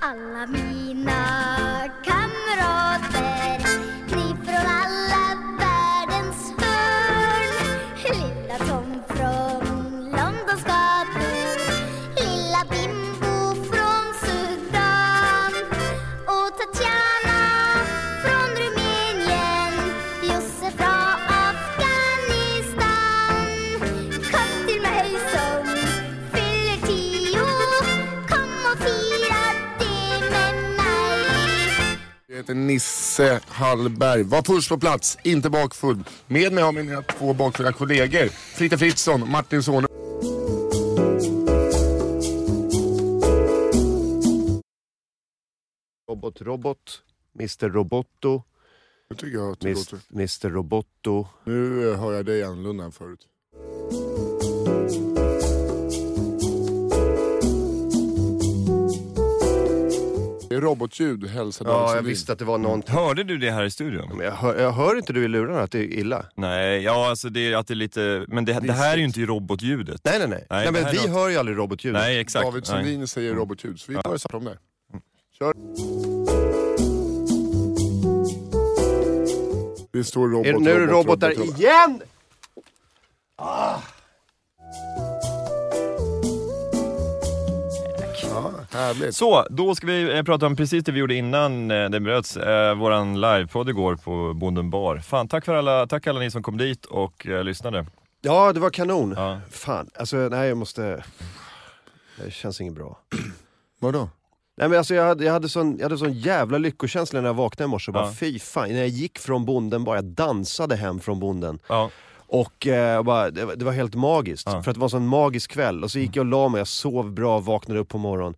alla mina kamrater Ni från alla världens hörn Lilla Tom från Londons gator Lilla Bimbo från Sudan Och Tatjana från Rumänien Josef från Afghanistan Kom till mig som fyller tio Kom och fira det med mig Jag heter Nisse Hallberg. Var först på plats, inte bakfull. Med mig har mina två bakfulla kollegor. Fritte Fritzson och Martin Sonne. Robot Robot, Mr Roboto, Nu tycker jag att det Mis- låter... Mr Roboto. Nu eh, hör jag dig annorlunda än förut. Det är robotljud hälsar Dan Ja, jag Sundin. visste att det var någonting. Hörde du det här i studion? Mm. Men jag hör, jag hör inte du i lurarna att det är illa? Nej, ja alltså det är, att det är lite, men det, det här är ju inte robotljudet. Nej, nej, nej. Nej, nej, det men här vi låter- hör ju aldrig robotljudet. Nej, exakt. David Nej. Sundin Mm. säger robotljud, så vi tar det svart om det. Kör! Det står robot, Är det, nu är det robot, robotar robot. igen! Härligt. Så, då ska vi eh, prata om precis det vi gjorde innan eh, det bröts, eh, våran livepodd igår på Bonden bar. Fan, tack, för alla, tack alla ni som kom dit och eh, lyssnade. Ja, det var kanon. Ja. Fan, alltså nej jag måste... Det känns inget bra. Vadå? Nej men alltså jag hade, jag hade, sån, jag hade sån jävla lyckokänsla när jag vaknade i morse. Bara, Ja. Fy fan, när jag gick från bonden bara, jag dansade hem från bonden. Ja. Och eh, jag bara, det, var- det var helt magiskt. Ja. För att det var en sån magisk kväll. Och så gick jag och la mig, jag sov bra, vaknade upp på morgonen.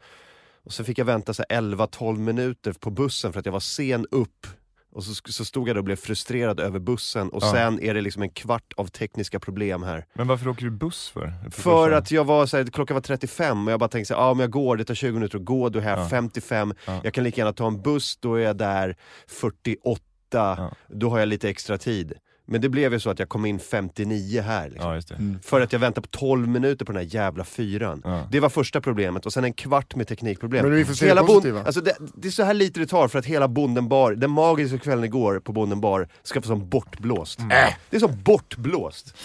Och så fick jag vänta så här 11-12 minuter på bussen för att jag var sen upp. Och så, sk- så stod jag där och blev frustrerad över bussen och Ja. sen är det liksom en kvart av tekniska problem här. Men varför åker du buss för? För att jag var såhär, klockan var 35 och jag bara tänkte såhär, ah, om jag går, det tar 20 minuter att gå, då är jag Ja. 55. Ja. Jag kan lika gärna ta en buss, då är jag där 48. Ja. Då har jag lite extra tid. Men det blev ju så att jag kom in 59 här. Liksom. Ja, just det. För att jag väntade på 12 minuter på den här jävla fyran. Ja. Det var första problemet och sen en kvart med teknikproblem. Men vi får se det bon- positiva. alltså det, det är så här lite det tar för att hela Bonden bar, den magiska kvällen igår på Bonden bar, ska vara som bortblåst. Mm. Äh. Det är som bortblåst.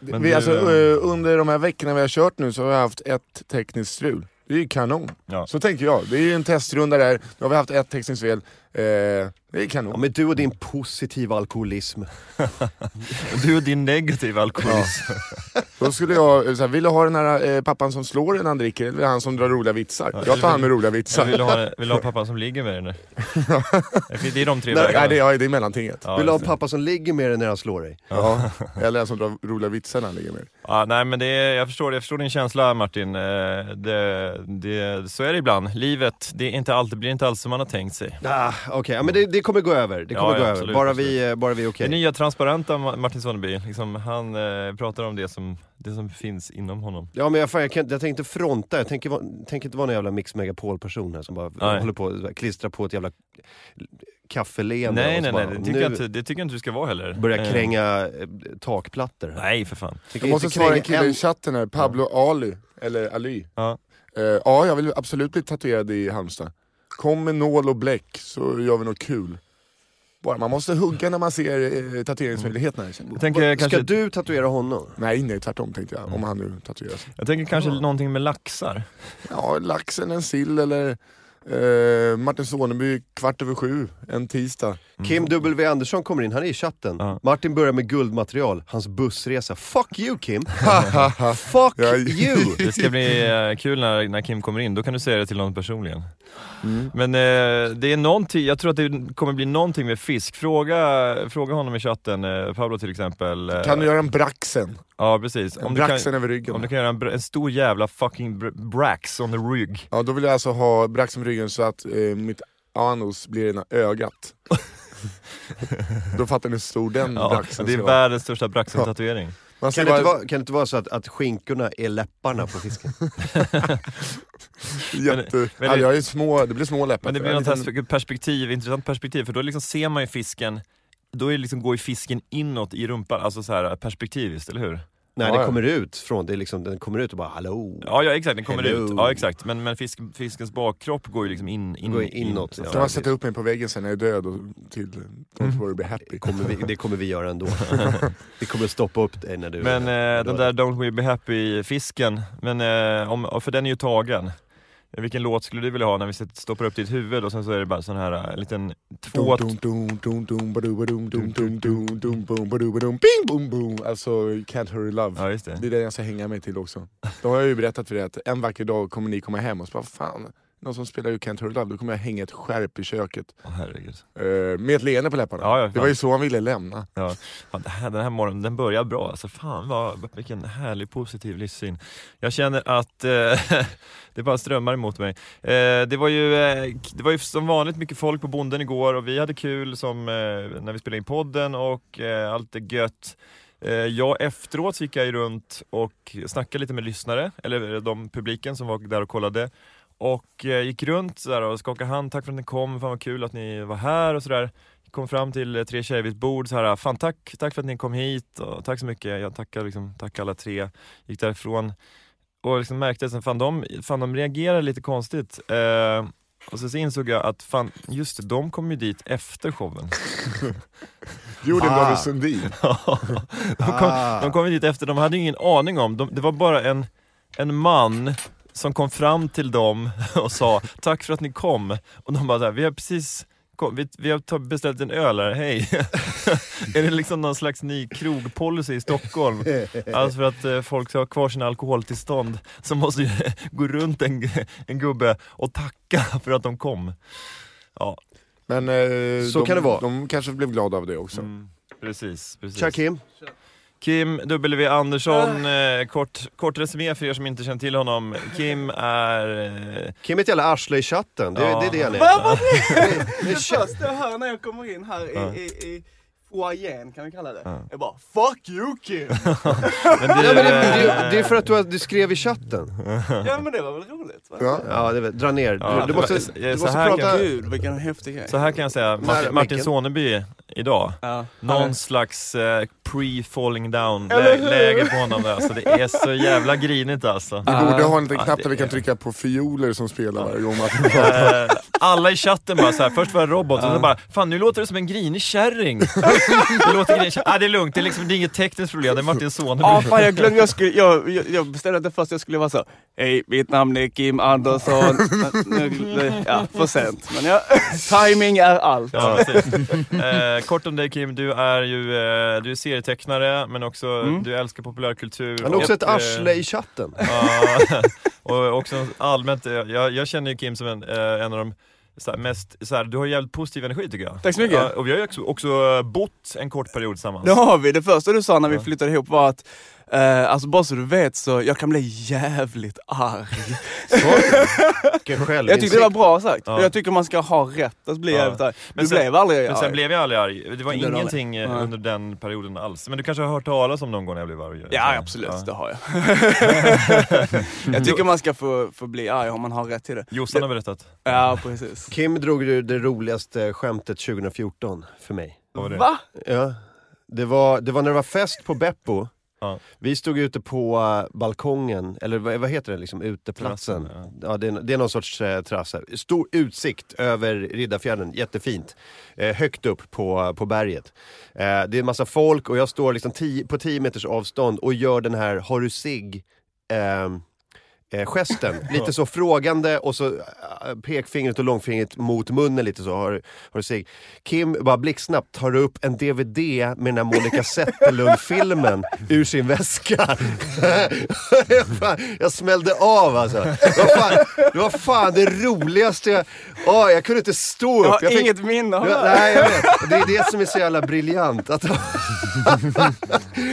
Men Vi, du, alltså, eh, eh, under de här veckorna vi har kört nu så har vi haft ett tekniskt strul. Det är ju kanon. Ja. Så tänker jag. Det är ju en testrunda där. Nu har vi haft ett tekniskt fel. Eh, det är kanon. Ja, men du och din positiva alkoholism. Du och din negativa alkoholism. Då skulle jag eh, så här, vill du ha den här eh, pappan som slår när han dricker eller vill jag ha han som drar roliga vitsar? jag tar han med roliga vitsar. Vill, du ha, vill du ha pappan som ligger med dig nu? Det är de tre Nej, det vägarna. är, det är mellantinget. Ja, Vill du ha just det. pappa som ligger med dig när han slår dig? Ja. Eller han som drar roliga vitsar när han ligger med. Ja, nej, men det är, jag, förstår, jag förstår din känsla Martin. Eh, Det, det, så är det ibland. Livet, det, är inte alltid, blir inte alls som man har tänkt sig. Ah, Okej, ja, men det, det kommer gå över. Det Mm. Ja, kommer ja, gå över. absolut, Bara absolut. vi, eh, bara vi är okej. Det nya transparenta Ma- Martin Sonneby, liksom, han eh, pratar om det som, det som finns inom honom. Ja men jag, fan, jag, kan, jag tänkte fronta, jag tänker, va- tänker inte vara någon jävla Mix Megapol-person här som bara Nej. håller på och klistrar på ett jävla kaffeleende Nej, och så nej, nej, bara, det tycker, jag nu inte, det tycker jag inte du ska vara heller. börjar Eh, kränga eh, takplattor. här. Nej, för fan. Tänker Jag måste inte svara en kränga kille i chatten här, Pablo Ali, eller Ali. Ja. Eh, ja, jag vill absolut bli tatuerad i Halmstad. Kom med nål och bläck så gör vi något kul. Bara man måste hugga när man ser eh, tatueringsmöjligheterna. Jag känner- Jag tänker, Ska kanske, du tatuera honom? Nej, nej tvärtom tänkte jag. Om han nu tatueras. jag tänker kanske någonting med laxar. Ja, laxen, en sill eller eh, Martin Soneby kvart över sju en tisdag. Kim W Andersson kommer in, han är i chatten. Mm. Ja. Martin börjar med guldmaterial, hans bussresa. Fuck you Kim! Fuck Ja, you! Det ska bli eh, kul när, när Kim kommer in, då kan du säga det till någon personligen. Mm. Men eh, det är någonting, jag tror att det kommer bli någonting med fisk. Fråga, fråga honom i chatten, eh, Pablo till exempel. eh, Kan du göra en braxen? Ja precis. En Om du, kan, braxen över om du ryggen. kan göra en, br- en stor jävla fucking br- brax on the rygg. Ja, då vill jag alltså ha braxen över ryggen så att eh, mitt anus blir ena ögat. då fattar ni hur stor den Ja, braxen det är ska vara. världens största braxen-tatuering. Man ska Kan det, inte vara vara, kan det inte vara så att, att skinkorna är läpparna på fisken? jätte... men ja, det- jag är små, det blir små läppar. Men det för blir jag är något en liten- här perspektiv, intressant perspektiv, för då liksom ser man ju fisken, då är det liksom, går ju fisken inåt i rumpan, alltså så här perspektiviskt, eller hur? Nej, Ja, det ja. kommer ut från, det är liksom, den kommer ut och bara hallå. Ja, ja exakt, den kommer Hello. ut. Ja, exakt. Men, men fisk, fiskens bakkropp går ju liksom in, in, Går inåt, in, ja. Kan man precis. sätta upp mig på väggen sen när jag är död och till Mm. Don't worry be happy? Kommer vi, det kommer vi göra ändå. vi kommer stoppa upp dig när du... Men eh, när du den där Don't We Be Happy-fisken, men, eh, om, och för den är ju tagen. Vilken låt skulle du vilja ha när vi sätter- stoppar upp ditt huvud och sen så är det bara sån här eh, liten två... Dum, dum, dum, dum, badum, badum, dum, dum, dum, dum, bum, badum, badum, bing, bum, bum. Alltså, Can't Hurry Love. Ja, just det. Det är det jag ska hänga mig till också. Då har jag ju berättat för dig att en vacker dag kommer ni komma hem och så bara fan, någon som spelar ju Can't Hurry Love, då kommer jag hänga ett skärp i köket. Åh, herregud. Eh, med ett leende på läpparna. Ja, ja, det var ju så han ville lämna. Ja, fan, det här, den här morgonen den börjar bra. Alltså, fan vad, vilken härlig positiv livssyn. Jag känner att eh, det bara strömmar emot mig. Eh, det, var ju, eh, det var ju som vanligt mycket folk på bonden igår och vi hade kul som, eh, när vi spelade in podden och eh, allt är gött. Eh, jag efteråt så gick jag ju runt och snackade lite med lyssnare, eller de publiken som var där och kollade. Och eh, gick runt sådär och skakade hand, tack för att ni kom, fan vad kul att ni var här och sådär kom fram till eh, tre tjejer vid ett bord så här, fan tack, tack för att ni kom hit och tack så mycket, jag tackar liksom, tack alla tre. Gick därifrån och liksom märkte sen, fan de, fan de reagerar lite konstigt. Eh, och sen så insåg jag att fan, just det, de kom ju dit efter showen. Det gjorde en Ah. David Sundin. de, kom, de kom ju dit efter, de hade ju ingen aning om, de, det var bara en, en man som kom fram till dem och sa tack för att ni kom. Och de bara så här, vi har precis kom, vi, vi har ta- beställt en öl här, hej. är det liksom någon slags ny krogpolicy i Stockholm? Alltså för att eh, folk ska ha kvar sina alkoholtillstånd så måste ju gå runt en, en gubbe och tacka för att de kom. Ja, Men eh, Så de, kan det vara. de kanske blev glada av det också. Mm. precis. precis. Tja Kim. Kim W Andersson, eh, kort, kort resumé för er som inte känner till honom. Kim är... Eh, Kim är ett jävla arsle i chatten. Det, Ja. det är det han är. Vad var det? Det är Det chatt. första jag hör när jag kommer in här eh, Ja. i, i, i foajén, kan vi kalla det, är bara FUCK YOU KIM! men du, Nej, men det, eh, det, det är för att du, har- du skrev i chatten. Ja men det var väl roligt? Va? Ja. Ja, det, dra ner. Ja, du, du måste, så- du så måste här prata... kan- Gud vilken häftig grej. så här kan jag säga, Martin, micken. Martin Soneby idag. Ja. Någon slags eh, pre-falling down Eller lä- hur? läge på honom. där. Alltså, det är så jävla grinigt alltså. Ah. Vi borde ha en liten Ja, knapp det där vi kan är- trycka på fioler som spelar varje gång Martin pratar. Eh, alla i chatten bara så här. först var det robot Ah. och sen bara Fan nu låter det som en grinig kärring. det låter grinig kärring. Ah, det är lugnt, det är, liksom, det är inget tekniskt problem, det är Martin Soneby. Ah, Ja fan jag glömde, jag, skulle, jag, jag, jag bestämde att det första jag skulle vara så. Hej, mitt namn är Kim Andersson. Nu- ja, för sent. Men ja, timing är allt. Ja, precis. eh, kort om dig Kim, du är ju eh, du är serietecknare men också Mm. du älskar populärkultur. Han är också ett och, eh, arsle i chatten. ja, och också allmänt, eh, jag, jag känner ju Kim som en, eh, en av de så här, mest, så här, du har jävligt positiv energi tycker jag. Tack så mycket. Ja, och vi har ju också, också bott en kort period tillsammans. Det har vi. Det första du sa när vi flyttade ihop var att, eh, alltså bara så du vet så, jag kan bli jävligt arg. Vilken Jag tyckte det var självinsikt. bra sagt. Ja. Och Jag tycker man ska ha rätt att bli Ja. jävligt arg. Men Du sen- blev aldrig Men sen arg. blev jag aldrig arg. Det var blev ingenting eh, Nej. under den perioden alls. Men du kanske har hört talas om någon gång när jag blev arg? Ja absolut, det har jag. jag tycker man ska få, få bli arg om man har rätt till det. Jossan har berättat. Ja precis. Kim drog ju det roligaste skämtet 2014 för mig. Vad var det? Va? Ja. Det, var, det var när det var fest på Beppo. Ja. Vi stod ute på eh, balkongen, eller vad, vad heter det, liksom, uteplatsen. Terrassen, ja. det, är, det är någon sorts eh, terrass här. Stor utsikt över Riddarfjärden, jättefint. Eh, högt upp på, på berget. Eh, det är en massa folk och jag står liksom tio, på 10 meters avstånd och gör den här har du cigg? ehm, eh, gesten. Lite så frågande och så eh, pekfingret och långfingret mot munnen lite så. Har, har du sig. Kim bara blixtsnabbt tar upp en DVD med den här Monica Zetterlund-filmen ur sin väska. jag, fan, jag smällde av alltså. Det var fan det, var fan det roligaste jag... Oh, jag kunde inte stå upp. Jag har fick- inget minne av det. Ja, nej, jag vet. Och Det är det som är så jävla briljant. Att och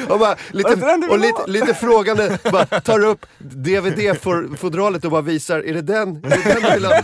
bara, Var det lite, den du och ville lite, ha? lite frågande, bara tar upp DVD-fodralet och bara visar, är det den? Är det den du vill ha?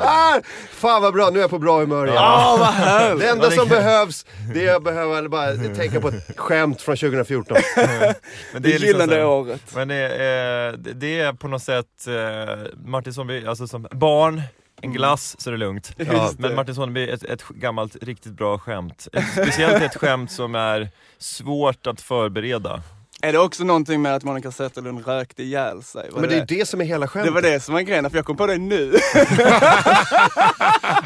Ah, fan vad bra, nu är jag på bra humör igen. Åh vad härligt! Det liksom Ja, enda det som kan- behövs, det är att behöva bara tänka på ett skämt från 2014. Men liksom Det gyllene så här- året. Men det, är, eh, det- det är på något sätt eh, Martin Zombie, alltså som barn, en glass så är det lugnt. Mm. Ja. Men Martin Sonneby, ett, ett gammalt riktigt bra skämt. Ett, speciellt ett skämt som är svårt att förbereda. Är det också någonting med att Monica Zetterlund rökte ihjäl sig? Var Men det är ju det som är hela det skämtet. var det som var grejen, för jag kom på det nu.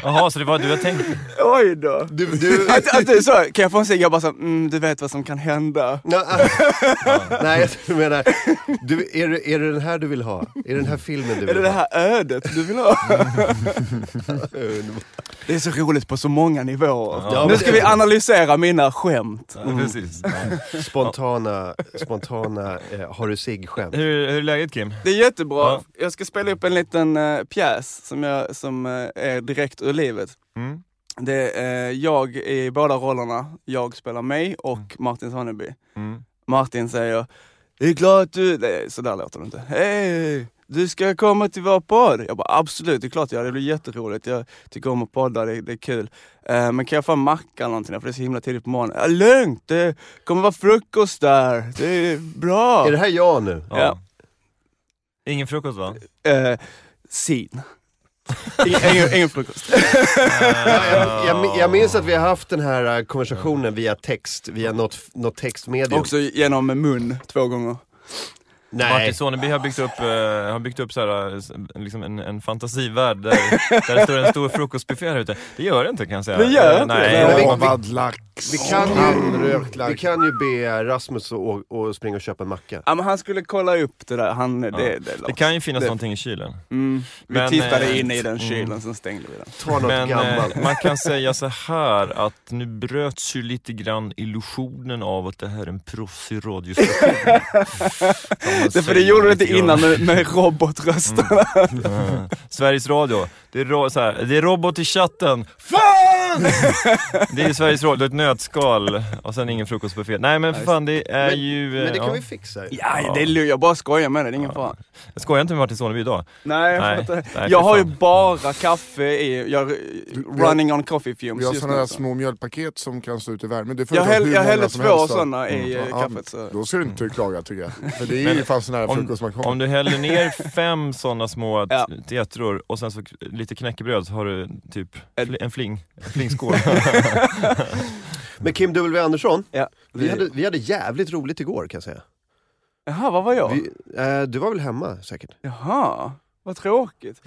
Jaha, så det var du har tänkt? Oj då. Du, du, Att, att du sa, kan jag få en cigg? Jag bara så, mm, du vet vad som kan hända. Nå, ah. Nej, jag menar, du, är, det- är det den här du vill ha? Är det den här filmen du Är det vill det ha? här ödet du vill ha? Det är så roligt på så många nivåer. Ja, nu men- ska vi analysera mina skämt. Ja, precis. Ja. Spontana, spontana eh, har du sig-skämt. Hur, hur är läget Kim? Det är jättebra. Ja. Jag ska spela upp en liten eh, pjäs som, jag, som eh, är direkt ur livet. Mm. Det är eh, jag i båda rollerna. Jag spelar mig och Martin Svaneby. Mm. Martin säger, jag är glad att du... Nej, så där låter det inte. Hej! Du ska komma till vår podd? Jag bara absolut, det är klart jag gör. det blir jätteroligt. Jag tycker om att podda, det, det är kul. Eh, men kan jag få en macka eller någonting? För det är så himla tidigt på morgonen. Ja, lugnt, det kommer vara frukost där. Det är bra. Är det här jag nu? Ja. Ja. Ingen frukost va? Eh, sin. Ingen, ingen, ingen frukost. Eh, Jag, jag, jag minns att vi har haft den här eh, konversationen via text, via något, något textmedium. Också genom mun två gånger. Martin Nej, Soneby har byggt upp, eh, har byggt upp så här, eh, s- liksom en, en fantasivärld där, där det står en stor frukostbuffé här ute. Det gör det inte kan jag säga. Det gör Eh, inte nej. det. vi- Gravad lax. vi kan ju- Handrökt vi lax. kan ju be Rasmus att å- och springa och köpa en macka. Ja, men han skulle kolla upp det där. Han, det, det, Det kan ju finnas Det- någonting i kylen. mm. Vi Men, tittade eh, in i den kylen, mm. sen stängde vi den. Ta något Men gammalt. eh, man kan säga så här att nu bröts ju lite grann illusionen av att det här är en proffsig radiostation. Kan man Det, för det säga gjorde det lite inte grann. innan med, med robotrösten. Mm. Sveriges Radio. Det är, ro- så här, det är robot i chatten. Fan! det är Sveriges Radio, ett nötskal och sen ingen frukostbuffé. Nej men för fan det är Men- ju... eh, Men det kan ja. vi fixa. Ja, det är lugnt. Jag bara skojar med det, det är ingen fara. Jag skojar inte med Martin Soneby idag. Nej, jag, Nej, fattar. nej, för jag har ju fan. bara kaffe i, jag, running on coffee fumes Vi har just sådana där nu, alltså. så. små mjölkpaket som kan stå ute i värme. Det får Jag, du ta häll, hur jag många häller som helst två av. sådana Mm. i eh, Ja, kaffet. Så. Då ska du inte klaga tycker jag. För det är ju fan så nära Om, frukost man kommer. om du häller ner fem sådana små Ja. t- tetror och sen så k- lite knäckebröd så har du typ Ett- fl- en fling, en flingskål. Men Kim W Andersson, Ja. vi hade, vi hade jävligt roligt igår kan jag säga. Jaha, vad var jag? Vi, eh, du var väl hemma säkert? Jaha, vad tråkigt.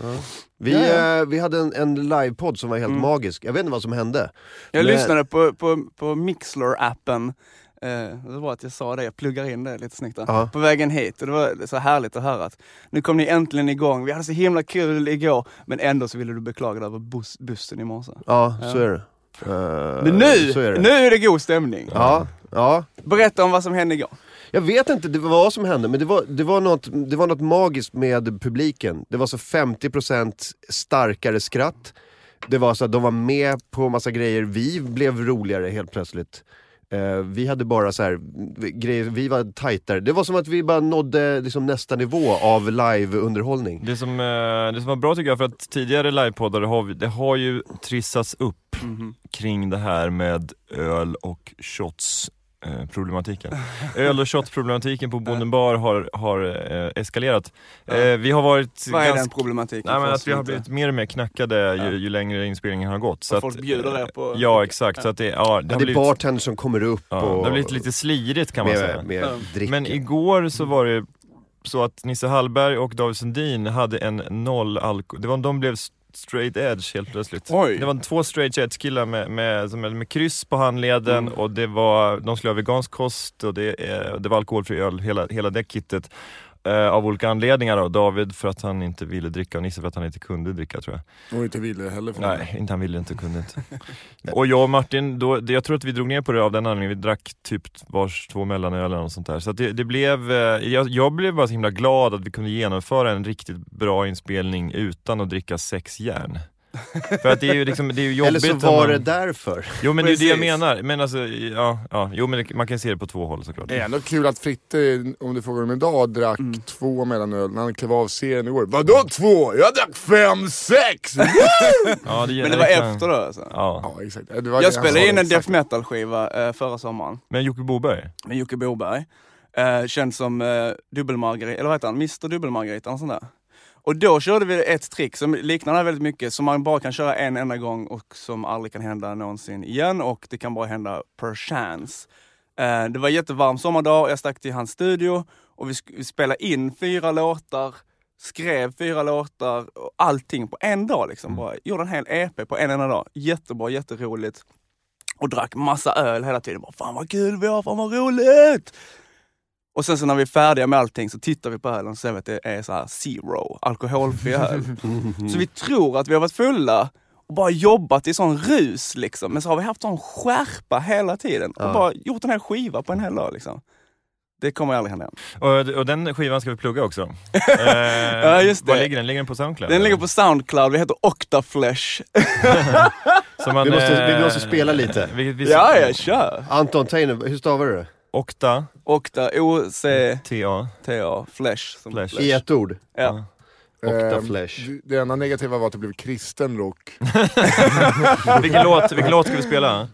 Vi, Ja, ja. eh, vi hade en, en livepodd som var helt magisk. Jag vet inte vad som hände. Jag Men- lyssnade på, på, på Mixler-appen. Eh, det var att jag sa det, jag pluggar in det lite snyggt där. Ja. På vägen hit och det var så härligt att höra att nu kom ni äntligen igång. Vi hade så himla kul igår men ändå så ville du beklaga dig över buss, bussen i morse. Ja, så Ja. är det. Eh, Men nu, så är det. nu är det god stämning. Ja, ja. Berätta om vad som hände igår. Jag vet inte det var vad som hände, men det var, det, var något, det var något magiskt med publiken. Det var så 50% starkare skratt. Det var så att de var med på massa grejer. Vi blev roligare helt plötsligt. Eh, vi hade bara så här, v- grejer, vi var tajtare. Det var som att vi bara nådde liksom nästa nivå av live-underhållning. Det som, eh, det som var bra tycker jag, för att tidigare livepoddar har, vi- det har ju trissats upp kring det här med öl och shots eh, problematiken. Öl och shotproblematiken på Bonden Bar har, har eh, eskalerat. Eh, vi har varit Vad är den ganska... problematiken? Nej, men för att oss vi har som blivit mer och mer knackade Ja. ju, ju längre inspelningen har gått. Så eh, Och folk bjuder er på- Ja exakt, så att det, ja, det Ja, har det är blivit... bartendern som kommer upp Ja, det och... har blivit lite slirigt kan man säga. med, med Ja. dricka. Men igår så var det så att Nisse Hallberg och David Sundin hade en noll alkohol, det var, de blev straight edge helt plötsligt. Oj. Det var två straight edge killar med, med, som- med kryss på handleden Mm. och det var, de skulle ha vegansk kost och det, eh, det var alkoholfri öl, hela, hela det kittet. Eh, av olika anledningar då. David för att han inte ville dricka och Nisse för att han inte kunde dricka tror jag. Och inte ville heller. För Nej, inte han ville inte, kunde inte. och jag och Martin, då, det- jag tror att vi drog ner på det av den anledningen, vi drack typ vars två mellanöl eller något sånt där. Så att det, det blev, eh, jag, jag blev bara så himla glad att vi kunde genomföra en riktigt bra inspelning utan att dricka sex järn. För att det är ju liksom, det är ju jobbigt Eller så om var man... det därför. Jo men det är ju det jag Precis. menar, men alltså, ja, ja, jo men det, man kan se det på två håll såklart. Det är ändå kul att Fritte, om du frågar honom idag, drack Mm. två mellanöl när han klev av serien igår. Vadå två? Jag drack fem, sex! Ja, Men det var efter då alltså. Ja, ja, exakt. Det var det han Jag spelade sa, in en exakt. death metal-skiva eh, förra sommaren. men Jocke Boberg, med Jocke Boberg. Eh, känd som eh, dubbelmargarit, eller vad heter han? Mr Dubbelmargarit eller sånt där. Och då körde vi ett trick som liknar det här väldigt mycket, som man bara kan köra en enda gång och som aldrig kan hända någonsin igen och det kan bara hända per chance. Eh, Det var en jättevarm sommardag och jag stack till hans studio och vi, sk- vi spelade in fyra låtar, skrev fyra låtar, och allting på en dag liksom. Bara, gjorde en hel EP på en enda dag. Jättebra, jätteroligt. Och drack massa öl hela tiden. Bara, fan vad kul vi har, fan vad roligt! Och sen så när vi är färdiga med allting så tittar vi på ölen och ser vi att det är så här zero, alkoholfri öl. så vi tror att vi har varit fulla och bara jobbat i sån rus liksom. Men så har vi haft sån skärpa hela tiden och Ja. bara gjort en hel skiva på en hel dag liksom. Det kommer aldrig hända. Och, och den skivan ska vi plugga också. Eh, Ja, just Var det. ligger den? Ligger den på Soundcloud? Den ligger på Soundcloud, vi heter Octaflesh. Så man, Vi måste- eh, vi måste spela lite. Vi, vi, ja, ja, kör! Anton Teiner, hur stavar du det? Okta, Octa, O-C-T-A, TA, Flesh. Som Flesh. I ett ord. Ja. Octa Eh, Flesh. d- Det enda negativa var att det blev kristen rock. Vilken låt, vilken låt ska vi spela?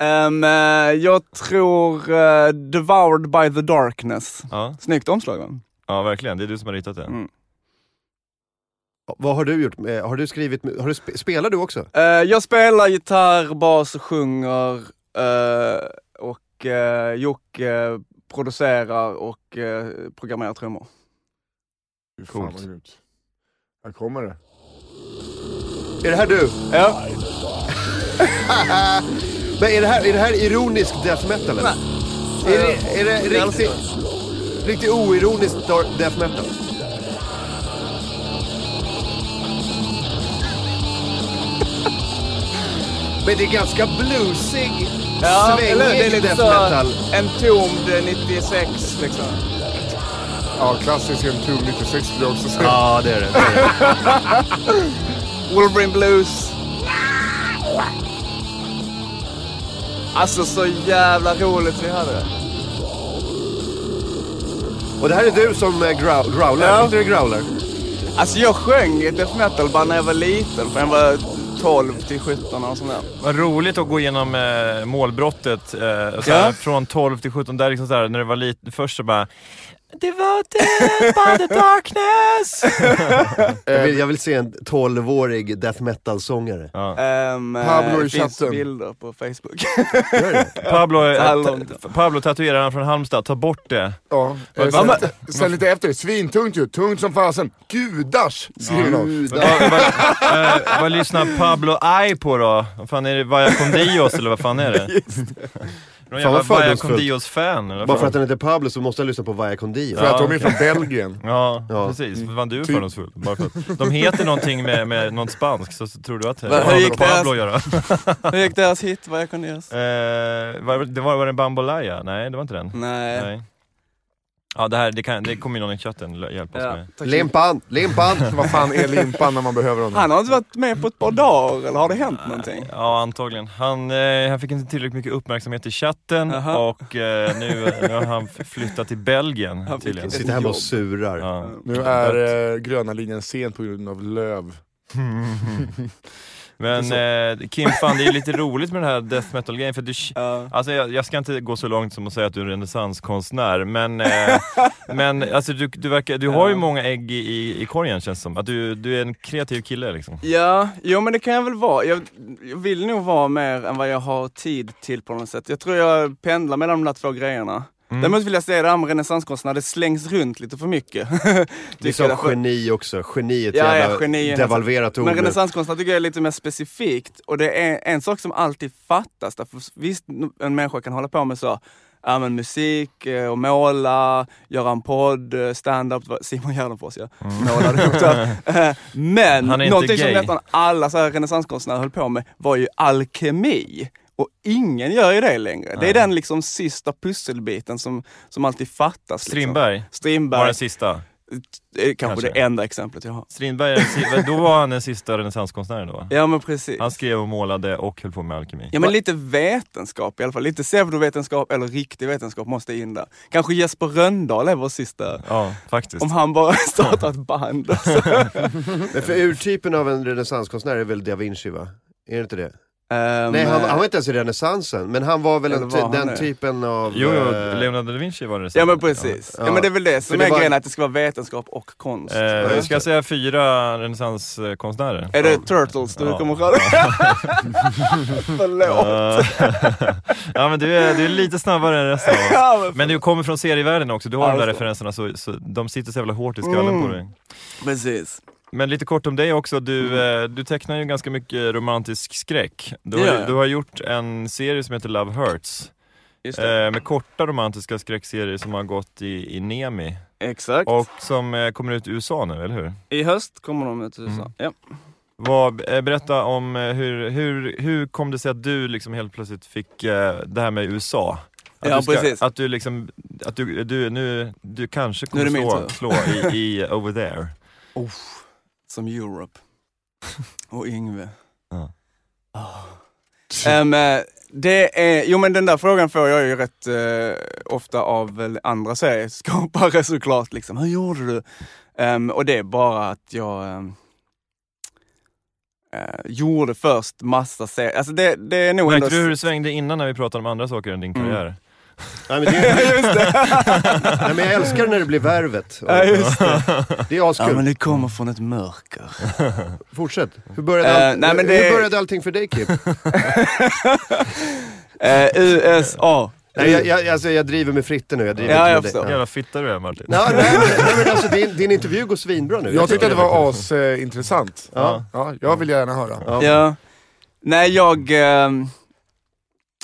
Ehm, eh, jag tror eh, Devoured by the Darkness. Ja, Snyggt omslag va? ja verkligen. Det är du som har ritat den. Mm. Vad har du gjort? med- Har du skrivit, med- har du, spe- spelar du också? Eh, jag spelar gitarr, bas och sjunger eh, och uh, Jocke producerar och eh, programmerar trummor. Fy fan, vad Coolt. grymt. Här kommer det. Är det här du? Ja. Men är det här, är det här ironisk death metal eller? Är det, är det riktigt, riktigt oironisk dar- death metal? Men det är ganska bluesig, eller hur? svängig death metal. en tomd eh, 96 liksom. Ja, klassisk Entombed 96 skulle jag också säga. Ja, det är det. det, är det. Wolverine Blues. Alltså så jävla roligt vi hade. Och det här är du som eh, grow- growlar, Ja. inte du growlar? Alltså jag sjöng i death metal bara när jag var liten, för jag var 12 till 17 och sånt där. Vad roligt att gå igenom eh, målbrottet eh, såhär, Ja. från 12 till 17, där liksom såhär, när det var lite först så bara Det var det, by the darkness! Jag Eh, vill, jag vill se en 12-årig death metal-sångare. ja. Ehm, eh, Pablo i det finns chatten. bilder på Facebook. Gör det? Pablo, eh, Så här ta- långt. F- Pablo tatuerar han från Halmstad, ta bort det. Ja, eh, Vad- sen, vad- sen lite efter, svintungt ju, tungt som fasen. Gudars skriver någon. Gud, Vad, vad, eh, vad lyssnar Pablo Ai på då? Vad fan är det, Vaya con Dios eller vad fan är det? Någon jävla vad Vaya con fördomsfullt. Dios-fan eller vad Bara för fan? att han heter Pablo så måste han lyssna på Via Condio. För att de okej. är från Belgien. Ja, Ja. Typ. precis. Vad fan du är fördomsfull. Bara för att de heter någonting med, med något spanskt, så så tror du att det Vad- hur har med gick det? Pablo att göra. Hur gick deras hit? Vad jag kunde göra? Eh, var, det var, var det en bambolaya? Nej, det var inte den. Nej. Nej. Ja, det här, det, kan, det kommer ju någon i chatten lö- hjälpa oss Ja, med. tack. Limpan, limpan! Vad fan är limpan när man behöver honom? Han har inte varit med på ett par dagar, eller har det hänt någonting? Ja, antagligen. Han, eh, han fick inte tillräckligt mycket uppmärksamhet i chatten Aha. och eh, nu, nu har han f- flyttat till Belgien Han fick tydligen. ett- Sitter hemma och surar. Ja. Nu är eh, gröna linjen sen på grund av löv. Men eh, Kim, fan det är lite roligt med den här death metal-grejen för du, Ja. Alltså jag, jag ska inte gå så långt som att säga att du är en renässanskonstnär, men, eh, men alltså, du, du, verkar, du har ju Ja. många ägg i, i, i korgen känns det som. Att du, du är en kreativ kille liksom. Ja, jo men det kan jag väl vara. Jag, jag vill nog vara mer än vad jag har tid till på något sätt. Jag tror jag pendlar mellan de där två grejerna. Mm. Däremot vill jag säga det här med renässanskonstnärer, det slängs runt lite för mycket. Det är Tycker jag som geni också. Geni är ett Ja, ja, jävla geni är- devalverat ord Men nu. renässanskonstnär tycker jag är lite mer specifikt och det är en sak som alltid fattas. Därför visst, en människa kan hålla på med så, ja, men musik eh, och måla, göra en podd, eh, stand-up, Det var Simon Gärdenfors ja, målade ihop det. här. Eh, Men Mm. Han är inte någonting som gay. nästan alla så här renässanskonstnärer höll på med var ju alkemi. Och ingen gör ju det längre. Det är den liksom sista pusselbiten som, som alltid fattas. Liksom. Strindberg var Strindberg, den sista. eh, kanske, kanske. det enda exemplet jag har. Strindberg, är den si- då var han den sista renässanskonstnären då va? Ja men precis. Han skrev och målade och höll på med alkemi. Ja men lite vetenskap i alla fall. Lite pseudovetenskap eller riktig vetenskap måste in där. Kanske Jesper Rönndahl är vår sista. Ja, faktiskt. Om han bara startar ett band. Alltså. Men för urtypen av en renässanskonstnär är väl da Vinci va? Är det inte det? Ehm, Nej, han, han var inte ens i renässansen, men han var väl Eller en, var ty- han den det? typen av... Jo, jo, eh, Leonardo da Vinci var det Ja men precis. Ja. Ja. men det är väl det som det är var- grejen, att det ska vara vetenskap och konst. Eh, just ska jag säga fyra renässanskonstnärer? Är det Turtles du Ja. kommer fram Förlåt. Eh, ja men du är, du är lite snabbare än resten av oss. Ja, men, Men du kommer från serievärlden också, du har Ja, de där just det. referenserna så, så de sitter så jävla hårt i skallen Mm. på dig. precis. Men lite kort om dig också, du, Mm. eh, du tecknar ju ganska mycket romantisk skräck. Du, Det gör har, jag. du har gjort en serie som heter Love Hurts, Just eh, det. med korta romantiska skräckserier som har gått i, i Nemi Exakt. Eh, och som eh, kommer ut i USA nu, eller hur? I höst kommer de ut till USA. Mm. Ja. Vad, eh, berätta om eh, hur, hur, hur kom det sig att du liksom helt plötsligt fick eh, det här med USA? Att Ja, du precis. Att du liksom, att du, du, nu, du kanske Nu är kommer det min slå, tur. slå i, i over there. Som Europe. Och Yngve. Ja. Ah. Ehm, eh, det är, jo men den där frågan får jag ju rätt eh, ofta av väl andra serieskapare såklart. Liksom. Hur gjorde du? Ehm, och det är bara att jag ehm, eh, gjorde först massa serier. Alltså det, det är nog Märkte du hur det svängde innan när vi pratade om andra saker än din Mm. karriär? Nej, men det, nej, men jag älskar när det blir Värvet. Ja, just det. Det är Ja askul. men det kommer från ett mörker. Fortsätt. Hur började, Eh, allt, nej, men hur det- började allting för dig Kip? Eh, USA. nej, jag, jag, alltså, jag driver med Fritte nu, jag driver Ja, inte jag med förstår. dig. Jävla fitta du är Martin. Nej, nej, men- nej, men alltså, din, din intervju går svinbra nu. Jag tyckte att det verkligen- var asintressant. Ja. Ja, jag vill gärna höra. Ja. Ja. Nej, jag... ehm,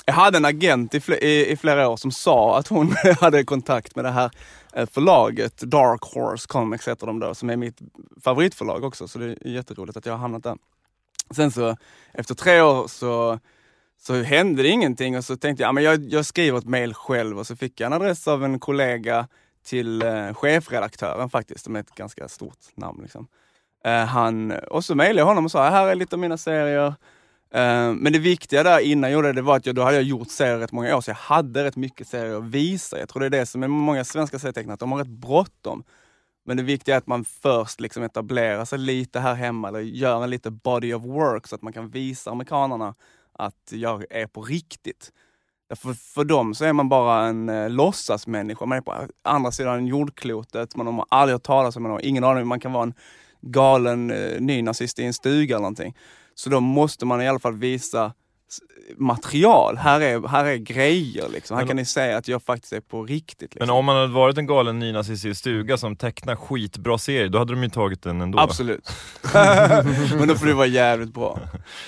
jag hade en agent i, fl- i, i flera år som sa att hon hade kontakt med det här eh, förlaget, Dark Horse Comics heter de då, som är mitt favoritförlag också, så det är jätteroligt att jag har hamnat där. Sen så, efter tre år så, så hände det ingenting och så tänkte jag, ja, men jag, jag skriver ett mejl själv och så fick jag en adress av en kollega till eh, chefredaktören faktiskt, som är ett ganska stort namn. Liksom. Eh, han, och så mejlade jag honom och sa, här är lite av mina serier. Eh, men det viktiga där innan jag gjorde det, det var att jag, då hade jag gjort serier rätt många år, så jag hade rätt mycket serier att visa. Jag tror det är det som är många svenska serietecknare, att de har rätt bråttom. Men det viktiga är att man först liksom etablerar sig lite här hemma, eller gör en lite body of work, så att man kan visa amerikanerna att jag är på riktigt. För, för dem så är man bara en eh, låtsasmänniska. Man är på andra sidan jordklotet, man har aldrig hört talas om, man har ingen aning, om- man kan vara en galen eh, nynazist i en stuga eller någonting. Så då måste man i alla fall visa s- material. Här är, här är grejer liksom. Här Men- kan ni säga att jag faktiskt är på riktigt. Liksom. Men om man hade varit en galen nynazist i en stuga som tecknar skitbra serier, då hade de ju tagit den ändå. Absolut. Men då får du vara jävligt bra.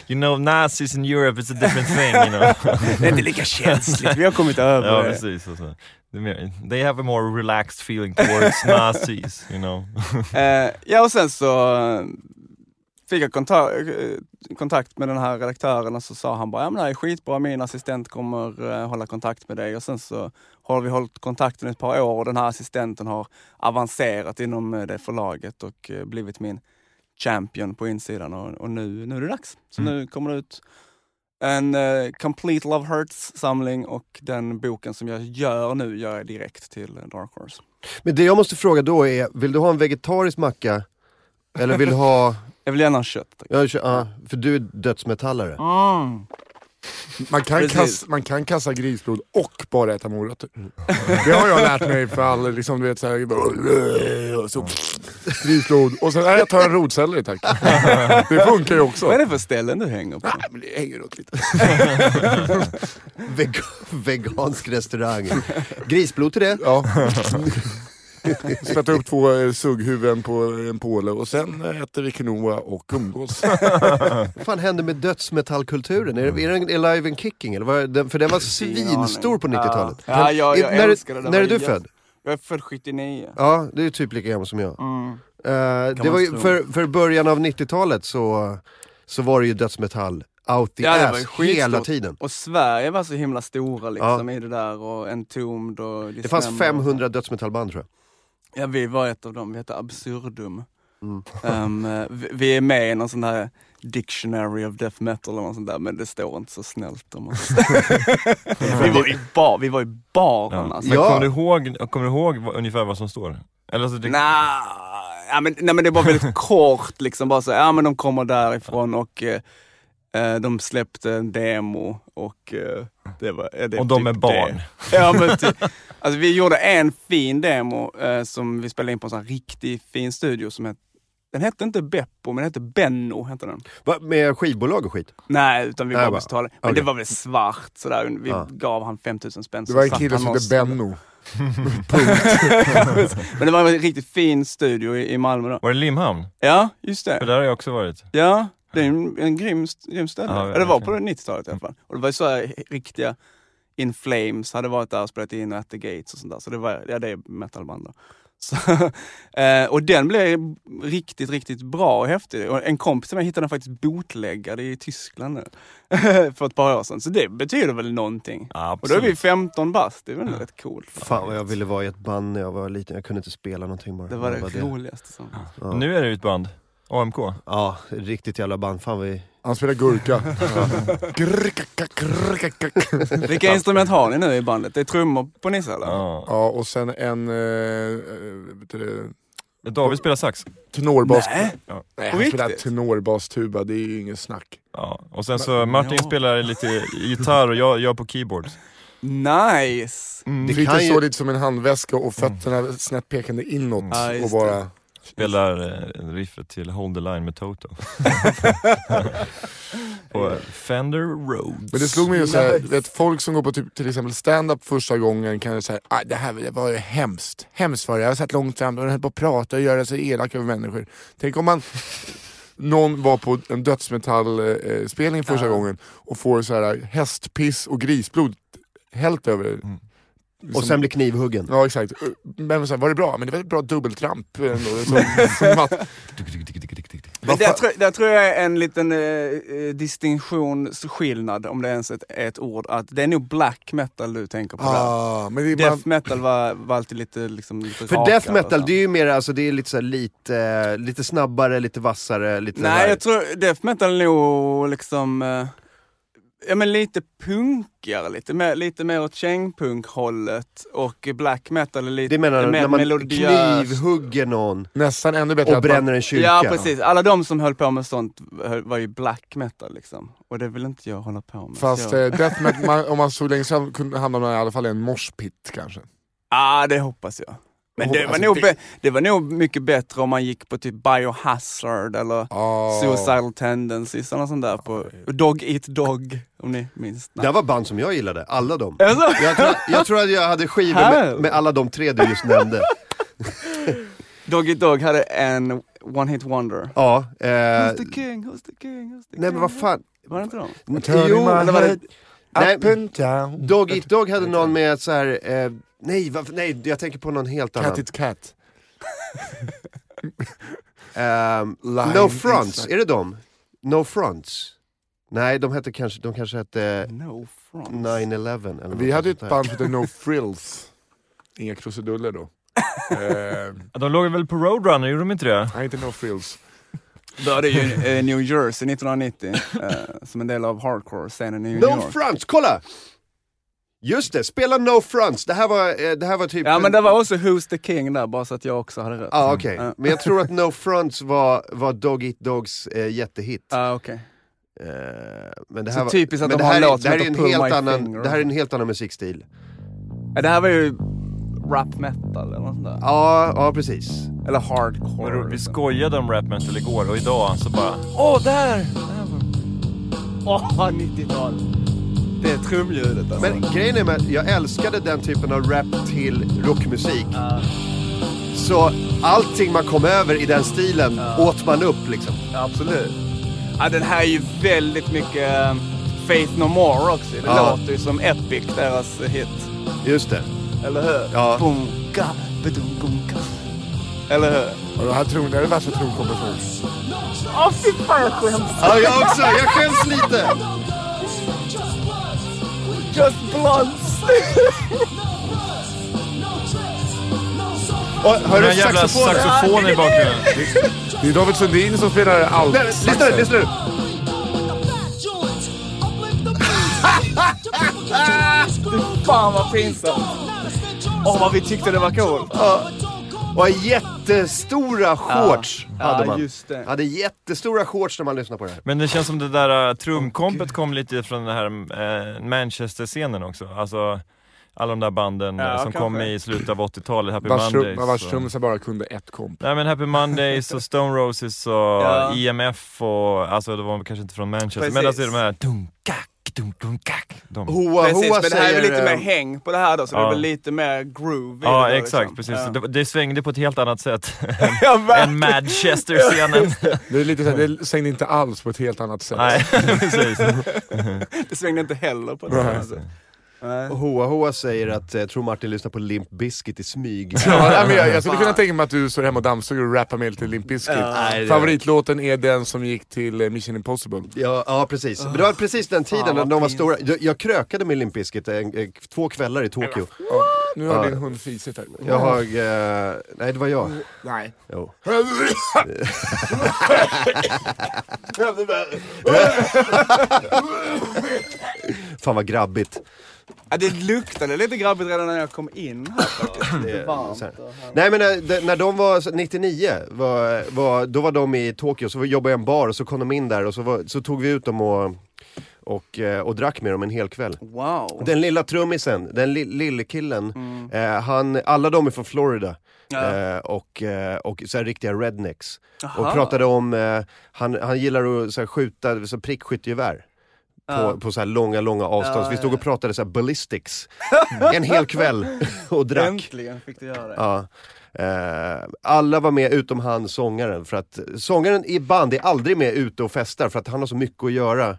You know, nazis in Europe is a different thing. You know? Det är inte lika känsligt, vi har kommit över ja, det. precis. Alltså. Det är mer- They have a more relaxed feeling towards nazis, you know. Eh, ja, och sen så eh, fick jag konta- eh, kontakt med den här redaktören och så sa han bara, ja men det här är skitbra, min assistent kommer eh, hålla kontakt med dig. Och sen så har vi hållit kontakten ett par år och den här assistenten har avancerat inom eh, det förlaget och eh, blivit min champion på insidan och, och nu, nu är det dags. Så Mm. nu kommer det ut en eh, Complete Love Hurts-samling och den boken som jag gör nu gör jag direkt till eh, Dark Horse. Men det jag måste fråga då är, vill du ha en vegetarisk macka? Eller vill du ha... Jag vill gärna ha kött. tack. Ja, kö- ja, för du är dödsmetallare. Mm. Man kan, Precis. kasta, man kan kasta grisblod och bara äta morötter. Det har jag lärt mig för all, liksom, du vet såhär... bara- och Så, grisblod. Och sen, nej jag tar en rotselleri tack. Det funkar ju också. Vad är det för ställen du hänger på? Nej, men det hänger runt lite. Veg vegansk restaurang. Grisblod till det. Ja. Spätta upp två eh, sugghuvuden på en påle och sen eh, äter vi quinoa och umgås. Vad fan hände med dödsmetallkulturen? Är, det- är den alive and kicking? Eller vad är den, för den var Ingen aning. svinstor på 90-talet. Ja, ja, jag, Är- när, älskar det där. När är Det du var född? Jag är född 79. Ja, du är typ lika gammal som jag. Mm. Eh, det man var ju tro. för, för början av 90-talet så, så var det ju dödsmetall out the Ja, det var ju ass skitstort. hela tiden. Och Sverige var så himla stora liksom i det där och Entombed och Det fanns Dismember. 500 dödsmetallband tror jag. Ja, vi var ett av dem. Vi hette Absurdum. Ehm, eh, vi, vi är med i någon sån där Dictionary of Death Metal eller något sånt där, men det står inte så snällt om oss. vi var i bar, vi var i baren Ja. alltså. Men Ja. kommer du ihåg, kommer du ihåg vad, ungefär vad som står? Eller alltså, det, Nej, ja, men, nej men det var väldigt kort liksom. Bara så, ja men de kommer därifrån och eh, Eh, de släppte en demo och eh, det var... eh, det Och de typ är barn. Det. Ja, men ty, alltså, vi gjorde en fin demo eh, som vi spelade in på en sån här riktigt fin studio som hette den hette inte Beppo, men den hette Benno. Hette den. Va, med skivbolag och skit? Nej, utan vi Nej, var bara, musikalier. Men okej. det var väl svart sådär. Vi Ja. gav han 5000 spänn. Det så var en satt kille han som oss- hette Benno. Men det var en riktigt fin studio i, i Malmö då. Var det Limhamn? Ja, just För det. där har jag också varit. Ja, det är en, en grym, st- grym ställe. Ja, Eller det var på verkligen. 90-talet i alla fall. Och det var ju så här riktiga In Flames hade varit där och spelat in och At the Gates och sånt där. Så det var, ja det är metalband då. Så, eh, och den blev riktigt, riktigt bra och häftig. Och en kompis till mig hittade den faktiskt bootläggad i Tyskland nu. för ett par år sedan. Så det betyder väl någonting. Och då är vi 15 bast, det är väl rätt coolt. Fan vad jag ville vara i ett band när jag var liten, jag kunde inte spela någonting bara. Det var Jag bara, det roligaste som... Ja. Nu är det ju ett band. AMK. Ja, riktigt jävla band. Fan vi... Han spelar gurka. Grrrkakakrrkakak. Vilka instrument har ni nu i bandet? Det är trummor på Nisse eller? Ja. Ja, och sen en... Eh, eh, vet du det, David spelar sax. tenorbas... Nej. Nej, På han spelar riktigt? tenorbas-tuba, det är ju inget snack. Ja. Och sen så Martin Ja. spelar lite gitarr och jag, jag på keyboard. Nice! Det Fritte kan ju- står lite som en handväska och fötterna snett pekande inåt Mm. Ja, just och bara... Spelar eh, riffet till Hold the line med Toto. på Fender Rhodes. Men det slog mig ju såhär, Nice. du vet folk som går på typ, till exempel stand-up första gången kan ju säga ah, det här det var ju hemskt. Hemskt var det. Jag satt långt fram och höll på att prata och göra sig elak över människor. Tänk om man någon var på en dödsmetallspelning första Ja. gången och får så här hästpiss och grisblod hällt över liksom det. Mm. Och sen blir knivhuggen. Ja exakt. Uh, Men så här, var det bra? Men det var ett bra dubbeltramp ändå. Som, som att, Men där, tror- där tror jag är en liten eh, eh, distinktionsskillnad, om det ens är ett, är ett ord. Att det är nog black metal du tänker på där. ah, men det, man, Death metal var, var alltid lite, liksom, lite För rakare death och metal, så. det är ju mer alltså, det är lite, så här, lite, eh, lite snabbare, lite vassare, lite Nej, här. jag tror death metal är nog liksom... Eh, ja, men lite punkigare, lite mer, lite mer åt kängpunk-hållet. Och black metal är lite Det menar du, mer när man melodiöst. knivhugger någon nästan ännu bättre och att man, bränner en kyrka. Ja precis, alla de som höll på med sånt höll- var ju black metal liksom. Och det vill inte jag hålla på med. Fast så jag... eh, death metal, man, om man såg längre fram kunde hamna man i alla fall i en morspitt kanske. Ah, det hoppas jag. Men det Hoppas- var, alltså, det- nog be- det var nog mycket bättre om man gick på typ Biohazard eller Oh. Suicidal Tendencies eller sånt där. På Dog Eat Dog, om ni minns. Nej. Det var band som jag gillade, alla de. Alltså, Jag tror, jag tror att jag hade skivor med, Här. med alla de tre du just nämnde. Dog Eat Dog hade en One Hit Wonder. Ja, eh, Who's the king, who's the king, who's the king? nej men vad fan. Var det inte de? Jo, eller var det, nej, and down. Dog Eat Dog hade någon med så här. Eh, nej, varför- nej, jag tänker på någon helt Cat annan. it cat. Ehm, Line no is Fronts, like- är det dem? No Fronts? Nej, de hette kanske, de kanske hette No front. 9-11 eller Vi något hade sånt ett där. band som hette No Frills. Inga krusiduller då. eh, De låg väl på Roadrunner, gjorde de inte det? nej, inte No Frills. Började ju i New Jersey 1990 eh, som en del av hardcore-scenen i New No York. Fronts, kolla! Just det, spela No Fronts. Det här var, eh, det här var typ... Ja men det var också Mm. Who's the King där, bara så att jag också hade rätt. Ja, Ah, okej. Ja. Men jag tror att No Fronts var, var Dog Eat Dogs eh, jättehit. Ah, okej. Eh, men det här Så var, typiskt att men det de har här, en är- låt det som här är heter en Pull helt My annan, Finger. det här är en helt annan musikstil. ja, Det här var ju rap metal eller något sånt där. Ja, ja precis. Eller Och hardcore. liksom. då- Vi skojade om rap metal igår och idag så bara... Åh, där! Där var- Åh, 90-tal. Det är trumljudet alltså. Men grejen är med att jag älskade den typen av rap till rockmusik. Så allting man kom över i den stilen åt man upp liksom. absolut. Ja, den här är ju väldigt mycket eh, Faith No More också. Det Ja. låter ju som Epic, deras hit. Just det. Eller hur? Ja. Bunka, bedunkunka. Eller hur? Och det här tron, det är det värsta tronkombinationen. Åh, fy fan jag skäms! Ja, jag också. Jag skäms lite. Just blunts! Och, hör Den du här jävla saxofonen? saxofonen i bakgrunden. Det är David Sundin som spelar allt. Nej, men lyssna nu, lyssna nu. Fy fan vad pinsamt! Åh vad vi tyckte det var coolt! Ja. Och jättestora shorts hade Ja, man. just det. Hade jättestora shorts när man lyssnade på det här. Men det känns som det där äh, trumkompet kom lite från den här äh, Manchester-scenen också. Alltså, alla de där banden Ja, äh, som kanske. kom i slutet av 80-talet, Happy Vars trum- Mondays. Vars och- trummisar bara kunde ett komp. Nej men Happy Mondays och Stone Roses och Ja. IMF och, alltså det var kanske inte från Manchester, men Precis. alltså Oh, de här dunkak, dunk, dunkak. De. Hoa Precis, Hoa men det här är väl lite säger... mer eh, häng på det här då, så det Ja. är väl lite mer groove i Ja det där, exakt, liksom. precis. Ja. Det, det svängde på ett helt annat sätt Ja, verkligen. än Manchester-scenen. Det, är lite så här, det sängde inte alls på ett helt annat sätt. Nej, precis. Det svängde inte heller på det här alltså. sättet. Nej. eh, Hoa Hoa säger att, eh, tror Martin lyssnar på Limp Bizkit i smyg. Ja, nej, men jag, jag skulle kunna tänka mig att du står hemma och dammsuger och rappar med lite Limp Bizkit. Nej, det- Favoritlåten är den som gick till eh, Mission Impossible. Ja, ja precis. Men det var precis den tiden Ah, Fan, när vad de var fint. stora. Jag, jag krökade med Limp Bizkit en, en, två kvällar i Tokyo. Nu har Ja. din hund fisit här. Jag har, eh, nej det var jag. Nej. Jo. Fan vad grabbigt. Ja, det luktade lite grabbigt redan när jag kom in här faktiskt. Lite varmt. så här. och härligt. Nej men eh, de- när de var så- 99, var, var, då var de i Tokyo, så var- jobbade jag i en bar och så kom de in där och så, var, så tog vi ut dem och, och, eh, och drack med dem en hel kväll. Wow. Den lilla trummisen, den li, lille killen, eh, han, alla de är från Florida. Mm. Ja. Eh, och eh, och så här riktiga rednecks. Och Aha. pratade om, eh, han, han gillar att så här, skjuta så här, prickskyttegevär. På, Ja. på så här långa, långa avstånd. Ja, Så vi ja, stod och ja. pratade så här ballistics en hel kväll och drack. Äntligen fick du göra det. Ja. Eh, alla var med utom han, sångaren. För att sångaren i band är aldrig med ute och festar för att han har så mycket att göra.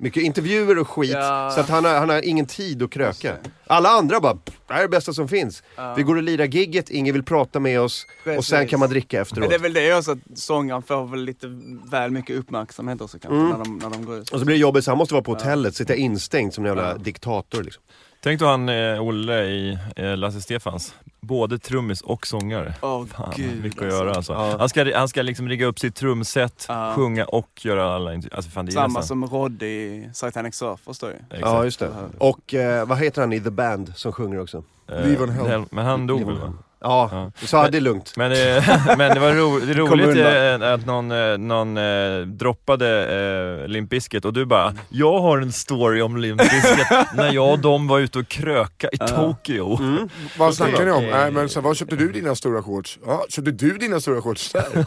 Mycket intervjuer och skit, Ja. så att han har, han har ingen tid att kröka. Alla andra bara, "Pff, det här är det bästa som finns. Vi går och lirar gigget, ingen vill prata med oss och sen Precis. kan man dricka Men efteråt. det är väl det också att sångaren får väl lite väl mycket uppmärksamhet också kanske Mm. när, de, när de går ut. Och så blir det jobbigt, så han måste vara på hotellet, sitta instängd som en jävla diktator. Liksom. Tänk då han eh, Olle i eh, Lasse Stefans både trummis och sångare. Åh Fan, gud mycket att göra alltså. Han, ska, han ska liksom rigga upp sitt trumset, Ja. sjunga och göra alla intervjuer. Alltså fan det är Samma nästan- som Roddy i Satanic Surfers då ju. Exakt. Ja, just det. Och eh, vad heter han i The Band som sjunger också? Eh, Leave on hell. hell- Men han dog väl va? Ja, Ja. så hade det är lugnt. Men, eh, men det var ro, det är Kom roligt undan. eh, att någon, eh, någon eh, droppade eh, Limp Bizkit och du bara “Jag har en story om Limp Bizkit när jag och de var ute och kröka i Tokyo”. Mm. Vad snackar ni om? Eh. Nej, men så, här, var köpte du dina stora shorts? Ja, köpte du dina stora shorts där?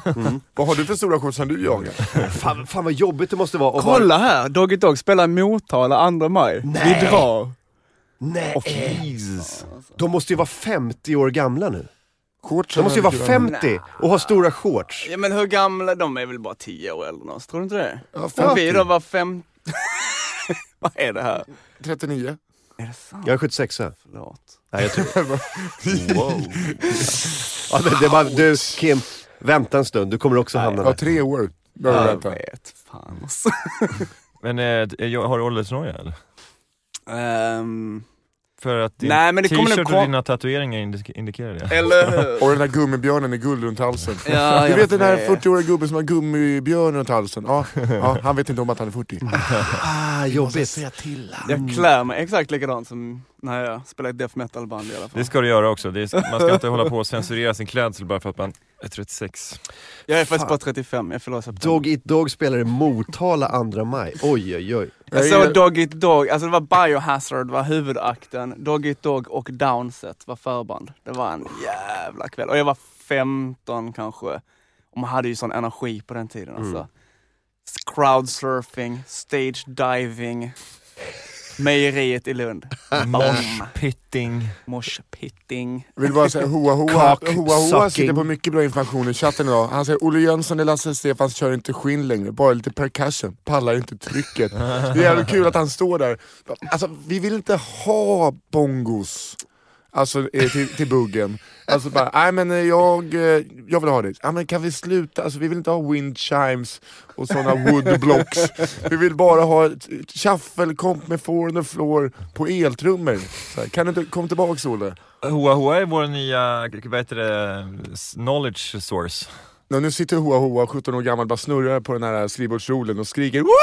Vad har du för stora shorts som du jagar? Fan, fan vad jobbigt det måste vara att vara- Kolla här! Doggy Dog spelar i Motala 2 maj. Vi drar. Nej! Åh, Jesus. De måste ju vara 50 år gamla nu. Shorts De måste ju vara Ja, 50 och ha stora shorts. Ja men hur gamla, de är väl bara 10 år eller något, tror du inte det? Om vi 50. då var fem... Vad är det här? 39. Är det sant? Jag är 76 Förlåt. Nej, jag tror... ja, men det är bara, Du, Kim, vänta en stund. Du kommer också hamna Ja, där. tre år. Jag Behöver vänta. vet fan alltså. Men eh, jag- har du åldersnoja eller? Ehm, För att din Nej, men det kommer nog t-shirt kom- och dina tatueringar indik- indikerar det. eller hur? Och den där gummibjörnen i guld runt halsen. Ja, du jag vet den där vet. 40-åriga gubben som har gummibjörn runt halsen? Ja, ja, han vet inte om att han är 40. Ah, jobbigt. Jag klär mig exakt likadant som när jag spelar i ett death metal band i alla fall. Det ska du göra också. Det är, man ska inte hålla på och censurera sin klädsel bara för att man är 36. Jag är faktiskt bara 35, jag förlorar september. Dog Eat Dog spelar i Motala 2 maj. Oj, oj, oj. Jag Jag såg gillar- Dog Eat Dog, alltså det var Biohazard var huvudakten, Dog Eat Dog och Downset var förband. Det var en jävla kväll. Och jag var 15 kanske. Och man hade ju sån energi på den tiden alltså. Crowdsurfing, stage diving, mejeriet i Lund. Bom! Pitting. Moshpitting. Vill bara säga Hoa Hoa, Cock Hoa, Hoa sitter sucking. på mycket bra information i chatten idag. Han säger Olle Jönsson i Lasse Stefans kör inte skinn längre, bara lite percussion. Pallar inte trycket. Det är jävligt kul att han står där. Alltså vi vill inte ha bongos. Alltså eh, till, till buggen. Alltså bara, nej men eh, jag, eh, jag vill ha det. Ja men kan vi sluta, alltså vi vill inte ha wind chimes och sådana woodblocks. Vi vill bara ha ett ett shufflekomp med four on the floor på eltrummor. Så här, Kan du inte, kom tillbaks Olle. Hoa Hoa är vår nya, vad heter det, knowledge source. Ja, nu sitter Hoa Hoa, 17 år gammal, bara snurrar på den här skrivbordsstolen och skriker Woohoo!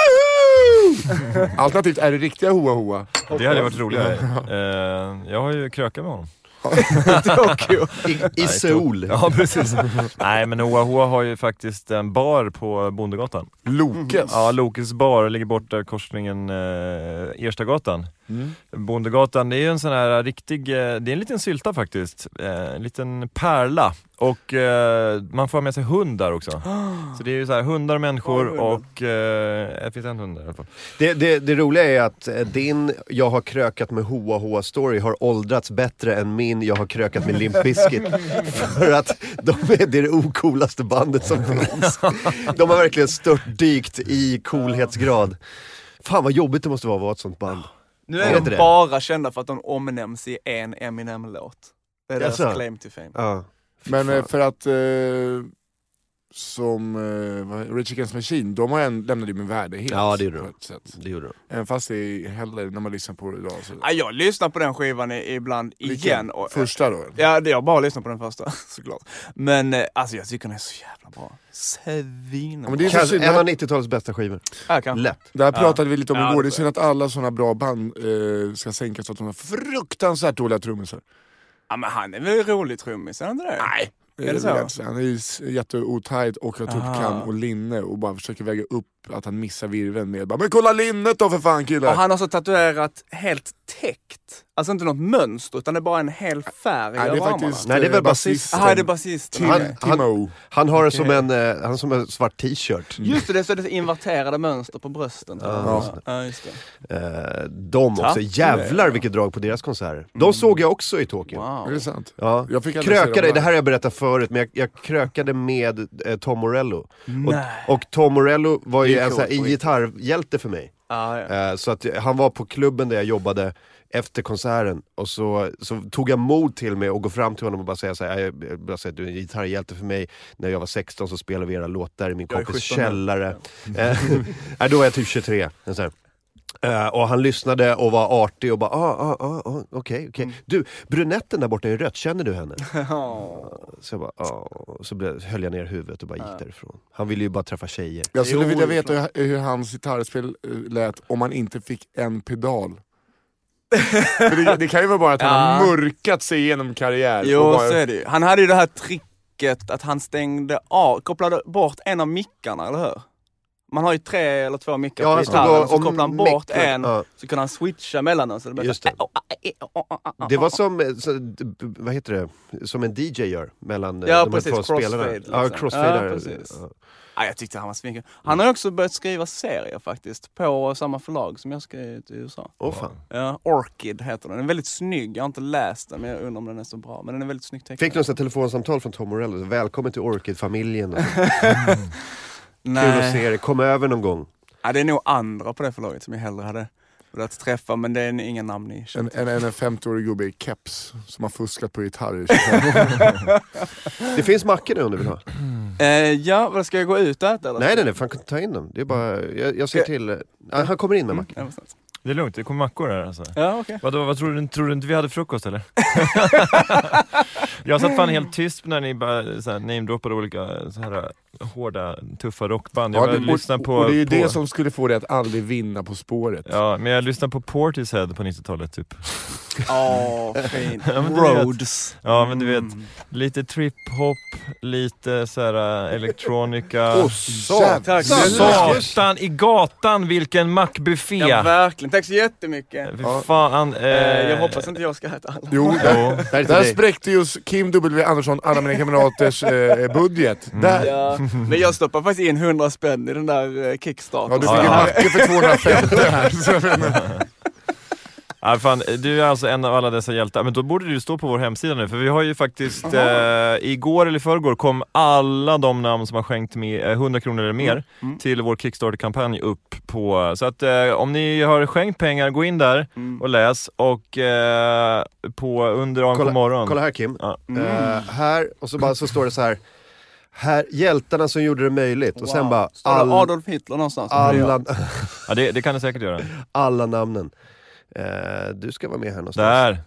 Alternativt är det riktiga Hoa Hoa. Det hade varit roligare. Eh, jag har ju krökat med honom. Tokyo. I, i Seoul. Ja, precis. Nej, men Oahu har ju faktiskt en bar på Bondegatan. Lokes. Ja, Lokes bar ligger borta korsningen eh, Erstagatan. Mm. Bondegatan, det är ju en sån här riktig, eh, det är en liten sylta faktiskt. Eh, en liten pärla. Och eh, man får ha med sig hund där också. Så det är ju så här hundar och människor Oj, och... Eh, det finns en hund där i alla fall. Det, det, det roliga är att eh, din Jag har krökat med Hoa Hoa Story har åldrats bättre än min Jag har krökat med Limp Bizkit. För att de är det, är det ocoolaste bandet som finns. De har verkligen störtdykt i coolhetsgrad. Fan vad jobbigt det måste vara att vara ett sånt band. Nu Ja. är Vet du de det? bara kända för att de omnämns i en Eminem-låt. Det är deras Jaså? claim to fame. Ja. Men eh, för att eh, som eh, vad- Rage Against the Machine, de har en, lämnade ju min värdighet. Ja, det gjorde på de. ett sätt. Det gjorde de. Även fast det är heller, när man lyssnar på det idag. Så. Ja, jag lyssnar på den skivan i- ibland igen. Och, Första då? ja, det- jag bara lyssnar på den första såklart. Men eh, alltså jag tycker den är så jävla bra. Ja, Svinbra. men det är så Kanske synd, en av det, 90-talets bästa skivor. Ja, kanske. Lätt. det här pratade vi lite om Ja, igår, det är det- synd att alla sådana bra band eh, ska sänkas för att de har fruktansvärt dåliga trummisar. Ja, men han är väl rolig trummis, är han inte det? Nej. Eh, Är det så? egentligen. Han är ju s- jätteotajt och har typ Aha. kam och linne och bara försöker väga upp att han missar virveln med bara, Men kolla linnet då för fan killar! Och han har så tatuerat helt täckt. Alltså inte något mönster, utan det är bara en hel Nej, färg det är över armarna. faktiskt Nej, det är eh, väl basist. Aha, det är basisten. Tim, Han- Timo. Han har det som en, eh, han har som en svart t-shirt. Just det, det är så det är inverterade mönster på brösten. Ja. ja, just det. Eh, de också. Tack. Jävlar vilket drag på deras konserter. De såg jag också i Tokyo. Är det Wow. sant? Ja. Jag fick aldrig se dem krökade, live. det här har jag berättat förut, men jag, jag krökade med eh, Tom Morello. Nej. Och, och Tom Morello var ju Det är en coolt sån här på riktigt. gitarrhjälte för mig. Ja, ja. Eh, så att eh, han var på klubben där jag jobbade efter konserten och så, så tog jag mod till mig och gå fram till honom och bara säga så här, "Jag- jag bara säga, du är en gitarrhjälte för mig. När jag var 16 så spelade vi era låtar i min Jag är kompis 17 nu. källare. Eh, Nej, då var jag typ 23. Men Så här. Eh, och han lyssnade och var artig och bara, ah, ah, ah, ah, okej, okej. Mm. Du, brunetten där borta i rött, känner du henne? Så jag bara, ah. Så blev- höll jag ner huvudet och bara gick därifrån. Han ville ju bara träffa tjejer. Jag skulle Jo, vilja det är veta hur, hur hans gitarrspel eh, lät om han inte fick en pedal. För det, det kan ju vara bara att han har Ja. mörkat sig igenom karriär. Jo, och bara, så är det ju. Han hade ju det här tricket att han stängde av, kopplade bort en av mickarna, eller hur? Man har ju tre eller två mickar Ja, på han stod gitarren, och- så om kopplar han bort micken, en, ja. så kunde han switcha mellan dem. Så det blev Just så- det. Det var som, eh, så, d- b- vad heter det, som en DJ gör mellan eh, Ja, de precis, här två spelarna. crossfade, Ja, liksom. crossfade. Ja, där. precis. Ja. Ja, jag tyckte han var svinkul. Han har också börjat skriva serier faktiskt, på samma förlag som jag skrev till USA. Åh fan. Ja, Orchid heter den. Den är väldigt snygg. Jag har inte läst den, men jag undrar om den är så bra. Men den är väldigt snyggt tecknad. Fick du något telefonsamtal från Tom Morello? Välkommen till Orchid-familjen. Kul att Nej. se dig, kom över någon gång. Ja, det är nog andra på det förlaget som jag hellre hade velat träffa, men det är inga namn ni känner. En, en, en 50-årig gubbe i keps som har fuskat på gitarr. Det finns mackor nu om du vill ha. Eh, ja, vad ska jag gå ut och äta eller? Nej nej nej, fan ta in dem. Det är bara, jag, jag ser till. eh, ja, han kommer in med mackan. Mm. Ja, någonstans. Det är lugnt, det kommer mackor här alltså. Ja, okej. Vadå, vad tror du, tror du inte vi hade frukost eller? jag satt fan helt tyst när ni bara så här namedroppade olika så här, eh, hårda, tuffa rockband. Jag började lyssna på... och, och det är ju på, det som skulle få dig att aldrig vinna På spåret. Ja, men jag lyssnade på Portishead på 90-talet typ. Åh, fint. Ja, men du vet. Roads. Ja, men du vet. Mm. Lite trip-hop, lite så här äh, elektronika. Åh satan! Tack. Satan i gatan vilken mackbuffé! Ja, verkligen. Tack så jättemycket. Fy fan. Eh, Eh, jag hoppas inte jag ska äta alla. Jo, Jo. Det här är till där dig. spräckte just Kim W Andersson, alla mina kamraters eh, budget. Mm. Där. Ja. Ja, men jag stoppar faktiskt in 100 spänn i den där eh, du Kickstarter. fick Ja, en ja. macka för 250 här. Så jag menar- Ja, fan, du är alltså en av alla dessa hjältar, men då borde du stå på vår hemsida nu för vi har ju faktiskt, eh, igår eller förrgår kom alla de namn som har skänkt med, eh, 100 kronor eller Mm, mer till vår Kickstarter-kampanj upp på, så att eh, om ni har skänkt pengar, gå in där Mm. och läs och eh, på under AMK Kolla, morgon. kolla här Kim. Ja. Mm. Eh, här, och så, bara, så står det så här. här. Hjältarna som gjorde det möjligt. Och sen bara Står det all, Adolf Hitler någonstans? alla, Ja, det, det kan du säkert göra. alla namnen. Eh, du ska vara med här någonstans. Där!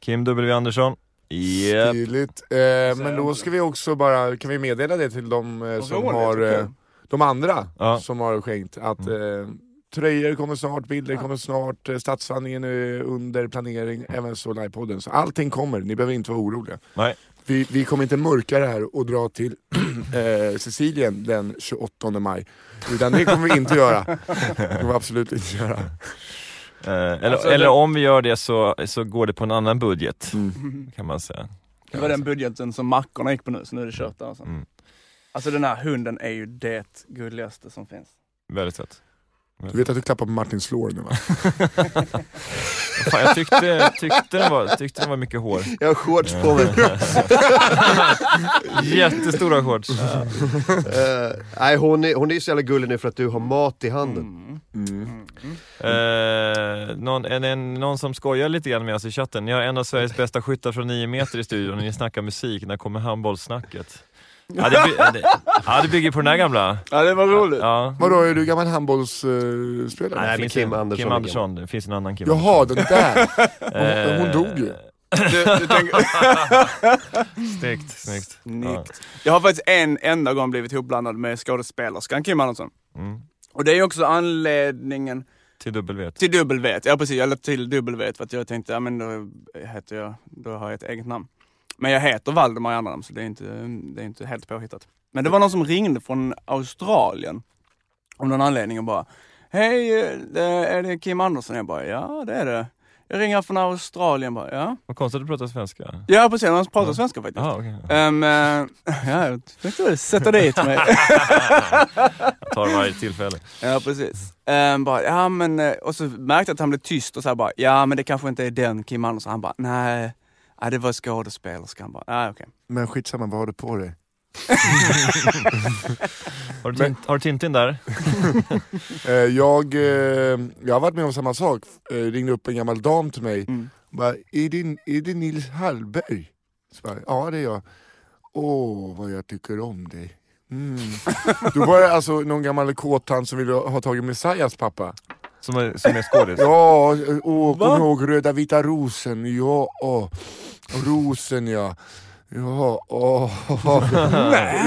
Kim W Andersson. Yep. Tydligt. Eh, men då ska vi också bara, kan vi meddela det till de eh, som roligt, har, eh, okej. de andra Ja. Mm. som har skänkt att eh, Tröjor kommer snart, bilder kommer snart, eh, stadsvandringen är under Mm. planering, även så livepodden. Så allting kommer, ni behöver inte vara oroliga. Nej. Vi, vi kommer inte mörka det här och dra till eh, Sicilien den 28 maj. Utan det kommer vi inte göra. Det kommer vi absolut inte göra. Eh, eller, Alltså, eller det- om vi gör det så, så går det på en annan budget, Mm. kan man säga. Det var den budgeten som mackorna gick på nu, så nu är det kört där. Alltså. Mm. alltså den här hunden är ju det gulligaste som finns. Väldigt söt. Du vet att du klappar på Martins lår nu va? Fan, jag tyckte, tyckte, den var, tyckte den var mycket hår. Jag har shorts på mig. Jättestora shorts. Eh, nej, hon är, hon är ju så jävla gullig nu för att du har mat i handen. Mm. Eh, någon, en, en, någon som skojar lite grann med oss i chatten. Ni har en av Sveriges bästa skyttar från 9 meter i studion och ni snackar musik. När kommer handbollssnacket? Ja, det, by- det, ja, det bygger på den här gamla. Ja det var roligt. Ja. Vadå, är du gammal handbollsspelare? Nej, Det men finns Kim en- Andersson Kim är Andersson, det finns en annan Kim Jaha, den där! Hon, hon Eh, dog ju. Du, du tänker, Snyggt, snyggt. Ja. Snyggt. Jag har faktiskt en enda gång blivit ihopblandad med skådespelerskan Kim Andersson. Mm. Och det är ju också anledningen Till W. till W. Ja precis, jag lade till W för att jag tänkte, ja men då heter jag, då har jag ett eget namn. Men jag heter Valdemar i andra namn så det är inte, det är inte helt påhittat. Men det var någon som ringde från Australien av någon anledning och bara Hej, eh, det- är det Kim Andersson? Jag bara ja det är det. Jag ringer från Australien bara ja. Vad konstigt att du pratar svenska. Ja precis, han pratar Ja. svenska faktiskt. Jaha, okej. Ehm, eh, ja, jag tänkte sätta dit mig. Jag tar varje tillfälle. ja, precis. Ehm, bara, ja, men, eh, och så märkte jag att han blev tyst och så här bara, ja men det kanske inte är den Kim Andersson. Han bara, nej, ja, det var skådespelerskan. bara, nej okej. Men skitsamma, vad har du på dig? Har du, tint, har du Tintin där? Eh, jag, eh, jag har varit med om samma sak. Eh, ringde upp en gammal dam till mig. Mm. Bara, är, det, är det Nils Hallberg? Så bara, ja det är jag. Åh, vad jag tycker om dig. Mm. Då var det alltså någon gammal kåtan som ville ha tagit Messias pappa. Som är, som är skådis? Ja, eh, åh, Va? kom ihåg röda vita rosen. Ja, åh. rosen ja. Ja, åh.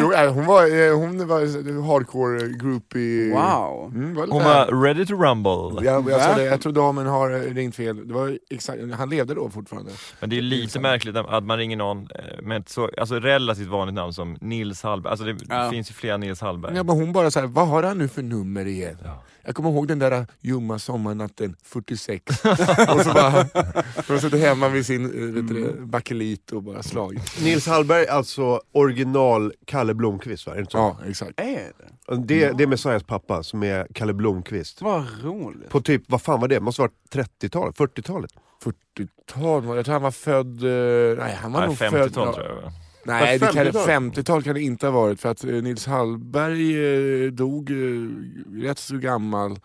Jo, eh, hon var, eh, hon var hardcore eh, groupie. Wow. Mm, var lite- Hon var ready to rumble. Jag, jag, sa det, jag tror damen har eh, ringt fel. Det var exakt, han levde då fortfarande. Men det är lite märkligt att man ringer någon eh, med ett så, alltså relativt vanligt namn som Nils Hallberg. Alltså det Ja. finns ju flera Nils Hallberg. Ja, men hon bara såhär, vad har han nu för nummer igen? Ja. Jag kommer ihåg den där eh, ljumma sommarnatten 46. och så bara, hon har suttit hemma vid sin eh, vet du, Mm. det, bakelit och bara slagit. Nils Hallberg, alltså original Kalle Blomkvist va? Är det, inte så? Ja, exakt. Är det? Mm. det, det är Messias pappa som är Kalle Blomkvist. Vad roligt. På typ, vad fan var det? Måste ha varit 30-talet? 40-talet? 40-tal, var det. jag tror han var född... eh, Nej, han var Nej, nog 50-tal född... tror jag. det var. Nej, det kan, 50-tal. 50-tal kan det inte ha varit för att eh, Nils Hallberg eh, dog eh, rätt så gammal.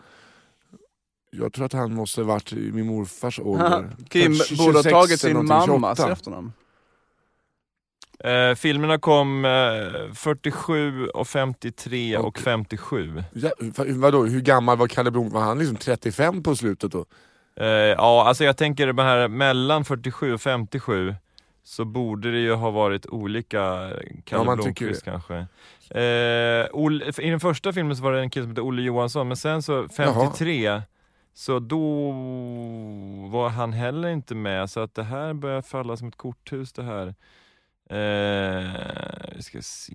Jag tror att han måste ha varit i min morfars ålder. Kim Kanske borde ha 26 tagit eller sin någonting, mammas 28. efternamn. Eh, filmerna kom eh, 47 och 53 och 57. Ja, va- vadå, hur gammal var Kalle Blom? Var han liksom 35 på slutet då? Eh, ja, alltså jag tänker det här mellan 47 och 57 så borde det ju ha varit olika Kalle Ja, man tycker Blomkvist kanske. Eh, Olle, I den första filmen så var det en kille som hette Olle Johansson, men sen så 53 Så då var han heller inte med, så att det här börjar falla som ett korthus det här. Eh, vi ska se.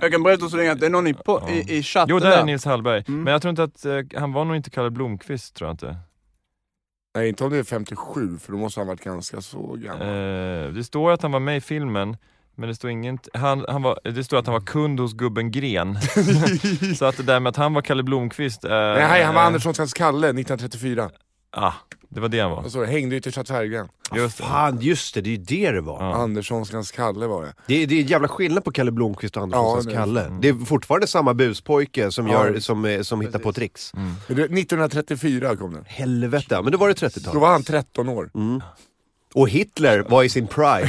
Jag kan berätta så länge att det är någon i, på, Ja. i, i chatten Jo, där är Nils Hallberg. Mm. Men jag tror inte att, eh, han var nog inte Kalle Blomkvist tror jag inte. Nej, inte om det är 57 för då måste han ha varit ganska så gammal. Eh, det står att han var med i filmen, men det står inget... Han, han var, det står att han var kund hos gubben Gren. så att det där med att han var Kalle Blomkvist... eh, Nej, han var eh, Anderssonskans Kalle 1934. Ah, det var det han var. Och så hängde ju till Chat Färggren. Just det. Fan, just det. Det är ju det det var. Ja. Anderssonskans Kalle var det. Det, är- det är en jävla skillnad på Kalle Blomkvist och Anderssons Ja, det- Kalle. Mm. Det är fortfarande samma buspojke som, Ja. gör, som, eh, som hittar på tricks. Mm. Men du, 1934 kom den. Helvete, men då var det Då 30-talet. var han Mm. 13 år. Och Hitler var i sin prime.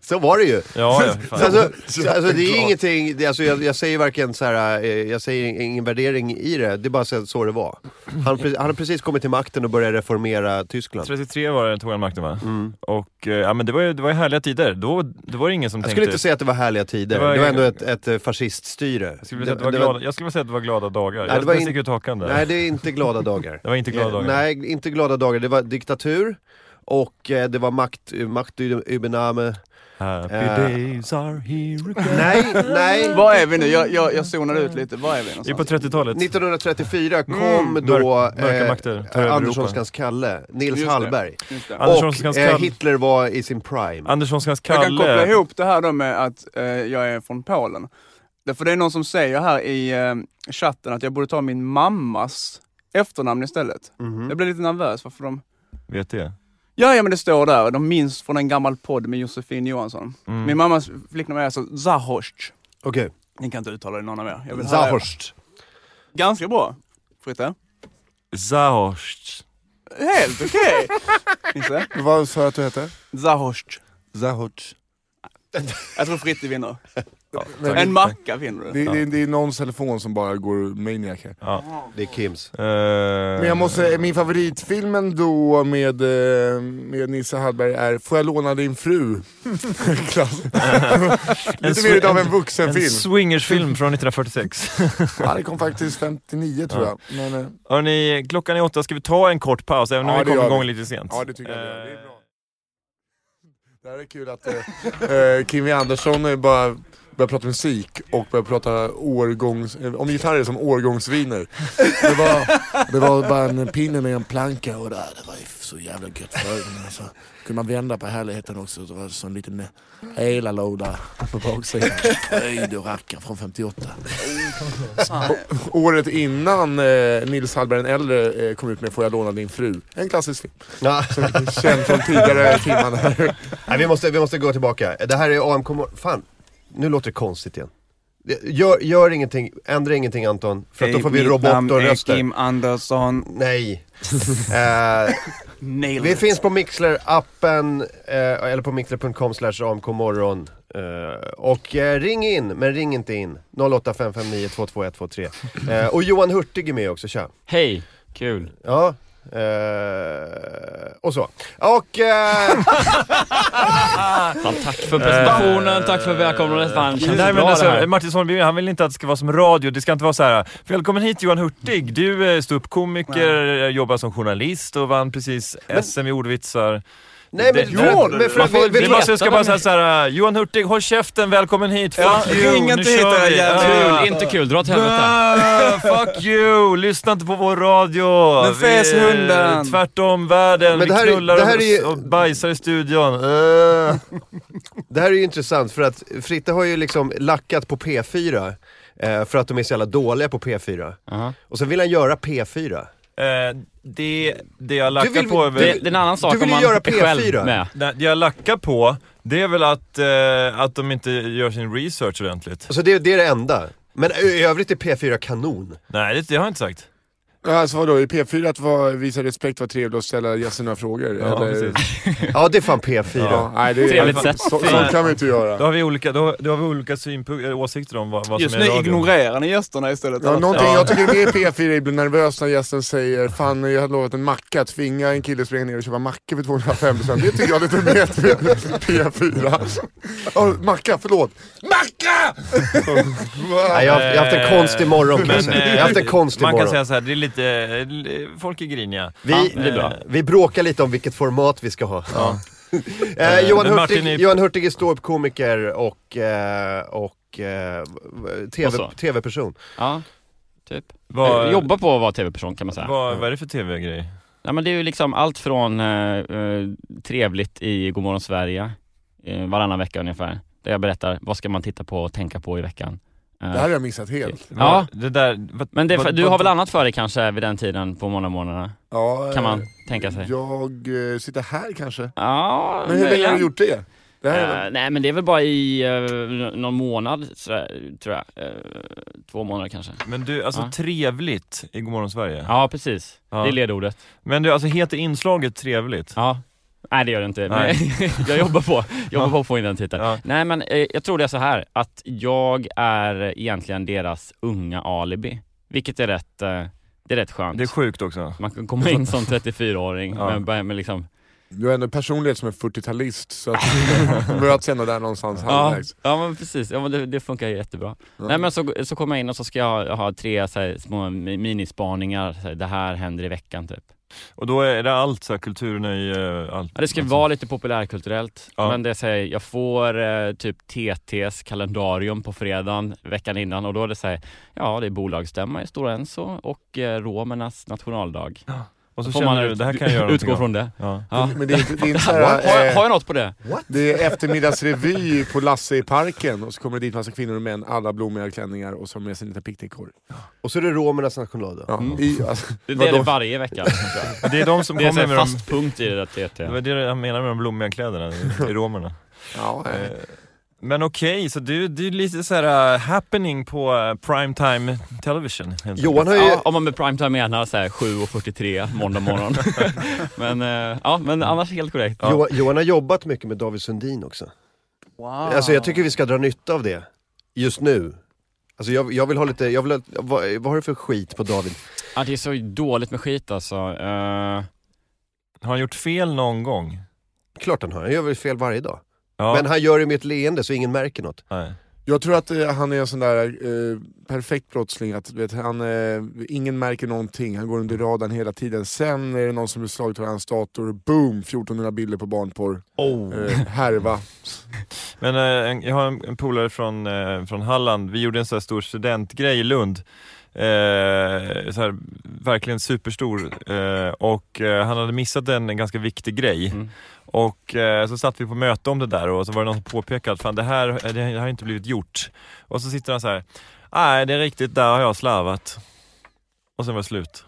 Så var det ju. Ja, ja, fan. Alltså, så- alltså det är ju ingenting, det- alltså, jag, jag säger varken så här, eh, jag säger ingen värdering i det, det är bara så- så det var. Han, har pre- han har precis kommit till makten och börjat reformera Tyskland. 33 var det, tog han makten va? Och eh, ja men det var ju, det var ju härliga tider, då, då var det ingen som Jag tänkte... skulle inte säga att det var härliga tider, Det det var- var, ändå ett, ett eh, fasciststyre. jag skulle, säga att det var glada, jag skulle vilja säga att det var glada dagar. det jag var jag in- sticker ut hakan där. Nej, det är inte glada dagar. Det var inte glada Eh, dagar. Nej, inte glada dagar. Det var diktatur och eh, det var makt, eh, makt übernahme. Happy Eh. days are here again. Nej, nej. Var är vi nu? Jag, jag, jag zonade ut lite, var är vi Vi är någonstans? på 30-talet. 1934 kom då Mm, mörk- mörka makter eh, tar över Europa. Anderssonskans Kalle, Nils Just det. Hallberg. Just det. Anderssonskans Och eh, Kalle. Ah. Hitler var i sin prime. Anderssonskans Jag kan koppla Kalle. ihop det här då med att eh, jag är från Polen. Därför det är någon som säger här i eh, chatten att jag borde ta min mammas efternamn istället. Mm. Mhm. Jag blir lite nervös varför de... Vet det? Ja, ja men det står där, de minns från en gammal podd med Josefin Johansson. Mm. Min mammas flicknamn är alltså Zahorst. Okej, Ni kan inte uttala det någon av er. Jag vill höra- Zahorst. Ganska bra. Fritte. Zahorst. Helt okej! Nisse. Vad sa du att du hette? Zahorst. Zahoc. Jag tror Fritte vinner. Men- En macka vinner du. Det, det, det är någons telefon som bara går maniac här. Det är Kims. Men jag Eh, måste, min favoritfilm ändå med, eh, med Nisse Hallberg är Får jag låna din fru? Klass. Lite mer av en En vuxenfilm. swingersfilm från 1946. Ja, det kom faktiskt 59 tror jag. Men, eh, Hörrni, klockan är åtta, ska vi ta en kort paus även om Ja, vi det kom gör igång vi. lite sent? ja, det tycker jag. Det är Eh, bra. Det här är kul att eh, eh, Kimmy Andersson eh, bara börjar prata musik och börjar prata årgångs, eh, om gitarrer som årgångsviner. Det var, det var bara en pinne med en planka och där, det var ju så jävla gött förr. men Alltså, kunde man vända på härligheten också, så var det som en liten eh, elalåda på baksidan. Höjd och rackar från 58. Året innan eh, Nils Hallberg den äldre eh, kom ut med Får jag låna din fru? En klassisk film. Ja. Känd från tidigare timmarna. här. Nej, vi, måste, vi måste gå tillbaka. Det här är AMK Mor- Fan, nu låter det konstigt igen. Det- Gör, gör ingenting, ändra ingenting Anton, för att då får vi Mitt namn är robotröster. Kim Andersson. Nej. Eh, Nailed vi it. finns på Mixler-appen, eh, eller på mixler.com slash amkmorgon. Eh, och eh, ring in, men ring inte in. 08 22123 eh, Och Johan Hurtig är med också, tja. Hej, kul. Ja. Eh, och så. Och... Eh, Fan, tack för presentationen, tack för välkomnandet. Fan, känns Nej, det men bra alltså, det här. Martin Sonneby, han vill inte att det ska vara som radio. Det ska inte vara så här. Välkommen hit Johan Hurtig. Du är ståuppkomiker, jobbar som journalist och vann precis SM i ordvitsar. nej Det- men... för, Jo, men för, man får väl vi, vi, Det är veta bara så jag ska bara vem- säga så här. Johan Hurtig, håll käften, välkommen hit. Fuck Ja, you, ring nu inte hit, kör vi. den jävla- Ja. Kul, inte kul. Dra åt helvete. Ah, fuck you! Lyssna inte på vår radio! Nu fes Vi, eh, hunden. Tvärtom världen, Men det här är- vi knullar det här och- är ju- och bajsar i studion. Eh. det här är ju intressant för att Fritte har ju liksom lackat på P4. Eh, för att de är så jävla dåliga på P4. Aha. Och sen vill han göra P4. Eh, det, det jag lackar Du vill- på... är väl- Det, det är en annan sak Du vill om ju man göra är själv P4. med. Nej, Det jag lackar på, det är väl att, eh, att de inte gör sin research ordentligt. Alltså det, det är det enda. Men i övrigt är P4 kanon. Nej, det, det har jag inte sagt. Alltså vadå, i P4 att vara, visa respekt var trevligt och ställa gästerna frågor? Ja, eller? precis. Ja det är fan P4. Ja, nej, det Trevligt är, sätt. så, så kan vi inte Då göra. har vi olika, då, då har vi olika synpunkter, eller åsikter om vad, vad Just som nu är radio. ignorerar ni gästerna istället. Ja, Alltså. någonting jag tycker med P4 är att bli nervös när gästen säger Fan, jag hade lovat en macka. Tvinga en kille att springa ner och köpa macka för 205 spänn. Det tycker jag är lite mer P4. Ja, macka, förlåt. Macka! Nej, jag, har- jag har haft en konstig morgon kan jag säga. Jag har haft en konstig Eh, Man kan morgon. säga så här, det är lite, eh, li- folk är griniga. Ja, Vi, eh, det är bra. vi bråkar lite om vilket format vi ska ha. Ja. Eh, Eh, Johan, men Martin Hurtig, är- Johan Hurtig är ståuppkomiker och, eh, och eh, v- Och TV, så. tv-person. Ja, typ. Vad- Jobba på att vara tv-person kan man säga. Vad, vad är det för tv-grej? Nej, men det är ju liksom allt från eh, eh, trevligt i Godmorgon Sverige, eh, varannan vecka ungefär, där jag berättar vad ska man titta på och tänka på i veckan. Eh, Det här har jag missat helt. Ja. Vad- Det där, vad, Men det, är för- vad- du vad- har väl annat för dig kanske vid den tiden på måndagsmorgnarna? Ja, Kan eh, man tänka sig. Jag eh, sitter här kanske. Ja, Men hur länge har möjligen. du gjort det? det här är... Eh, nej men det är väl bara i eh, någon månad sådär, tror jag. Eh, två månader kanske. Men du, alltså Ja. trevligt i Godmorgon Sverige. Ja precis, Ja. det är ledordet. Men du, alltså heter inslaget trevligt? Ja. Nej det gör det inte, men Nej. jag jobbar på, jobbar på att få in den titeln. Ja. Nej men eh, jag tror det är så här att jag är egentligen deras unga alibi. Vilket är rätt, eh, det är rätt skönt. Det är sjukt också. Man kan komma in som 34-åring Ja. men börja med liksom... Du har ändå personlighet som en 40-talist så att vi möts ändå där någonstans Ja, halvvägs. ja men precis, ja, men det, det funkar ju jättebra. Ja. Nej men så, så kommer jag in och så ska jag ha, ha tre så här, små mi- minispaningar, så här, det här händer i veckan typ. Och då är det allt så här, kulturnöje, eh, allt. Ja, det ska vara lite populärkulturellt, Ja. men det säger jag får eh, typ TT's kalendarium på fredagen veckan innan och då är det så här, ja det är bolagsstämma i Stora Enso och eh, romernas nationaldag. Och så Får man känner du, det här kan jag göra utgå någonting av. från det. Ja. Ja. Men det är, inte- det är inte så Har, har, här, eh, har jag något på det? det är eftermiddagsrevy på Lasse i parken och så kommer det dit massa kvinnor och män, alla blommiga klänningar och så med sin liten picknickkorg. Och så är det romernas nationaldag. Ja. Mm. I, alltså, Det, det är vadå? det varje vecka. tror jag. Det är de som Det är så kommer här med de... fast punkt i det där TT. Det var det jag menar med de blommiga kläderna, i- i romerna. ja, eh, Eh, Men okej, så du, du är lite så här uh, happening på uh, primetime television. helt enkelt. Johan har ju... Ja, om man med primetime menar så här 7.43 måndag morgon. men, eh, ja, men annars helt korrekt. Jo, Johan har jobbat mycket med David Sundin också. Wow. Ah. Alltså jag tycker vi ska dra nytta av det. Just nu. Alltså jag, jag vill ha lite, jag vill ha, vad, vad har du för skit på David? Ja, det är så dåligt med skit alltså. Eh, Har han gjort fel någon gång? Klart han har, han gör väl fel varje dag. Ja. Men han gör det med ett leende så ingen märker något. Nej. Jag tror att eh, han är en sån där eh, perfekt brottsling. Att, vet, han, eh, ingen märker någonting, han går under radarn hela tiden. Sen är det någon som beslagtar hans dator, boom! 1400 bilder på barnporr. Oh. Eh, härva. Men eh, en, jag har en, en polare från, eh, från Halland, vi gjorde en så här stor studentgrej i Lund. Eh, så här, verkligen superstor. Eh, och eh, han hade missat en, en ganska viktig grej. Mm. Och eh, så satt vi på möte om det där och så var det någon som påpekade att fan det här, eh, det här har inte blivit gjort. Och så sitter han så här. nej det är riktigt, där har jag slarvat. Och sen var det slut.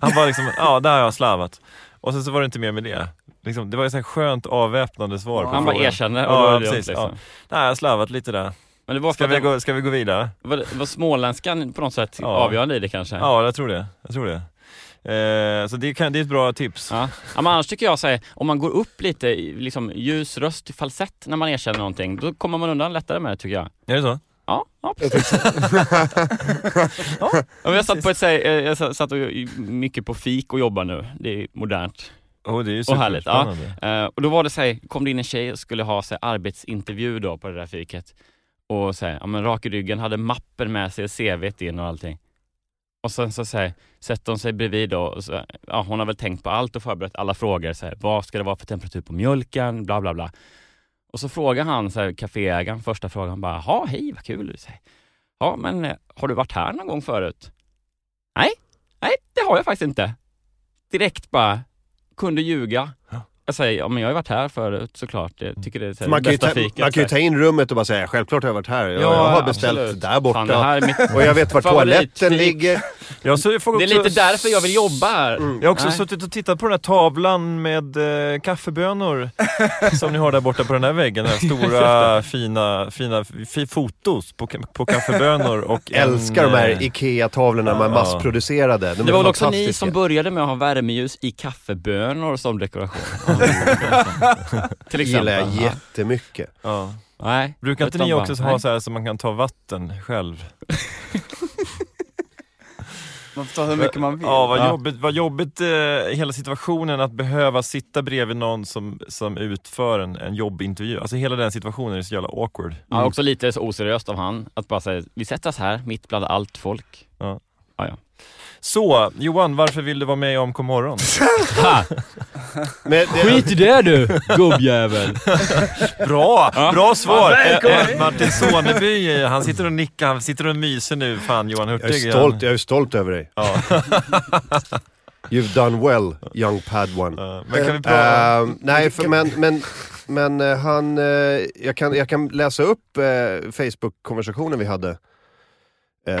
han bara liksom, ja där har jag slarvat. Och sen så var det inte mer med det. Liksom, det var ett så här skönt avväpnande svar på han bara frågan. erkänner och Ja, då är det precis, lugnt, liksom. ja. Nej, jag har slarvat lite där. Men det var för Ska att det vi var, gå, ska vi gå vidare? var, var småländskan på något sätt Ja. avgörande i det kanske? Ja, jag tror det. Jag tror det. Eh, så det, kan, det är ett bra tips. Ja. Ja, men annars tycker jag så här, om man går upp lite i liksom, ljus röst till falsett när man erkänner någonting, då kommer man undan lättare med det tycker jag. Är det så? Ja, ja precis. ja, men jag satt, på ett, så här, eh, jag sa- satt och, i- mycket på fik och jobbar nu, det är modernt. Oh, det är ju Och härligt, ja. superspännande. Eh, och då var det så här, kom det in en tjej och skulle ha så här, arbetsintervju då på det där fiket. Och så här, ja, men rak i ryggen, hade mappen med sig, CVt in och allting. Och sen så, så här, sätter hon sig bredvid då, och så, ja, hon har väl tänkt på allt och förberett alla frågor. Så här, vad ska det vara för temperatur på mjölken? Bla bla bla. Och så frågar han så här, kaféägaren, första frågan bara, ja hej vad kul. Så här, ja men eh, har du varit här någon gång förut? Nej, nej det har jag faktiskt inte. Direkt bara, kunde ljuga. Jag säger, ja men jag har ju varit här förut såklart. Jag tycker det är så här, Mm. Man kan, ju bästa ta, fiket. man kan ju så ta här. in rummet och bara säga, självklart har jag varit här. Jag, jag har beställt absolut. där borta. Fan, det här är mitt... Och jag vet var Favoritfik. toaletten ligger. Jag så, jag får Det är också- Mm. lite därför jag vill jobba här. Jag har också Nej. suttit och tittat på den här tavlan med eh, kaffebönor som ni har där borta på den här väggen. Den här stora fina, fina fi, fotos på, ka- på kaffebönor och en, Älskar de här eh, IKEA-tavlorna man Ja. massproducerade. De Mm. Det är var väl också ni fantastiska. som började med att ha värmeljus i kaffebönor som dekoration? Till exempel. gillar jag jättemycket. ja. Nej. Brukar inte Utan ni bara- också nej. ha så här så man kan ta vatten själv? Man får ta hur mycket man vill. Ja, vad Ja. jobbigt, vad jobbigt eh, hela situationen att behöva sitta bredvid någon som, som utför en, en jobbintervju. Alltså hela den situationen är så jävla awkward. Mm. Ja, också lite så oseriöst av han att bara säga vi sätter oss här mitt bland allt folk. Så, Johan, varför vill du vara med i AMK morgon? Ha! Men det, Skit i det du, gubbjävel! Bra! Ja. Bra svar! Ja, välkommen. Eh, eh, Martin Soneby, eh, han sitter och nickar, han sitter och myser nu. Fan, Johan jag Hurtig. är stolt, jag är stolt över dig. Ja. You've done well, young Padawan. Eh, Men kan vi prata? Ehm, nej, för, men, men, men eh, han, eh, jag, kan, jag kan läsa upp eh, Facebook-konversationen vi hade. Eh,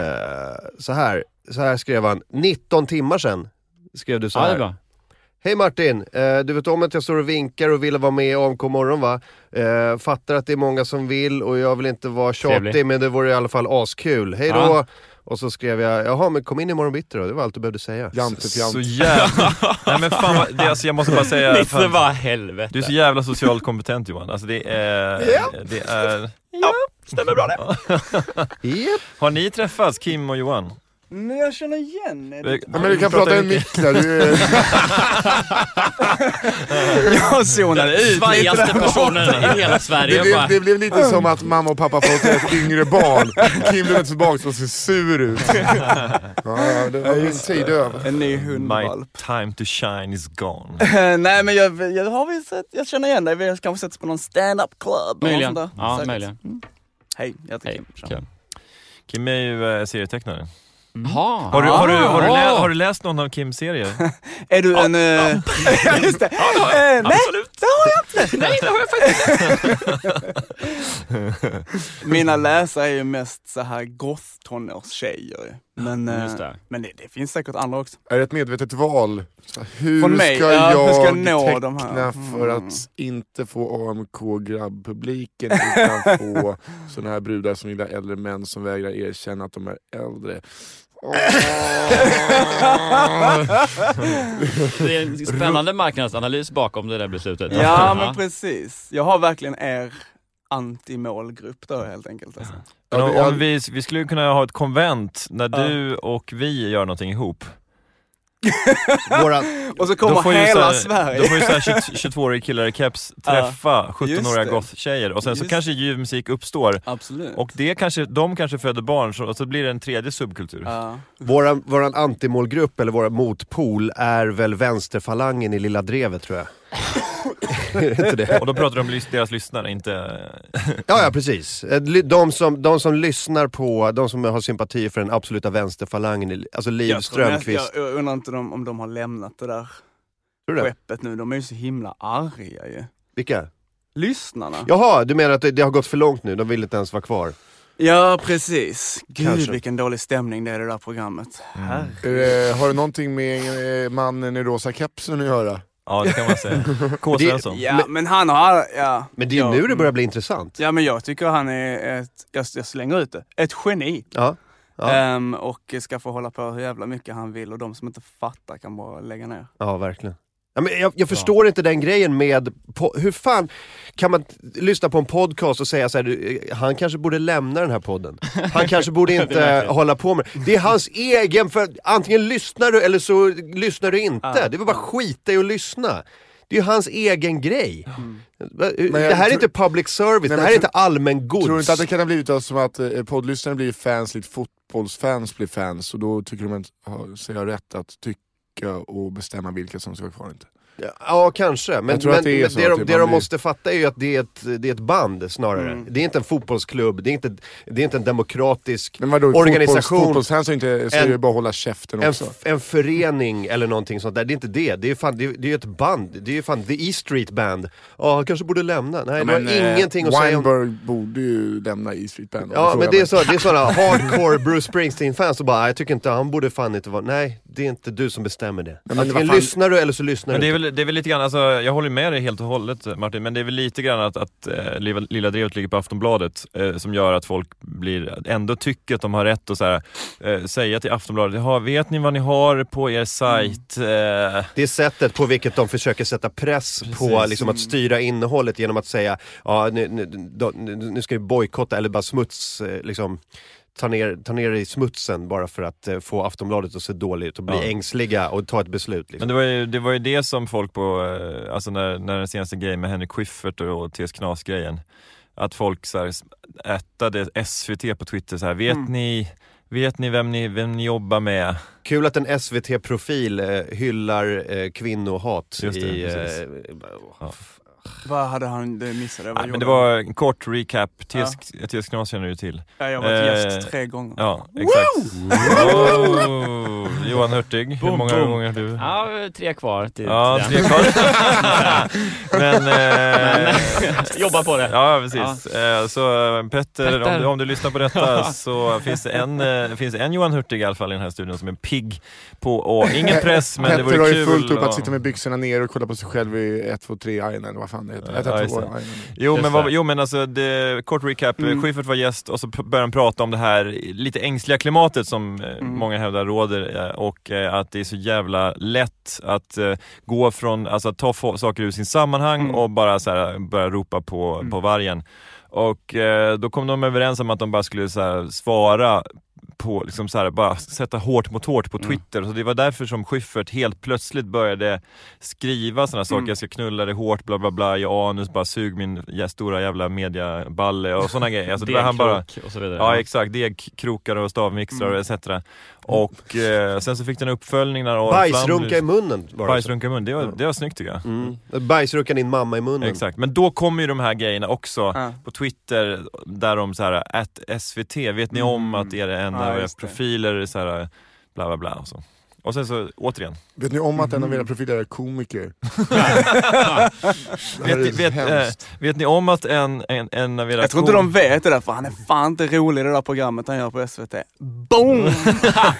så, här, så här skrev han, 19 timmar sedan skrev du så Ja, det är här. bra. Hej Martin! Eh, du vet om att jag står och vinkar och vill vara med i AMK morgon va? Eh, fattar att det är många som vill och jag vill inte vara tjatig Trevlig. men det vore i alla fall askul. Hej då! Ja. Och så skrev jag, jaha men kom in imorgon bitti då, det var allt du behövde säga. Så Jantefjant. jävla... Nej men fan, vad- det, är alltså, jag måste bara säga... Nisse Fan, bara helvete. du är så jävla socialt kompetent Johan. Alltså det är... Det är... Stämmer bra det. Japp. Har ni träffats, Kim och Johan? Men jag känner igen er lite. Ja, men du kan prata i en mycket. mick där. Du är Jag zonade ut Svajigaste personen i hela Det Sverige blev, bara. det blev lite som att mamma och pappa pratade ett yngre barn. Kim blev tillbaka och ser sur ut. Ja, ja, det var en tidöv. En ny My hundvalp. time to shine is gone. Eh, Nej men jag, jag har vi sett, jag känner igen dig, vi har kanske setts på någon stand-up club eller Möjligen. något sånt där. Ja, Säkert. möjligen. Hej, jag heter Hej, Kim. Tja. kul. Kim är ju eh, serietecknare. Jaha. Har du, har, du, har, du lä- Ah. har du läst någon av Kims serier? Är du en... eh, Ja just det! Eh, Nej, det har jag inte! Nej, det har jag faktiskt inte! Mina läsare är ju mest så här goth-tonårstjejer. ju. Men, eh, Just det. men det, det finns säkert andra också. Är det ett medvetet val? Så här, Hur Från mig? ska Ja, hur jag ska jag nå de här? teckna för Mm. att inte få AMK-grabbpubliken utan få sådana här brudar som gillar äldre män som vägrar erkänna att de är äldre? Det är en spännande marknadsanalys bakom det där beslutet. Ja men precis. Jag har verkligen er anti-målgrupp då helt enkelt. Alltså. Men Ja, om, det- ja. om vi, vi skulle kunna ha ett konvent när Ja. du och vi gör någonting ihop. Våra, Och så kommer ju hela så här- Sverige. Då får ju såhär 20 22-åriga killar i keps träffa Just 17-åriga det. goth-tjejer och sen så Just kanske ljuv musik uppstår Absolut. och det kanske, de kanske föder barn så, och så blir det en tredje subkultur. Ja. våra, våran antimålgrupp, eller våra motpol, är väl vänsterfalangen i Lilla Drevet tror jag. är det inte det? Och då pratar de om lys- deras lyssnare, inte... Ja, ja precis. Eh, ly- De som, de som lyssnar på, de som har sympati för den absoluta vänsterfalangen, i- alltså Liv Jag tror nästan- Strömquist. Jag, jag undrar inte om, om de har lämnat det där Tror du det? skeppet nu. De är ju så himla arga ju. Vilka? Lyssnarna. Ja, Jaha, du menar att det, det har gått för långt nu, de vill inte ens vara kvar. precis. Gud Kanske. vilken dålig stämning det är i det där programmet. Mm. Eh, har det någonting med eh, mannen i rosa kepsen att göra? Ja, det kan man säga. K. Det- Svensson. Ja men, han har... Ja, Men det är ja, nu det börjar bli intressant. Ja men jag tycker han är ett, jag, jag slänger ut det, ett geni. Ja. Ja. Ehm, och ska få hålla på hur jävla mycket han vill och de som inte fattar kan bara lägga ner. Ja, verkligen. Ja, men jag, jag förstår inte den grejen med, po- hur fan kan man t- lyssna på en podcast och säga så här, du, eh, han kanske borde lämna den här podden. Han kanske borde inte hålla på med det. är hans egen, för antingen lyssnar du eller så lyssnar du inte. Ja. Det är väl bara skita i att lyssna. Det är ju hans egen grej. Va- eh, Men jag Det här är tror- inte public service, Nej, men det här är tro- inte allmän gods. Tror du inte att det kan ha blivit då som att eh, poddlyssnare blir fans likt fotbollsfans blir fans och då tycker de att ha- sig ha rätt att tycka och bestämma vilka som ska vara kvar och inte. Ja, kanske. Men, Jag tror men, att det är men så, det, de, typ, det man de blir- måste fatta är ju att det är ett, det är ett band snarare. Mm. Det är inte en fotbollsklubb, det är inte, det är inte en demokratisk... Men vadå, Organisation. fotbolls, fotbollsfans är inte, så är En- det bara att hålla käften En, också. f- en förening eller någonting sånt där, det är inte det. Det är ju fan, det är, det är ju ett band. Det är ju fan the E Street Band. Ja, han kanske borde lämna. Nej, det har ingenting att säga om... eh, Weinberg borde ju lämna E Street Band. om Ja, du men frågar det är, mig. så, det är sådana hardcore Bruce Springsteen-fans som bara, "Nej, jag tycker inte, han borde fan inte vara... Nej, det är inte du som bestämmer det. men Antingen vad fan- lyssnar du eller så lyssnar Men du det är, inte. väl, det är väl lite grann, alltså, jag håller med dig helt och hållet Martin, men det är väl lite grann att, att eh, Lilla, Lilla Drevet ligger på Aftonbladet eh, som gör att folk blir, ändå tycker att de har rätt att så här, eh, säga till Aftonbladet, "Jaha, vet ni vad ni har på er sajt? Eh, Det är sättet på vilket de försöker sätta press på Precis. liksom, att styra innehållet genom att säga ja, nu, nu, då- nu, nu ska vi bojkotta eller bara smuts, eh, liksom, ta ner, ta ner det i smutsen bara för att eh, få Aftonbladet att se dåligt ut och bli Ja. ängsliga och ta ett beslut. Liksom. Men det var, ju, det var ju det som folk på, eh, alltså när, när den senaste grejen med Henrik Schyffert och, och T.S. Knas-grejen, att folk så här ättade SVT på Twitter så här, vet Mm. ni Vet ni vem ni, vem ni jobbar med? Kul att en SVT-profil eh, hyllar eh, kvinnohat Just det, i... precis. Eh, Ja. Vad hade han det missade? Vad Nej, men gjorde det han? var en kort recap, TS, TS Knas känner du till. Ja, jag har varit eh, gäst tre gånger. Ja, exakt. Wow! Johan Hurtig, hur Boom, många boom. gånger har du? Ja, tre kvar till Ja, till tre den. kvar. men... Eh, Jobba på det. ja, precis. Eh, så eh, Petter, Om, Petter. du, om du lyssnar på detta så finns det en, eh, det finns en Johan Hurtig i alla fall i den här studion som är pigg på och ingen press men det Petter vore har kul. ju fullt upp och- att sitta med byxorna ner och kolla på sig själv i 1, 2, 3 Island, vad fan det heter. Ja, 1, 2, 3 just det. Island. Jo Just men, vad, det. jo men alltså, det, kort recap. Mm. Schyffert var gäst och så p- började han prata om det här lite ängsliga klimatet som eh, Mm. många hävdar råder eh, och eh, att det är så jävla lätt att eh, gå från, alltså att ta fo- saker ur sin sammanhang Mm. och bara så här, börja ropa på, på vargen. Och eh, då kom de överens om att de bara skulle så här, svara på, liksom så här, Mm. bara sätta hårt mot hårt på Twitter. Så det var därför som Schyffert helt plötsligt började skriva sådana Mm. saker. Jag ska knulla dig hårt, bla bla bla, i anus, bara sug min jä- stora jävla mediaballe och sådana grejer. Alltså, det var han bara, Degkrok och så vidare. ja exakt, degkrokar och Mm. stavmixrar och etc. Och eh, sen så fick den en uppföljning när Aron Bajsrunka i Flam- munnen var det. Bajsrunka i mun, det var, det var snyggt tycker jag. Mm. Bajsrunka din mamma i munnen. Exakt, men då kommer ju de här grejerna också Ja. på Twitter där de så här, att SVT, vet ni om att era en Mm. Ja, av era just det. profiler är så här, bla bla bla och så. Och sen så återigen, Vet ni om att en av era profiler är komiker? Det här vet, är ni- vet, eh, hemskt. vet ni om att en, en, en av era Jag tror inte de vet det där, för han är fan inte rolig i det där programmet han gör på SVT. Boom! Det är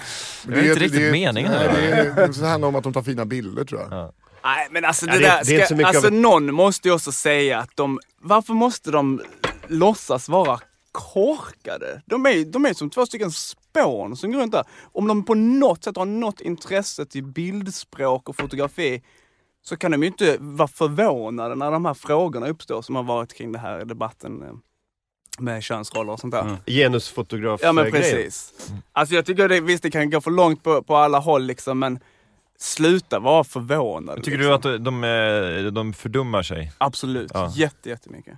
inte riktigt det- meningen. Nej, eller? det är- Så handlar om att de tar fina bilder tror jag. Ja. Nej men alltså det, Ja, det- det är där, inte så ska, mycket alltså av ett- någon måste ju också säga att de, varför måste de låtsas vara korkade? De är, de är som två stycken spån som går runt där. Om de på något sätt har något intresse till bildspråk och fotografi så kan de ju inte vara förvånade när de här frågorna uppstår som har varit kring det här i debatten eh, med könsroller och sånt Mm. där. Genusfotograf Ja men eh, grejen. precis. Alltså jag tycker det, visst det kan gå för långt på, på alla håll liksom men sluta vara förvånad. Tycker liksom. du att de, de, eh, de fördummar sig? Absolut, Ja. Jätte, jättemycket.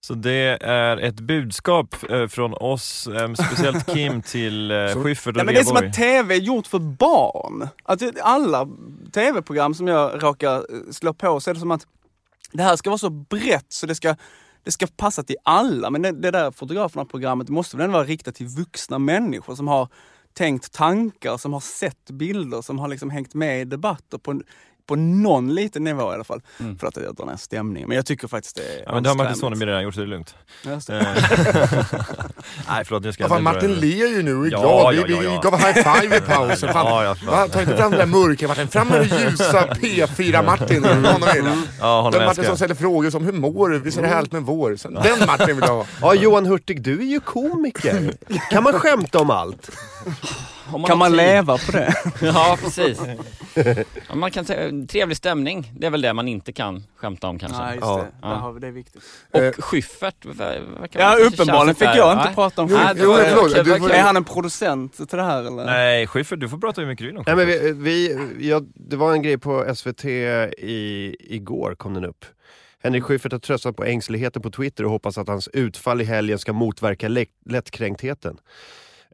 Så det är ett budskap eh, från oss, eh, speciellt Kim till eh, Så- Schyffert Nej, och men det är som Rheborg. att TV är gjort för barn. Att det- alla TV-program som jag råkar eh, slå på så är det som att det här ska vara så brett så det ska, det ska passa till alla. Men det, det där Fotograferna-programmet måste väl ändå vara riktat till vuxna människor som har tänkt tankar, som har sett bilder, som har liksom hängt med i debatter på, på någon liten nivå i alla fall. För att jag drar ner stämningen. Men jag tycker faktiskt det är Mm. Ja, men det har Martin anskrämligt. Soneby redan gjort, så det är lugnt. Ja, just det. Eh, Nej förlåt, nu ska Ja, jag fan, inte Martin dra- ler ju nu och är Ja, glad. Vi, ja, ja, vi ja. gav en high five i pausen. Fan. Ja, ja, fan. Va? Ta inte fram det där mörka Martin, fram med den ljusa P4-Martin. Honom gillar jag. Mm. Ja, honom Den Martin älskar som jag. ställer frågor som hur mår du? Visst är det härligt med vår? Sen, den Martin vill jag ha. Ja, Johan Hurtig, du är ju komiker. Kan man skämta om allt? Om Kan har man tid. leva på det? Ja, precis. Ja, man kan säga, trevlig stämning, det är väl det man inte kan skämta om kanske. Nej, just Ja. det. Där har vi, det är viktigt. Eh. Och Schyffert, ver- verkar Ja, kanske uppenbarligen känns fick lite- jag inte Nej. prata om Jo, skit. jo, förlåt. okej, Du okej. får- Är han en producent till det här eller? Nej Schyffert, du får prata hur mycket du vill om Nej, men Schyffert. vi, vi, jag, det var en grej på SVT i, igår, kom den upp. Henrik Schyffert har tröstat på ängsligheten på Twitter och hoppas att hans utfall i helgen ska motverka lätt, lättkränktheten.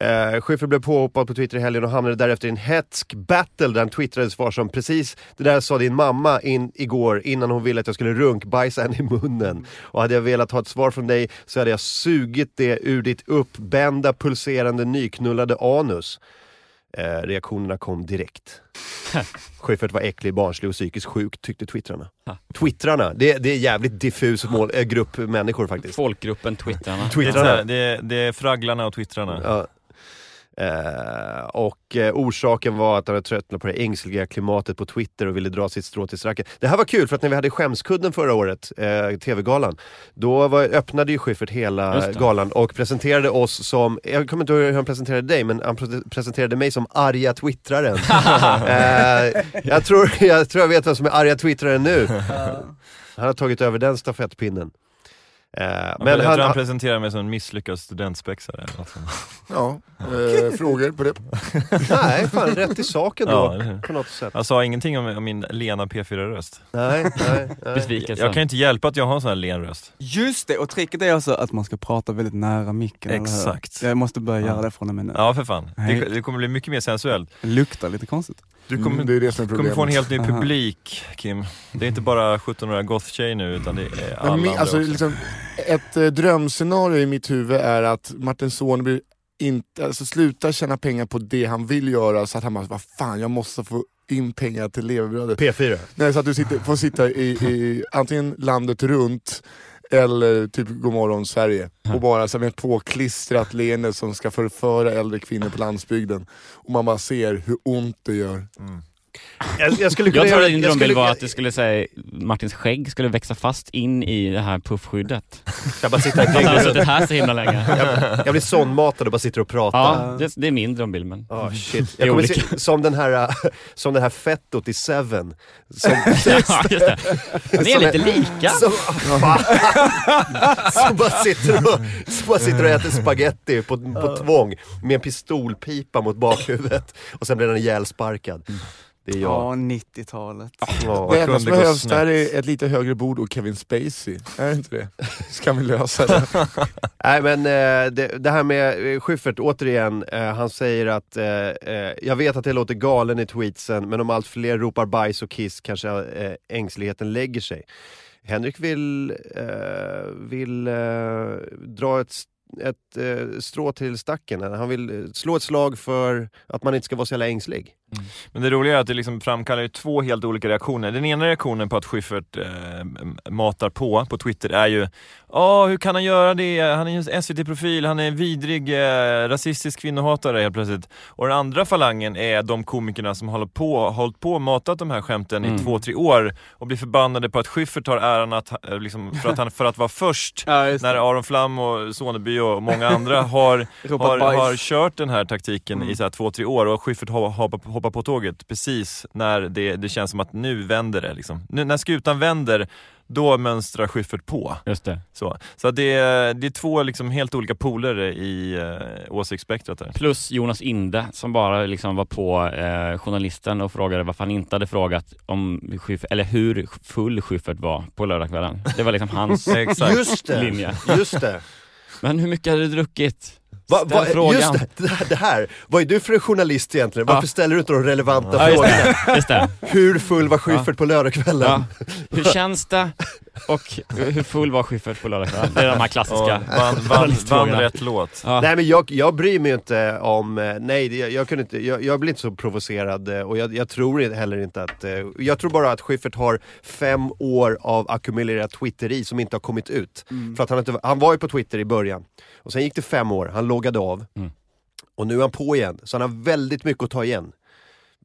Eh, Schyffert blev påhoppad på Twitter i helgen och hamnade därefter i en hätsk battle där han twittrade svar som “Precis det där sa din mamma in, igår innan hon ville att jag skulle runkbajsa henne i munnen. Och hade jag velat ha ett svar från dig så hade jag sugit det ur ditt uppbända, pulserande, nyknullade anus.” Eh, reaktionerna kom direkt. Schyffert var äcklig, barnslig och psykiskt sjuk, tyckte twittrarna. Twittrarna, det, det är jävligt diffus mål, eh, grupp människor faktiskt. Folkgruppen Det twittrarna. är så här, Twittrarna. Det är, det är fragglarna och twittrarna. Ja. Eh, och eh, orsaken var att han hade tröttnat på det ängsliga klimatet på Twitter och ville dra sitt strå till stracken. Det här var kul för att när vi hade Skämskudden förra året, eh, TV-galan, då var, öppnade ju Schyffert hela Just det. galan och presenterade oss som, jag kommer inte ihåg hur han presenterade dig, men han pre- presenterade mig som arga twittraren. eh, jag, tror, jag tror jag vet vem som är arga twittraren nu. han har tagit över den stafettpinnen. Eh, Men jag tror han, han- presenterar mig som en misslyckad studentspexare. eller något sånt. Ja. Eh, frågor på det? Nej, fan rätt i saken då. Ja, eller hur? På något sätt. Jag sa ingenting om, om min lena P4-röst. Nej, nej, nej. Besvikelsen. Jag kan ju inte hjälpa att jag har en sån här len röst. Just det, och tricket är alltså att man ska prata väldigt nära micken. eller hur? Exakt. Jag måste börja göra Ja. det från och med nu. Ja, för fan. Det, Nej. det kommer bli mycket mer sensuellt. Det luktar lite konstigt. Du kommer, Mm, det är det som är kommer problemet. få en helt ny Aha. publik, Kim. Det är inte bara 17-åriga goth-tjejer nu, utan det är alla Men min, andra alltså, också. liksom, ett eh, drömscenario i mitt huvud är att Martin Soneby inte, alltså, slutar tjäna pengar på det han vill göra så att han bara, vad fan jag måste få in pengar till levebrödet. P4. Nej, så att du sitter, får sitta i, i antingen landet runt eller typ Godmorgon Sverige och bara så här, med ett påklistrat leende som ska förföra äldre kvinnor på landsbygden. Och man bara ser hur ont det gör. Jag, jag skulle kunna Jag tror göra- att din jag drömbild skulle- var att det skulle säga Martins skägg skulle växa fast in i det här puffskyddet. Jag bara sitter Att han har här suttit här så himla länge. Jag, jag blir sondmatad och bara sitter och pratar. Ja, det, det är min drömbild men... Ah, shit. Det är Jag kommer olika. se, som, den här, äh, som det här fettot i Seven. Som, Ja, just det. Ni är lite lika. som, ah, som, bara sitter och, som bara sitter och äter spaghetti på, på tvång med en pistolpipa mot bakhuvudet och sen blir den ihjälsparkad. Mm. Det är jag. Ja, 90-talet. Ja. det enda som kunde gå behövs snett. där är ett lite högre bord och Kevin Spacey. Är det inte det? Så kan vi lösa det. Nej men eh, det, det här med eh, Schyffert, återigen, eh, han säger att eh, eh, jag vet att jag låter galen i tweetsen, men om allt fler ropar bajs och kiss kanske eh, ängsligheten lägger sig. Henrik vill, eh, vill eh, dra ett, s- ett eh, strå till stacken. Han vill eh, slå ett slag för att man inte ska vara så jävla ängslig. Men det roliga är att det liksom framkallar ju två helt olika reaktioner. Den ena reaktionen på att Schyffert eh, matar på på Twitter är ju Ja, hur kan han göra det? Han är ju en SVT-profil, han är en vidrig eh, rasistisk kvinnohatare helt plötsligt. Och den andra falangen är de komikerna som håller på, har hållit på och matat de här skämten i Mm. två, tre år och blir förbannade på att Schyffert tar äran att, eh, liksom, för, att han, för att vara först Ja, just när det. Aron Flam och Soneby och många andra har Ropa har, bajs. har kört den här taktiken i så här två, tre år och Schyffert ho- hoppar, hoppar på tåget precis när det, det känns som att nu vänder det. Liksom. Nu, när skutan vänder, då mönstrar Schyffert på. Just det. Så, så att det, är- det är två liksom helt olika poler i eh, åsiktsspektrat där. Plus Jonas Inde som bara liksom var på eh, journalisten och frågade varför han inte hade frågat om Schyffert, eller hur full Schyffert var på lördagskvällen. Det var liksom hans Exakt. Just det! linje. Just det! Men hur mycket hade du druckit? Va, Ställ va, frågan. just det, det här- det här! Vad är du för en journalist egentligen? Varför Ja. ställer du inte de relevanta Ja, just frågorna? det. Just det. Hur full var Schyffert på lördagskvällen? Ja. Hur känns det? Och hur full var Schyffert på lördagskvällen? Det är de här Och klassiska. vann, vann, vann Journalistfrågorna. rätt låt. Ja. Nej men jag, jag bryr mig inte om, eh, nej det- jag, jag, kunde inte, jag, jag blir inte så provocerad eh, och jag, jag tror inte- heller inte att, eh, jag tror bara att Schyffert har fem år av ackumulerat twitteri som inte har kommit ut. Mm. För att han, inte, han var ju på Twitter i början och sen gick det fem år, han loggade av Mm. och nu är han på igen. Så han har väldigt mycket att ta igen.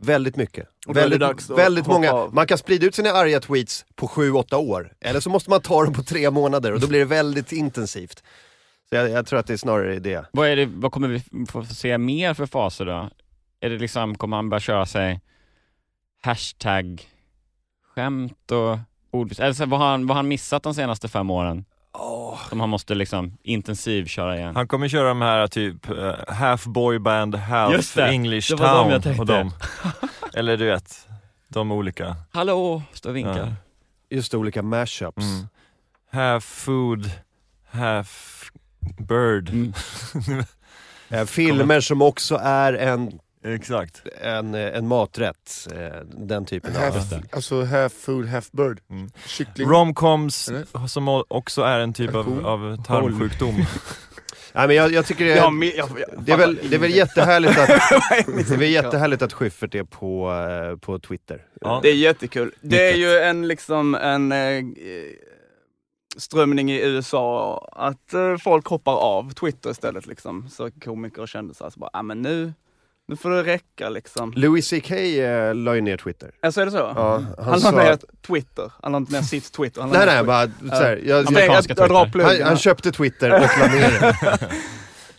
Väldigt mycket. Och då är det Väldigt, dags att väldigt hoppa många. av. Man kan sprida ut sina arga tweets på sju åtta år. Eller så måste man ta dem på tre månader och då blir det väldigt intensivt. Så jag, jag tror att det är snarare det. Vad, är det, vad kommer vi få se mer för faser då? Är det liksom, kommer han börja köra sig hashtag-skämt och ordvits? Eller så, här, vad, har han, vad har han missat de senaste fem åren? Som han måste liksom intensivköra igen? Han kommer köra de här typ eh, half boyband, Just half det. English Det var de town jag tänkte. och dem. Eller du vet, de olika. Hallå, står och vinkar. Ja. Just det, olika mashups. Mm. Half food, half bird. Mm. Eh, filmer som också är en, Exakt. en, eh, en maträtt. Eh, den typen av... Half, alltså half food, half bird. Mm. Kyckling. Romcoms Eller? som o- också är en typ av, av tarmsjukdom. Nej men jag, jag tycker det Jag, är... jag, jag, jag Det är, väl, det är väl jättehärligt att, det är väl Ja. jättehärligt att Schyffert är på, eh, på Twitter. Ja. Det är jättekul. Det är Mycket. ju en, liksom, en eh, strömning i USA att eh, folk hoppar av Twitter istället. Liksom. Så komiker och kändisar så bara, ah, men nu, nu får det räcka liksom. Louis CK eh, la ju ner Twitter. Alltså är det så? Ja, han, Han la sa ner att, ett Twitter, han la inte ner sitt Twitter. Han la nej ner nej, Twitter. bara såhär, jag, Han tänkte jag, Amerikanska att- att dra Twitter. pluggen. han, han köpte Twitter och la ner den.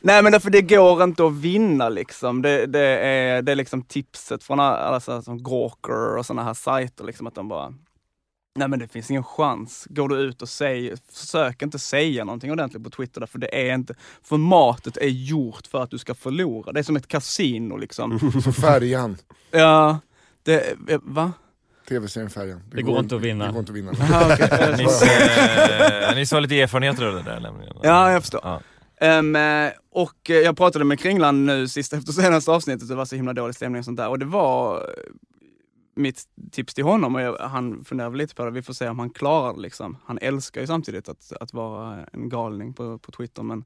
Nej men därför det går inte att vinna liksom. Det, det, är, det är liksom tipset från alla, alla så här, som Gawker och sådana här sajter liksom att de bara Nej men det finns ingen chans. Går du ut och säger, försök inte säga någonting ordentligt på Twitter där, för det är inte, formatet är gjort för att du ska förlora. Det är som ett kasino Mm. liksom. Så Färjan, Ja, det, eh, va? tv-serien Färjan. Det går inte att vinna. Det går inte att vinna. Aha, okej. Eh, Nisse, eh, Nisse har lite erfarenheter av det där nämligen. Ja, jag förstår. Ja. Ehm, eh, och eh, jag pratade med Kringland nu sist efter senaste avsnittet, det var så himla dålig stämning och sånt där. Och det var eh, mitt tips till honom och jag, han funderar väl lite på det. Vi får se om han klarar det liksom. Han älskar ju samtidigt att, att vara en galning på, på Twitter men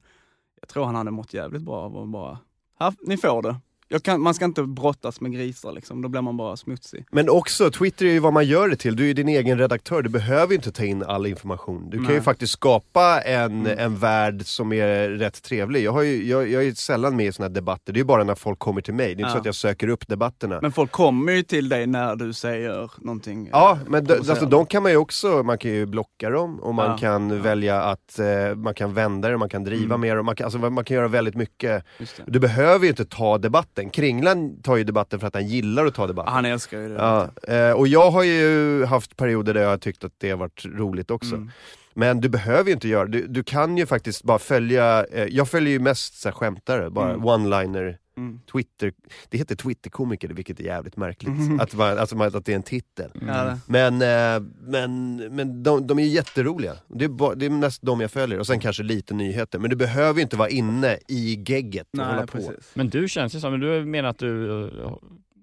jag tror han hade mått jävligt bra av att bara, här, ni får det. Jag kan, man ska inte brottas med grisar liksom, då blir man bara smutsig. Men också, Twitter är ju vad man gör det till. Du är ju din egen redaktör, du behöver ju inte ta in all information. Du kan ju Nej. Mm. faktiskt skapa en, en värld som är rätt trevlig. Jag, har ju, jag, jag är ju sällan med i sådana här debatter, det är ju bara när folk kommer till mig. Det är inte Ja. så att jag söker upp debatterna. Men folk kommer ju till dig när du säger någonting. Ja, men de, alltså, provocerande. de kan man ju också, man kan ju blocka dem och man Ja. Mm. kan välja att, eh, man kan vända det, man kan driva med dem, man kan, alltså, man kan göra väldigt mycket. Just det. Du behöver ju inte ta debatten. Kringlan tar ju debatten för att han gillar att ta debatten. Han älskar ju det. Mm. Ja, eh, och jag har ju haft perioder där jag har tyckt att det har varit roligt också. Mm. Men du behöver ju inte göra det. Du, du kan ju faktiskt bara följa, eh, jag följer ju mest så här, skämtare, bara Mm. one-liner, Mm. Twitter, det heter Twitterkomiker vilket är jävligt märkligt. Mhm. Att, man, alltså, man, att det är en titel. mm. Ja, det. Men, eh, men, men de, de är ju jätteroliga. Det är, bara, det är mest de jag följer. Och sen kanske lite nyheter. Men du behöver ju inte vara inne i gegget och hålla Nej, på. precis. Men du känns ju som, du menar att du eh,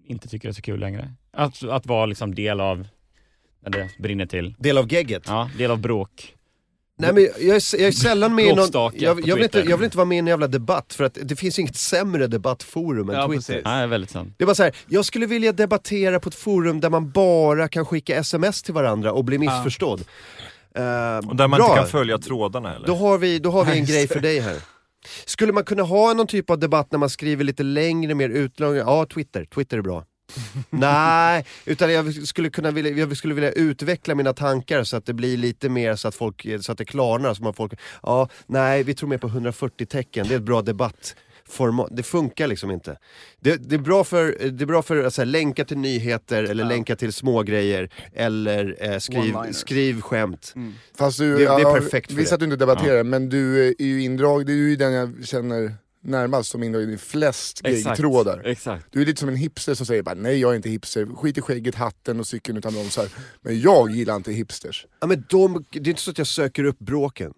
inte tycker det är så kul längre? Att, att vara liksom del av, när det brinner till, Del av gegget. ja, del av bråk. Nej men jag är, jag är sällan med i någon, jag, Bråkstake på jag, vill inte, Twitter. jag vill inte vara med i en jävla debatt för att det finns inget sämre debattforum än Ja, Twitter. precis. Ja, det är väldigt sant. Det är bara så här, jag skulle vilja debattera på ett forum där man bara kan skicka sms till varandra och bli missförstådd. Eh, Och där man bra. inte kan följa trådarna heller. Då har vi, då har vi en grej för dig här. Skulle man kunna ha någon typ av debatt när man skriver lite längre, mer utlånga? Ja, Twitter. Twitter är bra. Nej, utan jag skulle, kunna vilja, jag skulle vilja utveckla mina tankar så att det blir lite mer så att, folk, så att det klarnar. Så man folk, ja, nej, vi tror mer på 140 tecken, det är ett bra debatt. det funkar liksom inte. Det, det är bra för, det är bra för att så här, länka till nyheter eller länka till smågrejer eller eh, skriv, One-liners. skriv skämt. Fast du, Det- det är ja, perfekt för Visst det. att du inte debatterar, men du eh, är ju indrag, du är ju den jag känner närmast som indragen i flest gigtrådar. Exakt. Du är lite som en hipster som säger bara nej jag är inte hipster, skit i skägget, hatten och cykeln utan bromsar. Men jag gillar inte hipsters. Ja, men de, det är inte så att jag söker upp bråken.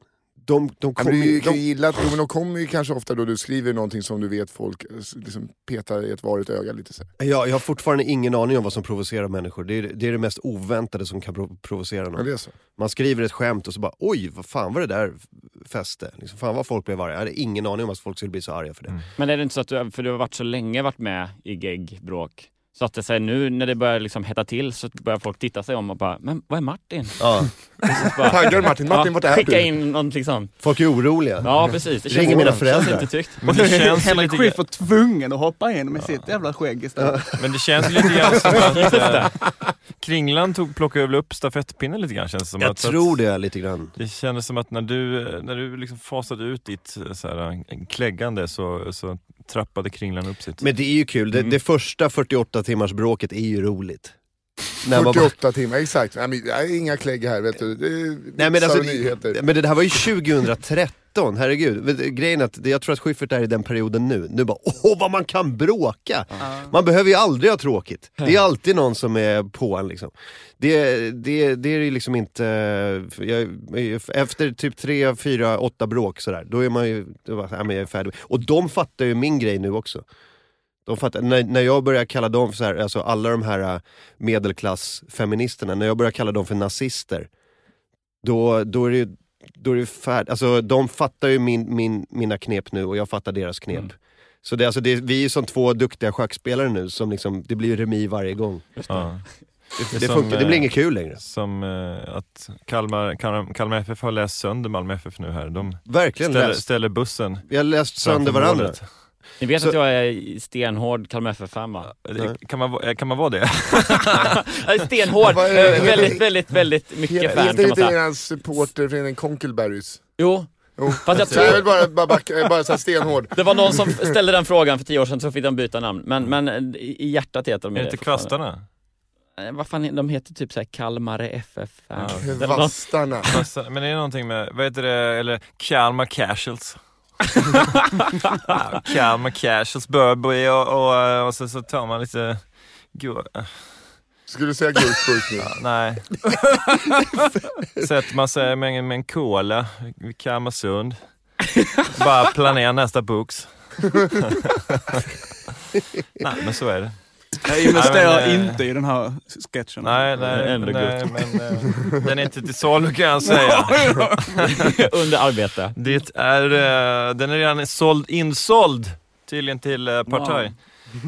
De, de Ja, kommer men du ju... kan ju De, gilla, jo, men de kommer ju kanske ofta då du skriver någonting som du vet folk eh, s- liksom, petar i ett varigt öga lite så här. jag, jag har fortfarande ingen aning om vad som provocerar människor. Det är det, är det mest oväntade som kan pro- provocera Men någon. det är så. Man skriver ett skämt och så bara oj, vad fan var det där fäste? Liksom, fan vad folk blev arga. Jag hade ingen aning om att folk skulle bli så arga för det. Men är det inte så att du, för du har varit så länge varit med i gegg, bråk, så att det säger nu när det börjar liksom hetta till så börjar folk titta sig om och bara, men vad är Martin? Ja, Bara, Taggar du Martin? Martin vart är Skicka du? in någonting sånt. folk är oroliga. Ja precis, det Ringer mina det känns föräldrar. inte tryggt. Men det känns ju Henrik lite, Schyffert tvungen att hoppa in med sitt jävla skägg istället. men det känns ju lite grann som att eh, Kringlan tog, plockade väl upp stafettpinnen lite grann känns det som. Jag att, så tror att, det lite grann. det kändes som att när du, eh, när du liksom fasade ut ditt eh, så här, eh, kläggande så, så trappade Kringlan upp sitt. Men det är ju kul. Det, det första 48 timmars bråket är ju roligt. När man bara- 48 timmar, exakt. Nej, men, nej, inga klägg här vet du. Det är Nej, men, vitsar alltså, och nyheter. men det här var ju 2013, herregud. Men det- Grejen är att det- jag tror att Schyffert är i den perioden nu. Nu bara, åh vad man kan bråka! Man behöver ju aldrig ha tråkigt. Det är alltid någon som är på en liksom. Det, det, det är ju liksom inte... Jag, efter typ tre, fyra, åtta bråk sådär, då är man ju, då bara, nej, men jag är färdig. Och de fattar ju min grej nu också. De fattar, när, när jag börjar kalla dem för så här, alltså alla de här äh, medelklassfeministerna, när jag börjar kalla dem för nazister, då, då är det ju då är det ju färd, alltså, de fattar ju min, min, mina knep nu och jag fattar deras knep. Mm. Så det, alltså, det, vi är ju som två duktiga schackspelare nu, som liksom, det blir ju remi varje gång. Ja. Det, som, funkar, det eh, blir inget kul längre. Som eh, att Kalmar, Kalmar, Kalmar FF har läst sönder Malmö FF nu här. De Verkligen ställer, läst. ställer bussen Vi har läst sönder framför varandra. målet. Ni vet Så- att jag är stenhård Kalmar FF-fan va? Nej. Eh, Kan man, va- kan man vara det? Jag är stenhård, Vad är- eh, väldigt, väldigt, väldigt mycket fan Heter kan man inte säga. eran supporterförening Conkelberries? Jo, Jo. fast jag Så jag vill tror... bara, bara, backa, jag är bara så här stenhård. Det var någon som ställde den frågan för tio år sedan så fick de byta namn, men, men i i hjärtat heter de Är ju det inte fortfarande. kvastarna? eh, vad fan, de heter typ såhär Kalmare FF. Ja. Eller något. Vastarna. Fast- Men är det någonting med, vad heter det, eller Kalmar Casuals? Kalmar Casuals, Burberry och, och, och så, så tar man lite... Gud, Skulle du säga gurkburk nu? nej. Sätter man sig med en, med en cola vid Kalmarsund. Bara planera nästa box. nej, men så är det. Jag investerar Nej, men, eh, inte i den här sketchen. Nej, nej, Ändå nej men eh, den är inte till salu kan jag säga. Under arbete. Det är, eh, den är redan såld, insåld tydligen till eh, Partaj.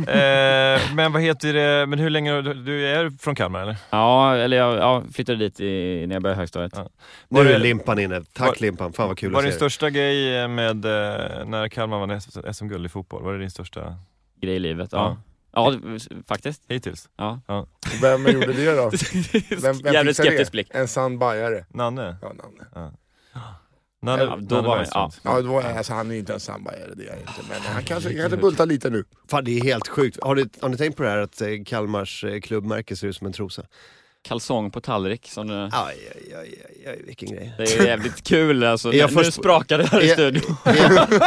Eh, men vad heter det, men hur länge, har du du är från Kalmar eller? Ja, eller jag ja, flyttade dit i, när jag började högstadiet. Ja. Nu Var är det- Limpan inne. Tack var- Limpan, fan vad kul Var att din se dig. största grej med eh, när Kalmar vann SM-guld i fotboll? Var det din största Grej i livet. Ja, ja. det- faktiskt. hittills? Ja. Vem gjorde det då? Vem, vem Jävligt fixade det? skeptisk blick. En sann bajare. Nanne? Ja, Nanne. Nanne, Ja, då var jag- Bergstrand. ja, det var, alltså, han är inte en sann bajare, det är han inte. Men han kanske, kanske bultar lite nu. Fan det är helt sjukt. Har ni, har ni tänkt på det här att eh, Kalmars eh, klubbmärke ser ut som en trosa? Kalsong på tallrik. Som det, Aj, aj, aj, aj, aj vilken grej. det är jävligt kul alltså. Är jag nu först- sprakar det här i Är- studion. Är jag, är,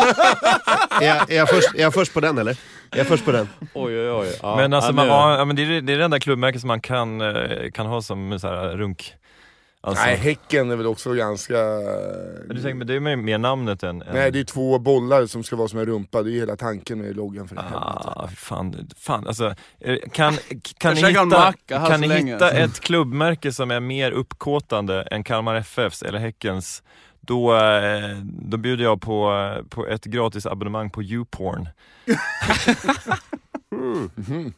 jag, är, jag först, är jag först på den eller? Är jag först på den? Oj, oj, oj. Ja, Men alltså, ja, man, nu- ja, men det, är, det är det enda klubbmärket som man kan, eh, kan ha som så här, runk. Alltså, Nej, Häcken är väl också ganska... Du tänker, men det är ju mer namnet än... än... Nej, det är två bollar som ska vara som en rumpa. Det är ju hela tanken med loggan för det här. Ah, fan, fan alltså, eh, kan, kan ni käkar hitta, en macka här kan så ni länge, hitta alltså. ett klubbmärke som är mer uppkåtande än Kalmar FFs eller Häckens, då, eh, då bjuder jag på, eh, på ett gratis abonnemang på YouPorn. Mhm.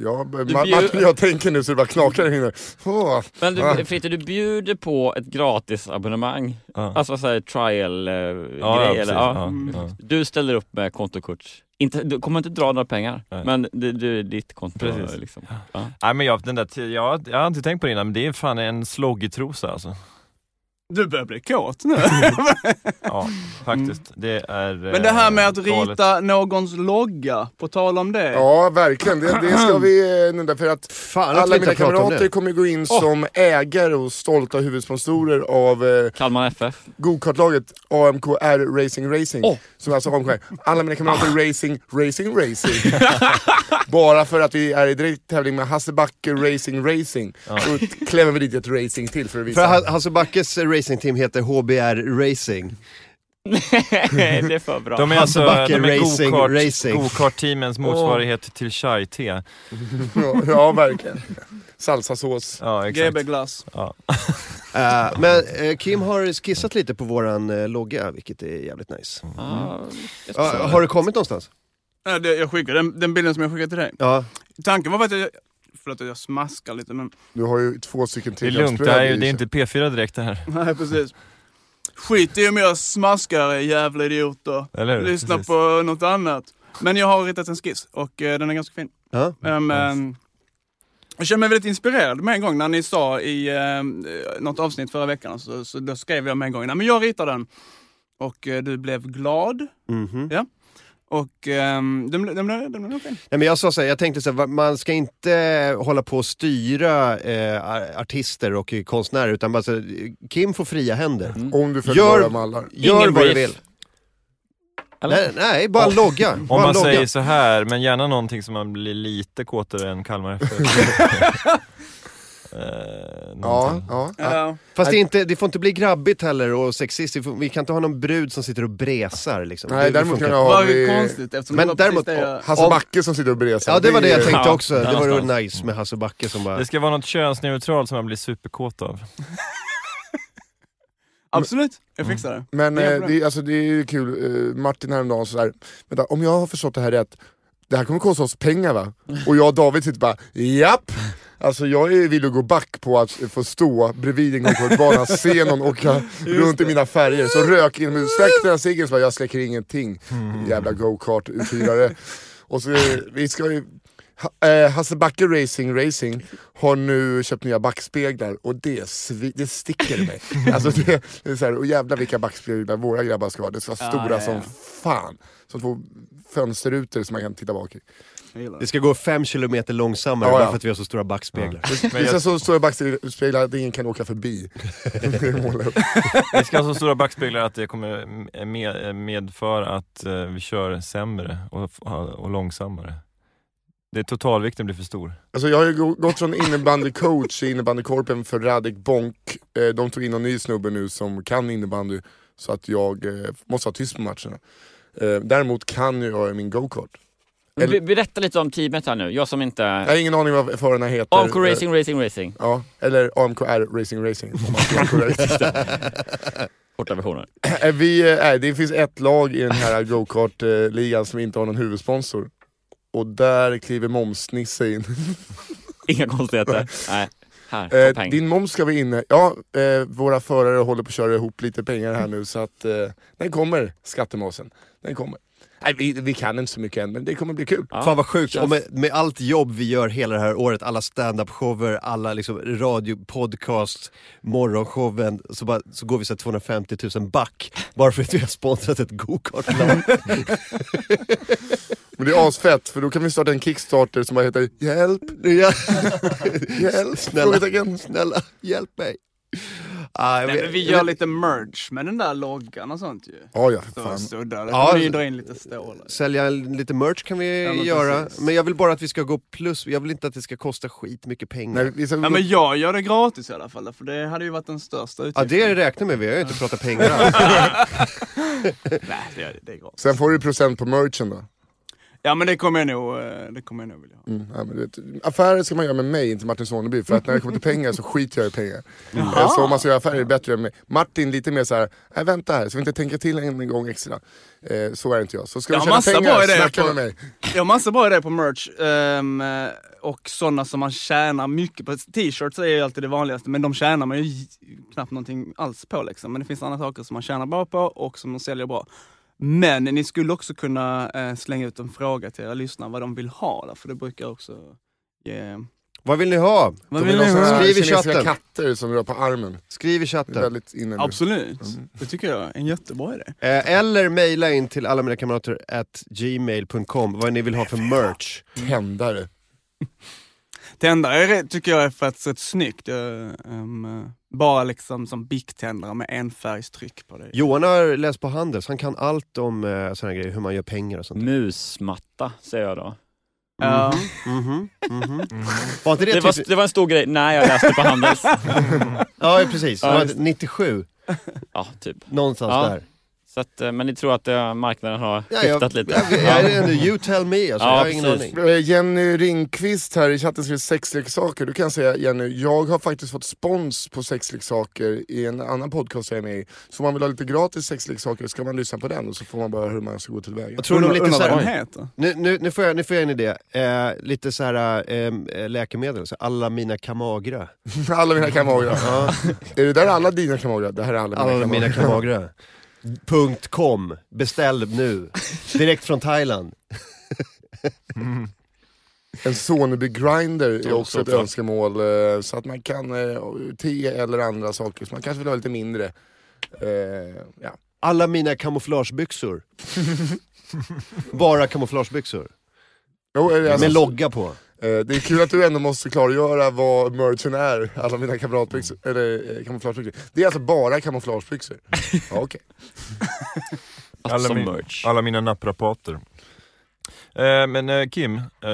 Ja, men Du Ma- bjud- Martin, jag tänker nu så det bara knakar i händerna. Åh, Men Ja. du, Fritte, du bjuder på ett gratis abonnemang. Ja. Alltså såhär trial-grej. Ja, ja, precis. eller, Ja, ja. Mm. ja. Du ställer upp med kontokort. Inte, du kommer inte dra några pengar, Nej. men det, det är ditt konto. Precis. Liksom. Nej, men jag, den där, t- jag, jag har inte tänkt på det innan, men det är fan en sloggytrosa alltså. Du börjar bli kåt nu. Ja, faktiskt. Det är... Mm. Men det här med att eh, galet. rita någons logga, på tal om det. Ja, verkligen. Det, det ska vi eh, nämna. För att Fan att vi alla inte mina har pratat om kamrater det. kommer gå in som ägare och stolta huvudsponsorer av eh, Kalmar FF. gokartlaget AMKR Racing Racing. Åh. Som alltså AMKR. Alla mina Ah! kamrater Racing Racing Racing. Bara för att vi är i direkt tävling med Hassebacke Racing Racing. Så klämmer vi dit ett racing till för att För visa. Ha- Hasse Backes racingteam heter HBR Racing. Nej, det är för bra. De är alltså de Hasselbacke är Racing, go-kart- Racing. go-kart-teamens motsvarighet till chai-te. Ja, ja, verkligen. Salsasås. Ja, exakt. GB Glass. Eh, men eh, Kim har skissat lite på våran eh, logga, vilket är jävligt nice. Mm. Ja, Ja, har du kommit någonstans? Ja, det- Jag skickar den, den bilden som jag skickade till dig. Ja. Tanken var att jag... Förlåt att jag smaskar lite men... Du har ju två stycken Det är till. lugnt, det, här är, ju- det är inte P4 direkt det här. Nej precis. Skit i om jag smaskar er jävla idioter. Eller hur? Lyssna Precis. på något annat. Men jag har ritat en skiss och eh, den är ganska fin. ja. Ehm, ehm, jag känner mig väldigt inspirerad med en gång när ni sa i um, något avsnitt förra veckan, så, så då skrev jag med en gång, nej men jag ritar den. Och eh, du blev glad Mhm. och um, den, ble- den, ble- den blev nog fin. Nej, men jag sa så här, jag tänkte så här, va- man ska inte hålla på och styra eh, ar- artister och eh, konstnärer, utan bara så, här, Kim får fria händer. Om du följer Gör- våra mallar. Gör Ingen vad du brief. vill. Eller? Nej, nej, bara logga. Om Bara man logga. säger så här, men gärna någonting som man blir lite kåtare än Kalmar FF. eh, Ja, någonting. ja. Ja. Fast det, är inte, det får inte bli grabbigt heller och sexistiskt. Vi får- Vi kan inte ha någon brud som sitter och bresar liksom. Nej, Det- det däremot funkar kan jag det ha var ju med konstigt eftersom Men det var precis däremot- det jag... Hasse Backe som sitter och bresar. Ja, det var det jag tänkte Ja, också. Det var ju någonstans. nice med Hasse Backe som bara... Det ska vara något könsneutralt som man blir superkåt av. Absolut, jag fixar det. Men Det är eh, bra. det, är- alltså, det är kul, eh, Martin häromdagen sådär, vänta om jag har förstått det här rätt, det här kommer kosta oss pengar va? Och jag och David sitter bara, japp! Alltså jag är vill att gå back på att få stå bredvid en konkursbana, se någon åka runt i mina färger, så rök in, släck den här ciggen, så bara, Mm. jag släcker ingenting. Jävla go-kart-uthyrare. Och så, eh, vi ska ju Ha- eh, Hasse Backe Racing Racing har nu köpt nya backspeglar och det, svi- det sticker i mig. alltså det, det är så här, och jävlar vilka backspeglar våra grabbar ska ha. Det ska vara Ja, stora ja, ja. som fan. Som två fönsterrutor som man kan titta bak i. Jag gillar det. Det ska gå fem kilometer långsammare Ja, ja. bara för att vi har så stora backspeglar. Men Vissa jag, så stora backspeglar att ingen kan åka förbi. Det är målet. vi ska ha så stora backspeglar att det kommer med, medföra att eh, vi kör sämre och, och långsammare. Det, totalvikten blir för stor. Alltså jag har ju gå- gått från innebandycoach i innebandykorpen för Radek Bonk. Eh, De tog in en ny snubbe nu som kan innebandy, så att jag eh, måste vara tyst på matcherna. Eh, Däremot kan ju jag min go-kart. Men Eller- be- Berätta lite om teamet här nu, jag som Jag inte... har ingen aning vad förarna heter. AMK Eh, Racing Racing Racing, Ja, eller AMKR Racing Racing om man ska vara korrekt. korta versioner. Eh, Vi, eh, nej, det finns ett lag i den här go-kart-ligan som inte har någon huvudsponsor. Och där kliver Moms-Nisse in. Inga konstigheter. Nej. Här, ta Eh, peng. din moms ska vi in. Ja, eh, våra förare håller på att köra ihop lite pengar här nu så att eh, den kommer, skattemasen. Den kommer. Nej, vi, vi kan inte så mycket än men det kommer bli kul. Ja. Fan vad sjukt, känns- och med, med allt jobb vi gör hela det här året, alla stand-up-shower, alla liksom radio, podcast, morgonshowen, så, bara, så går vi så här 250 000 back bara för att vi har sponsrat ett gokartlag. Men det är asfett för då kan vi starta en kickstarter som bara heter Hjälp, Ja, hjälp, Snälla. frågetecken. Snälla, hjälp mig. Ah, jag Nej, vet- men vi jag gör vet- lite merch med den där loggan och sånt ju. Ja, ja, för Så, fan. så där, Ja, ja, vi så- dra in lite stålar. Sälja lite merch kan vi Ja, men göra, precis. men jag vill bara att vi ska gå plus, jag vill inte att det ska kosta skitmycket pengar. Nej, vi ska, Ja, men jag gör det gratis i alla fall, för det hade ju varit den största Ja utgiften. det är det räkna med, vi har ju inte pratat pengar alls. Nej, det är, det är gratis. Sen får du procent på merchen då. Ja men det kommer jag nog, eh, det kommer jag nog vilja ha. Mm, ja, men du vet, affärer ska man göra med mig, inte Martin Soneby. För att när det kommer till pengar så skiter jag i pengar. Eh, Så om man ska göra affärer är det bättre med mig. Martin lite mer såhär, nej vänta här, så vi inte tänker till en gång extra. Eh, så är inte jag. Så ska du Jag har tjäna massa pengar, bra idéer snacka på- med mig. Jag har massa bra idéer på merch ehm, eh, och sådana som man tjänar mycket på. T-shirts är ju alltid det vanligaste men de tjänar man ju j- knappt någonting alls på liksom. Men det finns andra saker som man tjänar bra på och som man säljer bra. Men ni skulle också kunna eh, slänga ut en fråga till era lyssnare vad de vill ha där, för det brukar också ge... Vad vill ni ha? Vad De vill vill ha ni såna här ha? Skriv i kinesiska chatten. katter som rör på armen. Skriv i Det är chatten. väldigt inne nu. Absolut, Mm. det tycker jag är en jättebra idé. Eh, eller mejla in till alla mina kamrater at gmail.com vad ni vill ha för merch. Tändare. Tändare är- tycker jag är faktiskt rätt snyggt. Jag, ehm, bara liksom som bicktändare med enfärgstryck på det. Johan har läst på Handels, han kan allt om eh, såna här grejer, hur man gör pengar och sånt. Musmatta, säger jag då. Ja. Mhm, mhm. Var inte det, Mm. Det typ... var, det var en stor grej, nej jag läste på Handels. Ja, precis. Ja, Det var just 97, Ja, typ. någonstans Ja. där. Så att, eh, men ni tror att eh, marknaden har Ja, skiftat jag, lite? Jag, jag, är ändå, you tell me, alltså, Ja, jag har ingen precis. aning. Eh, Jenny Ringqvist här i chatten skriver sexleksaker. Du kan säga Jenny, jag har faktiskt fått spons på sexleksaker i en annan podcast jag är med i. Så om man vill ha lite gratis sexleksaker ska man lyssna på den och så får man bara hur man ska gå tillväga. Jag tror nog lite Undrar vad såhär, de heter. Nu, nu, nu, får jag, nu får jag en idé. Eh, lite så här eh, läkemedel, så alla mina Kamagra. Alla mina kamagra. Är det där alla dina kamagra? Det här är alla, Alla mina mina kamagra. Kamagra. Punkt .com. Beställ nu. Direkt från Thailand. En Soneby grinder är också ett såklart. önskemål. eh, Så att man kan, eh, te eller andra saker. Så man kanske vill ha lite mindre. Eh, ja. Alla mina kamouflagebyxor. Bara kamouflagebyxor. Jo, eh, alltså, Med logga på. eh, det är kul att du ändå måste klargöra vad merchen är, alla mina kamratbyxor, eller eh, kamouflagebyxor. Det är alltså bara kamouflagebyxor? Ja, okej. Alla som min- Alltså, merch. alla mina naprapater. Eh, men eh, Kim, eh,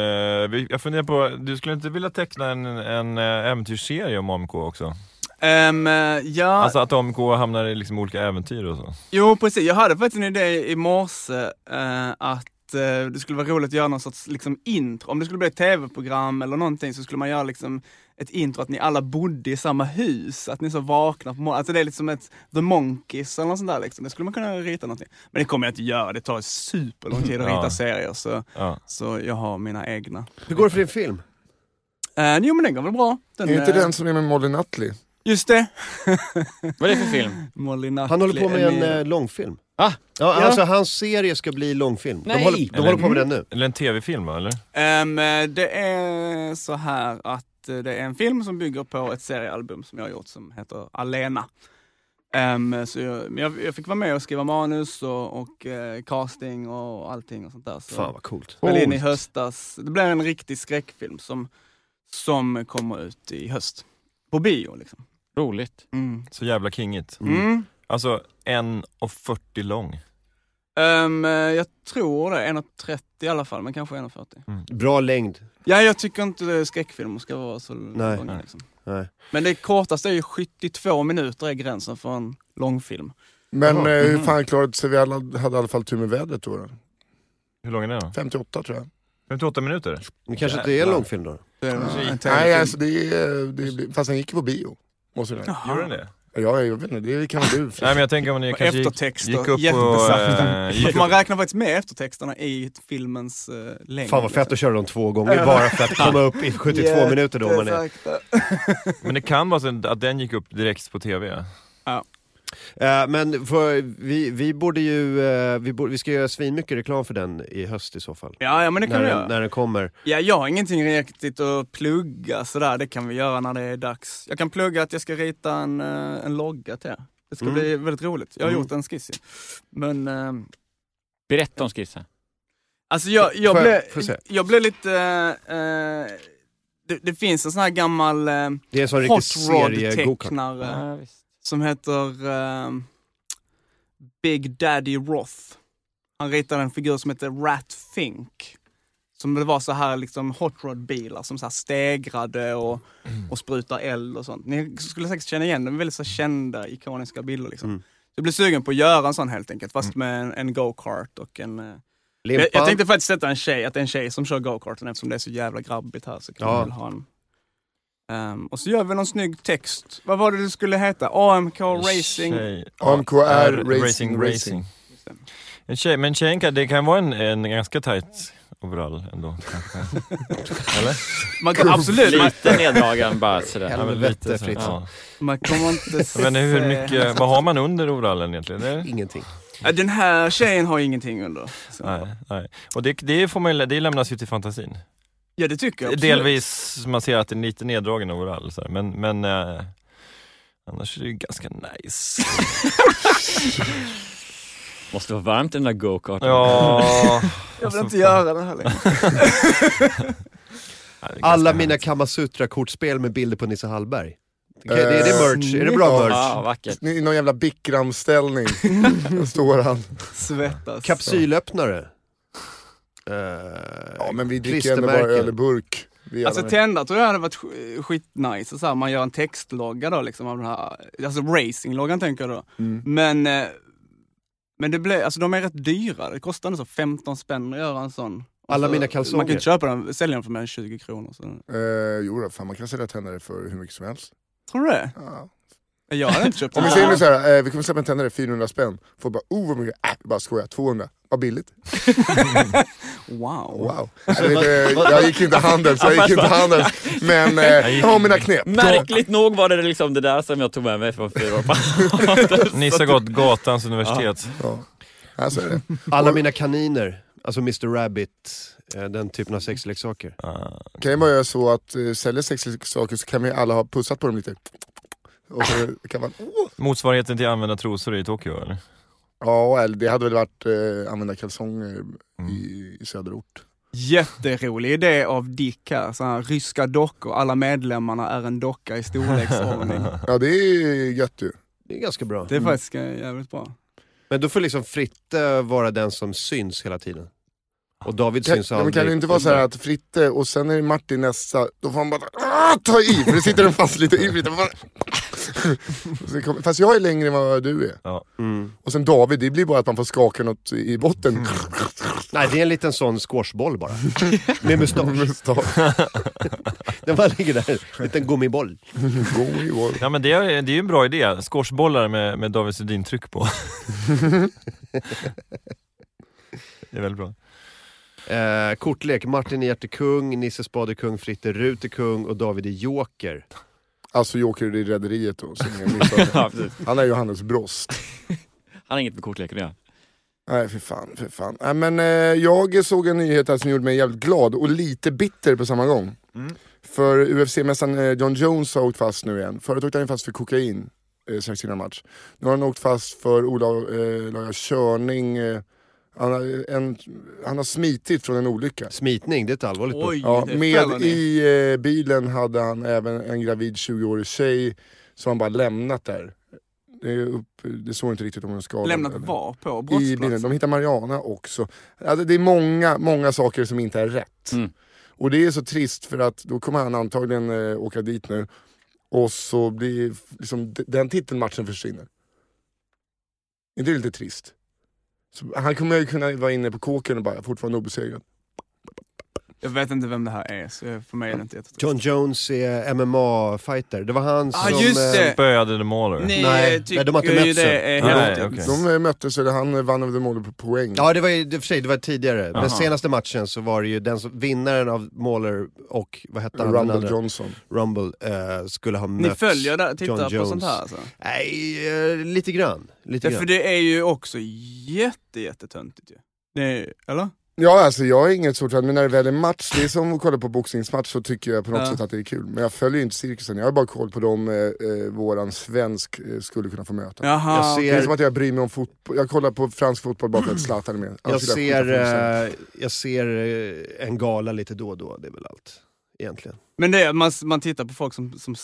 vi, jag funderar på, du skulle inte vilja teckna en, en eh, äventyrsserie om AMK också? Ehm, eh, ja, Alltså att AMK hamnar i liksom olika äventyr och så? jo precis. Jag hade faktiskt en idé i morse eh, att eh, det skulle vara roligt att göra någon sorts liksom, intro. Om det skulle bli ett tv-program eller någonting så skulle man göra liksom, ett intro att ni alla bodde i samma hus. Att ni så vaknar på morgonen. Alltså det är lite som ett The Monkeys eller något sånt där. Liksom. Det skulle man kunna rita någonting. Men det kommer jag inte göra. Det tar superlång tid att Ja. rita serier. Så, Ja. så jag har mina egna. Hur går det för din film? Eh, jo men den går väl bra. Den, Är inte eh, den som är med Molly Nutley? Just det! Vad är det för film? Molly Nutley, Han håller på med en Emil. eh, långfilm. Ah, ja, ja. Alltså hans serie ska bli långfilm. Nej. De, håller, de Eller- håller på med den nu. Eller en tv-film va, eller? Ehm, eh, det är så här att eh, det är en film som bygger på ett seriealbum som jag har gjort som heter Alena. Ehm, så jag, men jag, jag fick vara med och skriva manus och, och eh, casting och allting och sånt där. Så Fan vad coolt. spelade in i höstas. Det blir en riktig skräckfilm som, som kommer ut i höst. På bio liksom. Roligt. Mm. Så jävla kingigt. Mm. Alltså 1,40 lång. Ehm, eh, jag tror det, 1,30 i alla fall, men kanske 1,40. Bra längd. Ja, jag tycker inte skräckfilmer ska vara så Nej. långa. Nej. Liksom. Nej. Men det kortaste är ju 72 minuter är gränsen för en långfilm. Men Jaha. eh, hur fan klarade sig? Vi alla hade i alla fall tur med vädret då. då. Hur lång är den då? 58 tror jag. 58 minuter? Men kanske inte är en Jävlar. långfilm då? Det är en Nej, telefilm. Nej, alltså, det, är- det, är- fast han gick ju på bio. Måste jag säga. Jaha. Gjorde den det? Ja, jag vet inte, det kan väl du. Nej men jag tänker om ni Och kanske gick, eftertexter, gick upp och... jättesakta. eh, gick För man upp. räknar faktiskt med eftertexterna i filmens eh, längd. Fan vad fett att köra dem två gånger bara för att komma upp i 72 minuter då. Man är. Jättesakta. Men det kan vara så att den gick upp direkt på tv. Eh, men för, vi, vi borde ju, eh, vi, borde, vi ska göra svinmycket reklam för den i höst i så fall. Ja, ja, men det kan när, vi den, göra. när den kommer. Ja, jag har ingenting riktigt att plugga sådär. Det kan vi göra när det är dags. Jag kan plugga att jag ska rita en, eh, en logga till er. Det ska Mm. bli väldigt roligt. Jag har Mm. gjort en skiss ju. Men eh, Berätta om skissen. Alltså jag, jag, Får jag- blev, får jag se? jag, blev lite... eh, eh, det, det finns en sån här gammal eh, Det är en sån riktig hot serie go-kart. rod-tecknare Ja, visst. som heter eh, Big Daddy Roth. Han ritade en figur som heter Rat Fink. Som det var så här liksom hot rod-bilar som så här stegrade och, och sprutar eld och sånt. Ni skulle säkert känna igen dem, väldigt så här kända ikoniska bilder liksom. Mm. Jag blev sugen på att göra en sån helt enkelt, fast med en, en go-kart och en eh, Limpan. jag, jag tänkte faktiskt sätta en tjej, att det är en tjej som kör go-karten eftersom det är så jävla grabbigt här. Så kan Ja. man väl ha en. Ehm, och så gör vi någon snygg text. Vad var det det skulle heta? AMK Racing? Tjej- AMKR R- Racing Racing. En tjej, men tjejen kan, det kan vara en, en ganska tight overall ändå. Eller? Man kan, absolut, man, Lite neddragen bara sådär. Ja, men Helvete, så- Fritzson. ja. man kommer inte se... Men hur mycket, vad har man under overallen egentligen? Det är, Ingenting. Ja, Den här tjejen har ingenting under. Så. nej, nej. Och det, det, får man, ju- det lämnas ju till fantasin. Ja det tycker jag. absolut. Delvis, man ser att det är lite neddragen overall, så här. men, men eh, annars är det ju ganska nice. Måste vara varmt i den där go-karten. Ja, Jag vill alltså, inte fan. göra det här längre. Ja, det är Alla ganska mina nice. Kamasutra-kortspel med bilder på Nisse Hallberg. Eh, Det är det merch? Är det bra Ja. Alltså. merch? Ah, vackert. I någon jävla Bikram-ställning står han. Svettas. Kapsylöppnare. Eh, Ja men vi dricker ändå bara klistermärken. öl i burk. Vi är Alltså alla- tända tror jag hade varit sk- skitnice, så här, man gör en textlogga då liksom av den här, alltså racingloggan tänker jag då. Mm. Men, eh, men det blev, alltså de är rätt dyra. Det kostar ändå så 15 spänn att göra en sån. Och Alla så, mina kalsonger. Man kan inte köpa den, sälja den för mer än 20 kronor. Så. Eh, jo då, fan man kan sälja tändare för hur mycket som helst. Tror du det? Ja. Jag hade inte köpt Om vi den. säger nu såhär, eh, vi kommer släppa en tändare 400 spänn. Får bara, oh vad mycket, äh, bara skoja, 200. Vad billigt. Wow. Wow. Jag, vet, inte, jag gick inte handels, jag gick inte handels. Men eh, Alltså, jag har mina knep. Märkligt nog var det liksom det där som jag tog med mig från fyra år Nisse har gått Gatans universitet. Ja. Ja, så är det. Alla mina kaniner. Alltså Mr Rabbit. eh, Den typen av sexleksaker. Ah, Kan jag bara göra så att eh, säljer sexleksaker så kan vi alla ha pussat på dem lite. Och så kan man, åh. motsvarigheten till använda trosor i Tokyo eller? Ja, eller det hade väl varit eh, använda kalsonger Mm. i, i söderort. Jätterolig idé av Dick här. Så här ryska dockor, alla medlemmarna är en docka i storleksordning. Ja det är gött ju. Det är ganska bra. Det är faktiskt eh, jävligt bra. Men då får liksom Fritte vara den som syns hela tiden. Och David Kan, syns ja, men aldrig. kan det inte vara så här att Fritte och sen är det Martin nästa, då får han bara "Ah, ta i, för det sitter den fast lite i Fritte. Bara... Så kommer- Fast jag är längre än vad du är. Mm. Och sen David, det blir bara att man får skaka något i botten. Nej, det är en liten sån squashboll bara. Med mustasch. Mustasch. Den bara ligger där. En liten gummiboll. Gå i vår- Ja men det är, det är ju en bra idé, squashbollar med, med David Sundin-tryck på. det är väldigt bra. Eh, kortlek. Martin är hjärtekung, Nisse Spade är kung, Fritte Rut är kung och David är joker. Alltså Joker i Rederiet då, som jag missade. Ja, precis. Han är Johannes Brost. Han har inget med kortleken att göra. Nej för fan, för fan. Nej, men, eh, jag såg en nyhet här som gjorde mig jävligt glad och lite bitter på samma gång. Mm. För UFC-mästaren eh, John Jones har åkt fast nu igen. Förut åkte han ju fast för kokain eh, strax innan match. Nu har han åkt fast för olaga eh, körning. Eh, han, har eh, en, han har smitit från en olycka. Smitning, det är ett allvarligt brott. Oj, Ja, det fäller med ni. i eh, bilen hade han även en gravid 20-årig tjej som han bara lämnat där. Det, är upp, det såg inte riktigt om hon är skadad. Lämnat eller- var på i bilden. brottsplatsen? De hittar Mariana också. Alltså, det är många, många saker som inte är rätt. Mm. Och det är så trist för att då kommer han antagligen eh, åka dit nu. Och så blir liksom, d- den titelmatchen försvinner. Är inte det lite trist? Så, han kommer ju kunna vara inne på kåken och bara, fortfarande obesegrad. Jag vet inte vem det här är, så jag- för mig är det inte jättetrist. John Jones är MMA-fighter. Det var han Ah, som... eh, just det! Spöade The Mauler. Ni Nej, tycker nej, de har inte ju mötts det än. är Nej, helt okej. okej. De eh, möttes, eller han eh, vann över målet på poäng. Ja, det var ju, det för sig, det var tidigare. Jaha. Men senaste matchen så var det ju den som, vinnaren av Mauler och, vad hette han? den Rumble andra? Johnson. Rumble eh, skulle ha Ni mötts. följer där, John tittar på Jones. sånt här alltså? Nej, eh, lite grann. Lite Ja, grann. för det är ju också jätte, jättetöntigt ju. Det är, eller? Ja, alltså jag är inget stort fan, men när det väl är match, det är som att kolla på boxningsmatch så tycker jag på något Ja. sätt att det är kul. Men jag följer ju inte cirkusen, jag har bara koll på dem eh, eh, våran svensk eh, skulle kunna få möta. Jaha. Jag Det är som ser, att jag bryr mig om fotboll, jag kollar på fransk fotboll bara för att Zlatan är med. jag Alltså, det där skiter jag fullständigt. ser, eh, jag ser eh, en gala lite då och då, det är väl allt. Egentligen. Men det är att man, man tittar på folk som, som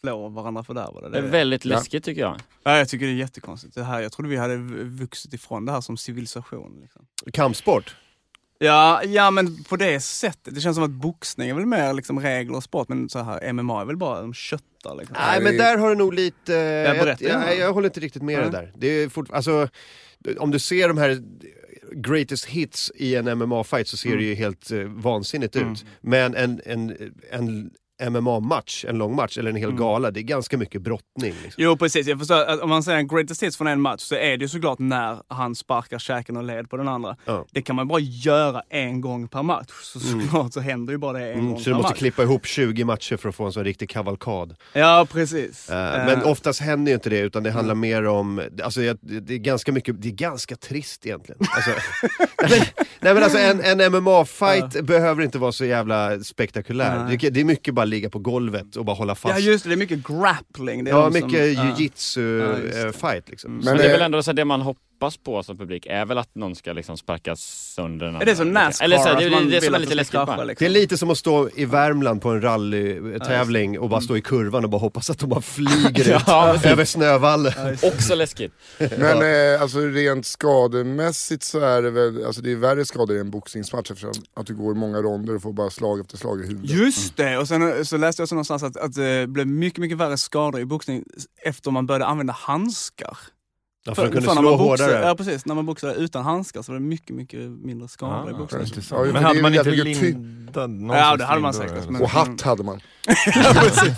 slår varandra för där var det. Det det är är, väldigt Ja. läskigt tycker jag. ja, jag tycker det är jättekonstigt. Det här, jag trodde vi hade v- vuxit ifrån det här som civilisation. Liksom. Kampsport? Ja, ja, men på det sättet. Det känns som att boxning är väl mer liksom regler och sport, men så här MMA är väl bara de köttar liksom. Nej, men där har du nog lite... eh, berättar jag, jag. jag, jag håller inte riktigt med Nej. dig där. Det är fort, alltså, om du ser de här greatest hits i en MMA-fight så ser Mm. det ju helt eh, vansinnigt Mm. ut. Men en, en, en MMA-match, en lång match eller en hel Mm. gala, det är ganska mycket brottning. Liksom. Jo precis, jag förstår att om man säger en greatest hits från en match så är det ju såklart när han sparkar käken och led på den andra. Ja. Det kan man bara göra en gång per match. Så Mm. såklart så händer ju bara det en Mm, gång så per du måste match. klippa ihop 20 matcher för att få en sån riktig kavalkad. Ja precis. Eh, Eh, Mm. Men oftast händer ju inte det utan det handlar mer om, alltså jag- det det är ganska mycket, det är ganska trist egentligen. Alltså, nej, men- nej men alltså en, en MMA-fight behöver inte vara så jävla spektakulär. Nej. Det, det är mycket bara ligga på golvet och bara hålla Ja fast. just det, det är mycket grappling. Det är Ja, de som- mycket ja. Ja, just det. jujitsu-fight liksom. Mm. Men, Men det är det- väl ändå så här, det man hoppas på som publik är väl att någon ska liksom sparka sönder den Är det som andra. Nascar? Eller så här, det att är man det, det vill som är att lite ska läskigt krascha, bara. liksom? Det är lite som att stå i Värmland på en rallytävling och bara Mm. stå i kurvan och bara hoppas att de bara flyger ut Ja, precis. över snövallen. Också läskigt. Men eh, alltså, rent skademässigt så är det väl, alltså, det är värre skador i en boxningsmatch eftersom att du går i många ronder och får bara slag efter slag i huvudet. Just det! Och sen eh, så läste jag också någonstans att, att eh, det blev mycket, mycket värre skador i boxning efter man började använda handskar. Ja, för de kunde när slå man boxade- hårdare. Ja precis, när man boxade utan handskar så var det mycket, mycket mindre skador Ah, i boxning. Ja, för Men det hade är man inte jävligt mycket typ- lindat någon Ja, sorts det hade man lindor säkert, eller men- så? Och hatt hade man.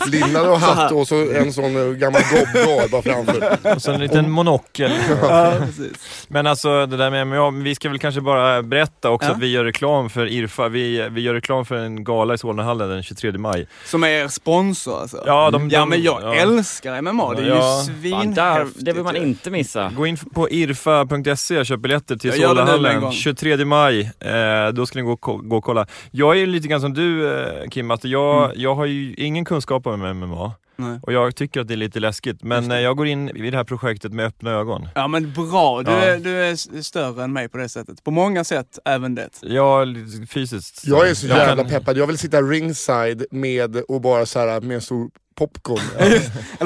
Linnade och hatt och så en sån eh, gammal gobb-gar bara framför. Och så en liten monokel. Ja, precis. Men alltså det där med MMA, vi ska väl kanske bara berätta också Ja. att vi gör reklam för IRFA. Vi, vi gör reklam för en gala i Solnahallen den 23 maj. Som är er sponsor alltså. Ja, de- ja de- men jag ja. älskar MMA, det är Ja. ju Fan, där, svinhäftigt. det vill man ju. inte missa. Gå in på irfa.se och köp biljetter till Jag gör det nu med en gång. Solnahallen 23 maj. Eh, då ska ni gå, och ko- gå och kolla. Jag är ju lite grann som du eh, Kim, att jag, jag har ju ingen kunskap om MMA Mm. Nej. och jag tycker att det är lite läskigt. Men eh, jag går in i det här projektet med öppna ögon. Ja men bra, du, Ja. Är, du är s- större än mig på det sättet. På många sätt, även det. Jag är lite fysiskt... Jag är så Jag jävla kan- peppad, jag vill sitta ringside med och bara så här, med en stor popcorn. Eller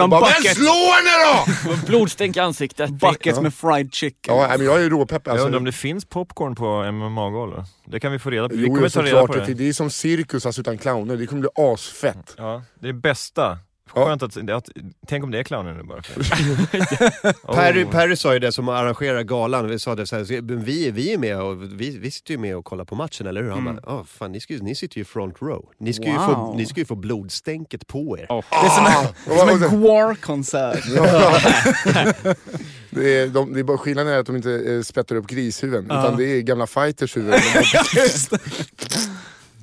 en bara, bucket, men slå henne då! Blodstänk i ansiktet. bucket med fried chicken. Ja, nej, men jag är ju råpeppad. Jag Alltså, undrar om det finns popcorn på MMA-galor? Det kan vi få reda på. Vi jo, kommer jo, ta reda såklart. på Det. det. det är som cirkus alltså, utan clowner, det kommer bli asfett. Ja, det är det bästa. Ja. Skönt att, att... Tänk om det är clowner nu bara. oh. Perry, Perry sa ju det som arrangerar galan, vi sa det så här, "Men vi, vi är med och vi, vi sitter ju med och kollar på matchen, eller hur? Han bara, "Ja, fan ni, ska, ju- ni sitter ju front row. Ni ska, ju få, Wow. ni ska ju få blodstänket på er. Det är som en, Och som Ah! vad- en och så- Gwar-konsert. det är, de, det är bara, skillnaden är att de inte eh, sprättar upp grishuvuden, utan det är gamla fighters huvuden. Just det.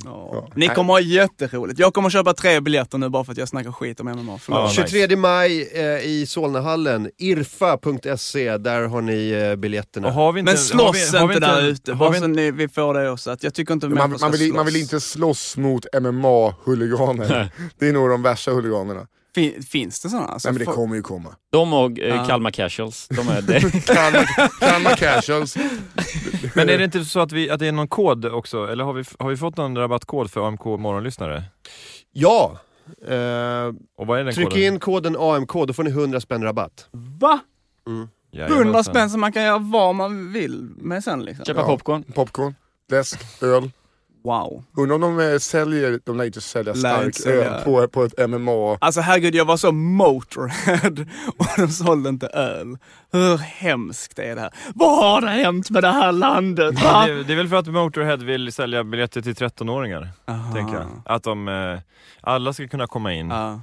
Ja. Ja. Ni kommer ha jätteroligt. Jag kommer köpa tre biljetter nu bara för att jag snackar skit om MMA. Ja, Förlåt. nice. 23 maj eh, i Solnahallen, irfa.se, där har ni eh, biljetterna. Och har vi inte, Men har vi, slåss har vi inte där ute, Har bara vi så inte, ni, vi får det också. Att jag tycker inte Man, människor ska man, vill, man vill slåss. inte slåss mot MMA-huliganer. det är nog de värsta huliganerna. Fin, finns det sådana? Alltså, Nej men det folk- kommer ju komma. De och Ah. eh, Kalmar Casuals, de är det. Kalmar- Kalmar Casuals. men är det inte så att, vi, att det är någon kod också? Eller har vi, har vi fått någon rabattkod för AMK morgonlyssnare? Ja! Eh, Och vad är den tryck koden? in koden AMK, då får ni 100 spänn rabatt. Va? Jajamensan. 100 spänn som man kan göra vad man vill med sen liksom. Köpa Ja. popcorn. Popcorn, läsk, öl. Wow. Undrar om de eh, säljer, de lär inte sälja Lär inte stark sälja. öl på, på ett MMA. Alltså herregud, jag var så motorhead och de sålde inte öl. Hur hemskt är det här? Vad har det hänt med det här landet? Ja, Va? det, det är väl för att Motorhead vill sälja biljetter till 13-åringar, Aha. tänker jag. Ah. Att de, eh, alla ska kunna komma in. Ja.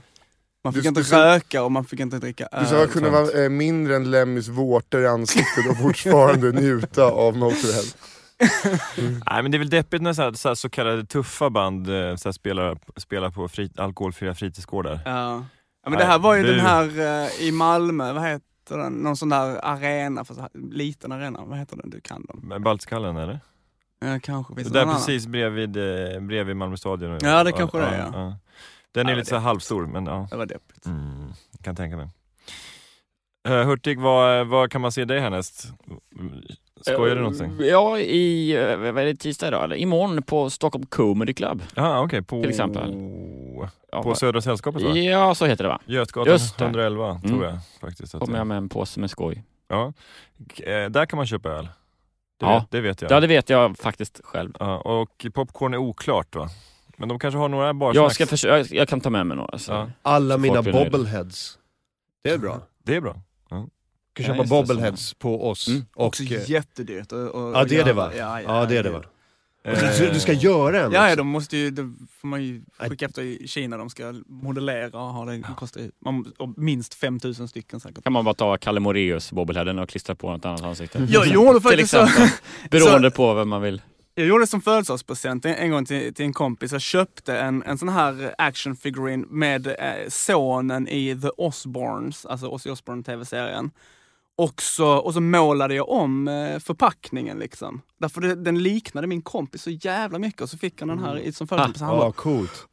Man fick Du- inte du ska- röka och man fick inte dricka Du ska öl. kunna vara eh, mindre än Lemmys vårtor i ansiktet och fortfarande njuta av Motorhead. Nej men det är väl deppigt när så, här, så, här, så kallade tuffa band eh, så här, spelar, spelar på fri, alkoholfria fritidsgårdar. Ja. ja men Nej, det här var ju bu. den här eh, i Malmö, vad heter den? Någon sån där arena, för så här, liten arena. Vad heter den? Du kan dem. Men Baltskallen eller? Ja, kanske finns det Där någon annan. precis bredvid, eh, bredvid Malmö stadion. Ja, det kanske det är, ja. Den Ja, är men lite så här halvstor, men ja. Det var deppigt. Mm, kan tänka mig. Eh, Hurtig, vad, vad kan man se dig härnäst? Skojar Eh, du någonting? Ja, i, eh, vad är det, tisdag idag? Eller imorgon på Stockholm Comedy Club. Ah, okej. på... Till exempel. Ja, På Södra Sällskapet va? ja, så heter det va? Götgatan Just det. 111 tror Mm. jag faktiskt. Att det- Kommer jag med en påse med skoj. ja. K- eh, Där kan man köpa öl. Det, Ja. vet, det vet jag. Ja, det vet jag faktiskt själv. Ja, och popcorn är oklart va? Men de kanske har några bara Jag, ska försöka, jag- jag kan ta med mig några. Så. Ja. Alla Så mina folk blir nöjda. bobbleheads. Det är bra. Det är bra. Ja. Du kan Ja, köpa just det, bobbleheads på oss. Mm. Och, Också eh, jättedyrt. Och, och, ja, det är och det göra. va? Ja, ja, Ja, det är det va? Och Eh, Du, du ska göra en Ja, ja, också. de måste ju, det får man ju skicka efter i Kina. De ska modellera och ha det, det kostar ju, man, och minst 5000 stycken säkert. kan man bara ta Kalle Moraeus bobbleheaden och klistra på något annat ansikte. Jag gjorde Till faktiskt så. exempel. Beroende på vem man vill. Jag gjorde som födelsedagspresent en, en gång till, till en kompis. Jag köpte en, en sån här action figurine med eh, sonen i The Osbournes, alltså Ozzy Osbourne tv-serien. Och så, och så målade jag om eh, förpackningen liksom. Därför det, den liknade min kompis så jävla mycket och så fick han den här i- som födelsedagspresent. Han Ja, bara, coolt.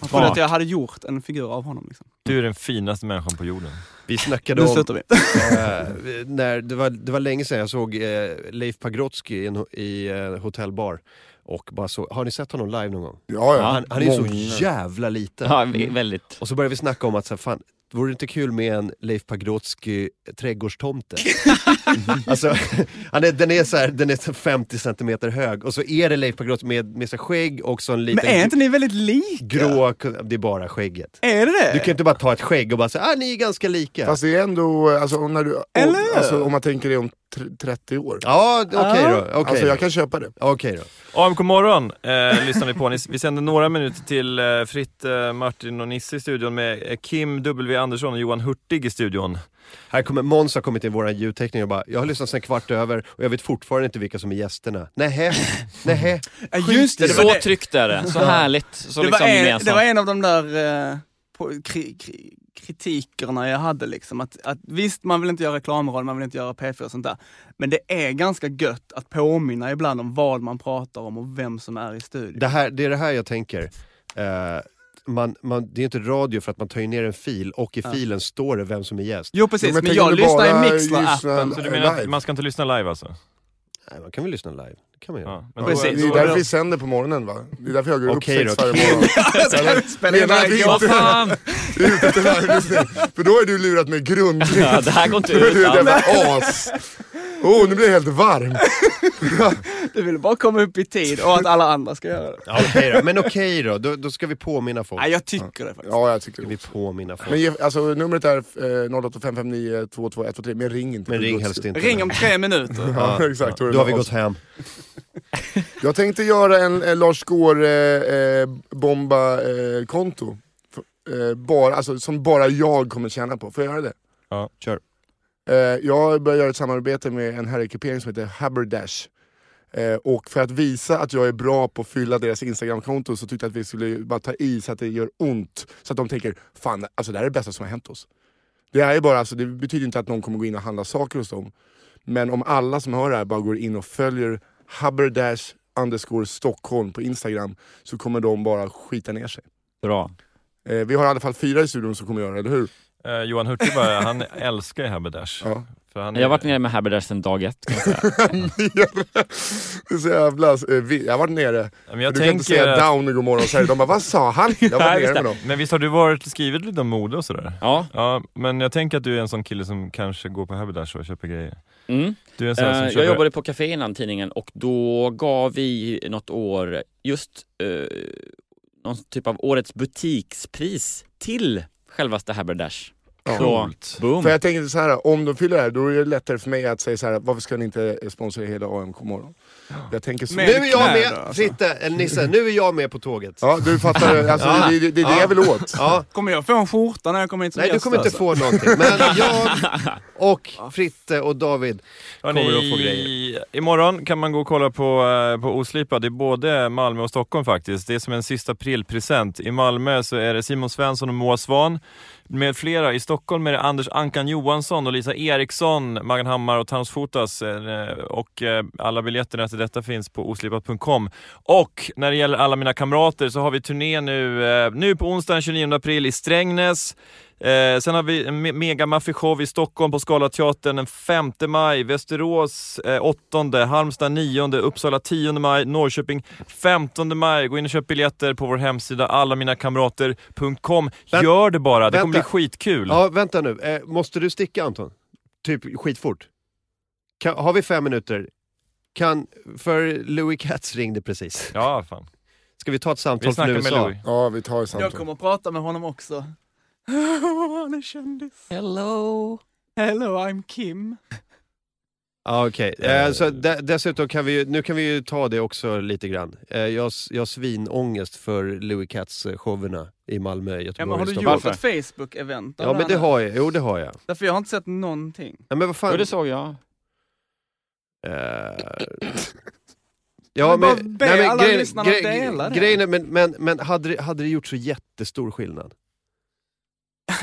han trodde att jag hade gjort en figur av honom. Liksom. Du är den finaste människan på jorden. Vi snackade Nu om... slutar vi. Eh, när, det, var, det var länge sedan jag såg eh, Leif Pagrotsky i, en, ho- i eh, hotellbar. Och bara så, har ni sett honom live någon gång? Ja, ja. Han, han är ju så Många. jävla liten. Ja, vä- väldigt. Och så började vi snacka om att, så här, fan, vore det inte kul med en Leif Pagrotsky trädgårdstomte? alltså, han är, den är så här, den är så 50 centimeter hög och så är det Leif Pagrotsky med, med så här skägg och så en Men liten är inte ni väldigt lika? grå... Det är bara skägget. Är det det? Du kan inte bara ta ett skägg och bara säga ah, ni är ganska lika. Fast det är ändå, alltså, om när du, om, Eller? alltså, om man tänker det om tr- 30 år. Ja, okej då. Okej Alltså jag då. kan köpa det. Okej då. AMK morgon eh, lyssnar ni på. Ni- Vi sänder några minuter till eh, Fritt, eh, Martin och Nisse i studion med eh, Kim W Andersson och Johan Hurtig i studion. Här kommer, Måns har kommit in, våran ljudtekniker, och bara “Jag har lyssnat sen kvart över och jag vet fortfarande inte vilka som är gästerna”. Nähä, nähä. Ja, just det, det, Så var, det, tryggt är det. Så härligt. Så det, liksom var, en, det gemensamt. var en av de där eh, på, kri, kri, kritikerna jag hade. Liksom, att, att, visst, man vill inte göra reklamroll, man vill inte göra P4 och sånt där. Men det är ganska gött att påminna ibland om vad man pratar om och vem som är i studion. Det, här, det är det här jag tänker. Eh, man, man, det är inte radio för att man tar ju ner en fil och i Ja. filen står det vem som är gäst. Jo precis, men, tänk om jag du lyssnar bara i Mixler-appen. lyssnar Så du menar att live. man ska inte lyssna live alltså? Nej, man kan väl lyssna live? Det kan man göra. Ja, men då- Precis. Det då- är därför vi sänder på morgonen va? Det är därför jag går Okej upp sex då. varje morgon. Jag ska spela in Menar att vi- live. Vad fan! Det är ute efter live-lyssning. För då har du lurat mig grundligt. Ja, det här går inte Då är ut. du ett alls. jävla as. Oh, nu blir jag helt varm. Du vill bara komma upp i tid och att alla andra ska göra det. Ja, okej då. Men okej då. då, då ska vi påminna folk. Nej, jag tycker det faktiskt. Ja, jag tycker det. Ska vi påminna folk. Men ge- alltså, numret är eh, 0855922123, men ring inte. Men för ring guds helst skull. inte. Ring om tre minuter. Ja, exakt. Då har vi gått hem. Jag tänkte göra en eh, Lars eh, Gård-bomba-konto. eh, bara, alltså, som bara jag kommer tjäna på. Får jag göra det? Ja, kör. Eh, jag börjar göra ett samarbete med en herrekipering som heter Haberdash. Eh, och för att visa att jag är bra på att fylla deras Instagramkonto så tyckte jag att vi skulle bara ta i så att det gör ont. Så att de tänker, fan alltså det här är det bästa som har hänt oss. Det här är bara, alltså, det betyder inte att någon kommer gå in och handla saker hos dem. Men om alla som hör det här bara går in och följer Haberdash underscore Stockholm på Instagram så kommer de bara skita ner sig. Bra. Eh, vi har i alla fall fyra i studion som kommer göra det, eller hur? Eh, Johan Hurtig bara, han älskar ju Haberdash. Ja. För han Jag har varit nere med Haberdash sedan dag ett. Kan jag säga. det är så jävla... eh, vi- Jag har varit nere. Men jag du kan inte tänker... säga down och godmorgon och säga De bara, vad sa han? Jag Nej, var nere just med det. dem. Men visst har du varit, skrivit lite om mode och sådär? Ja. Ja, men jag tänker att du är en sån kille som kanske går på Haberdash och köper grejer. Mm. Du är en sån Eh, som köper... jag jobbade på Café innan tidningen och då gav vi något år just eh, någon typ av årets butikspris till självaste Haberdash. Ja. Så, boom. För jag tänker så här, om de fyller det här, då är det lättare för mig att säga så här, varför ska ni inte sponsra hela AMK morgon? Jag tänker så. Men- Nu är jag Knä då, med, alltså. Fritte, eller Nisse, nu är jag med på tåget. Ja, du fattar. Alltså, Ja. det, det, det är det jag vill åt. Ja. Kommer jag få en skjorta när jag kommer hit som Nej, du gäst, kommer inte alltså? få någonting. Men jag och Fritte och David Hörrni, kommer att få grejer. Imorgon kan man gå och kolla på, eh, på Oslipad i både Malmö och Stockholm faktiskt. Det är som en sista aprilpresent. I Malmö så är det Simon Svensson och Moa Svan med flera. I Stockholm är det Anders Ankan Johansson och Lisa Eriksson, Magan Hammar och Thanos Fotas. Eh, Och eh, alla biljetterna till detta finns på oslipat.com. Och när det gäller alla mina kamrater så har vi turné nu, eh, nu på onsdag den 29 april i Strängnäs. Eh, sen har vi en me- megamaffieshow i Stockholm på Skala teatern den 5 maj, Västerås eh, 8, Halmstad 9, Uppsala 10 maj, Norrköping 15 maj. Gå in och köp biljetter på vår hemsida allaminakamrater.com. Vänt- Gör det bara, det kommer bli vänta. skitkul. Ja, vänta nu. Eh, måste du sticka Anton? Typ skitfort. Kan, har vi fem minuter? Kan, för Louis Katz ringde precis. Ja, fan. Ska vi ta ett Vi samtal från snackar med USA? Louis. Ja, vi tar ett Jag samtal. kommer prata med honom också. Han är kändis. Hello! Hello I'm Kim. Ja, okej. Eh, så de, dessutom kan vi ju, nu kan vi ju ta det också lite grann. Eh, jag, s- jag har svinångest för Louis Katz-showerna i Malmö, Göteborg, Ja, men har du Stockholm. gjort ett Facebook-event? Ja, men det har jag. Jo, det har jag. Därför jag har inte sett någonting. Ja, men vad fan. Jo, det såg jag. Eh, Ja, Men bara men, be nej, men alla grejen, lyssnarna grej- dela det. grejen är, men, men, men hade, det- hade det gjort så jättestor skillnad?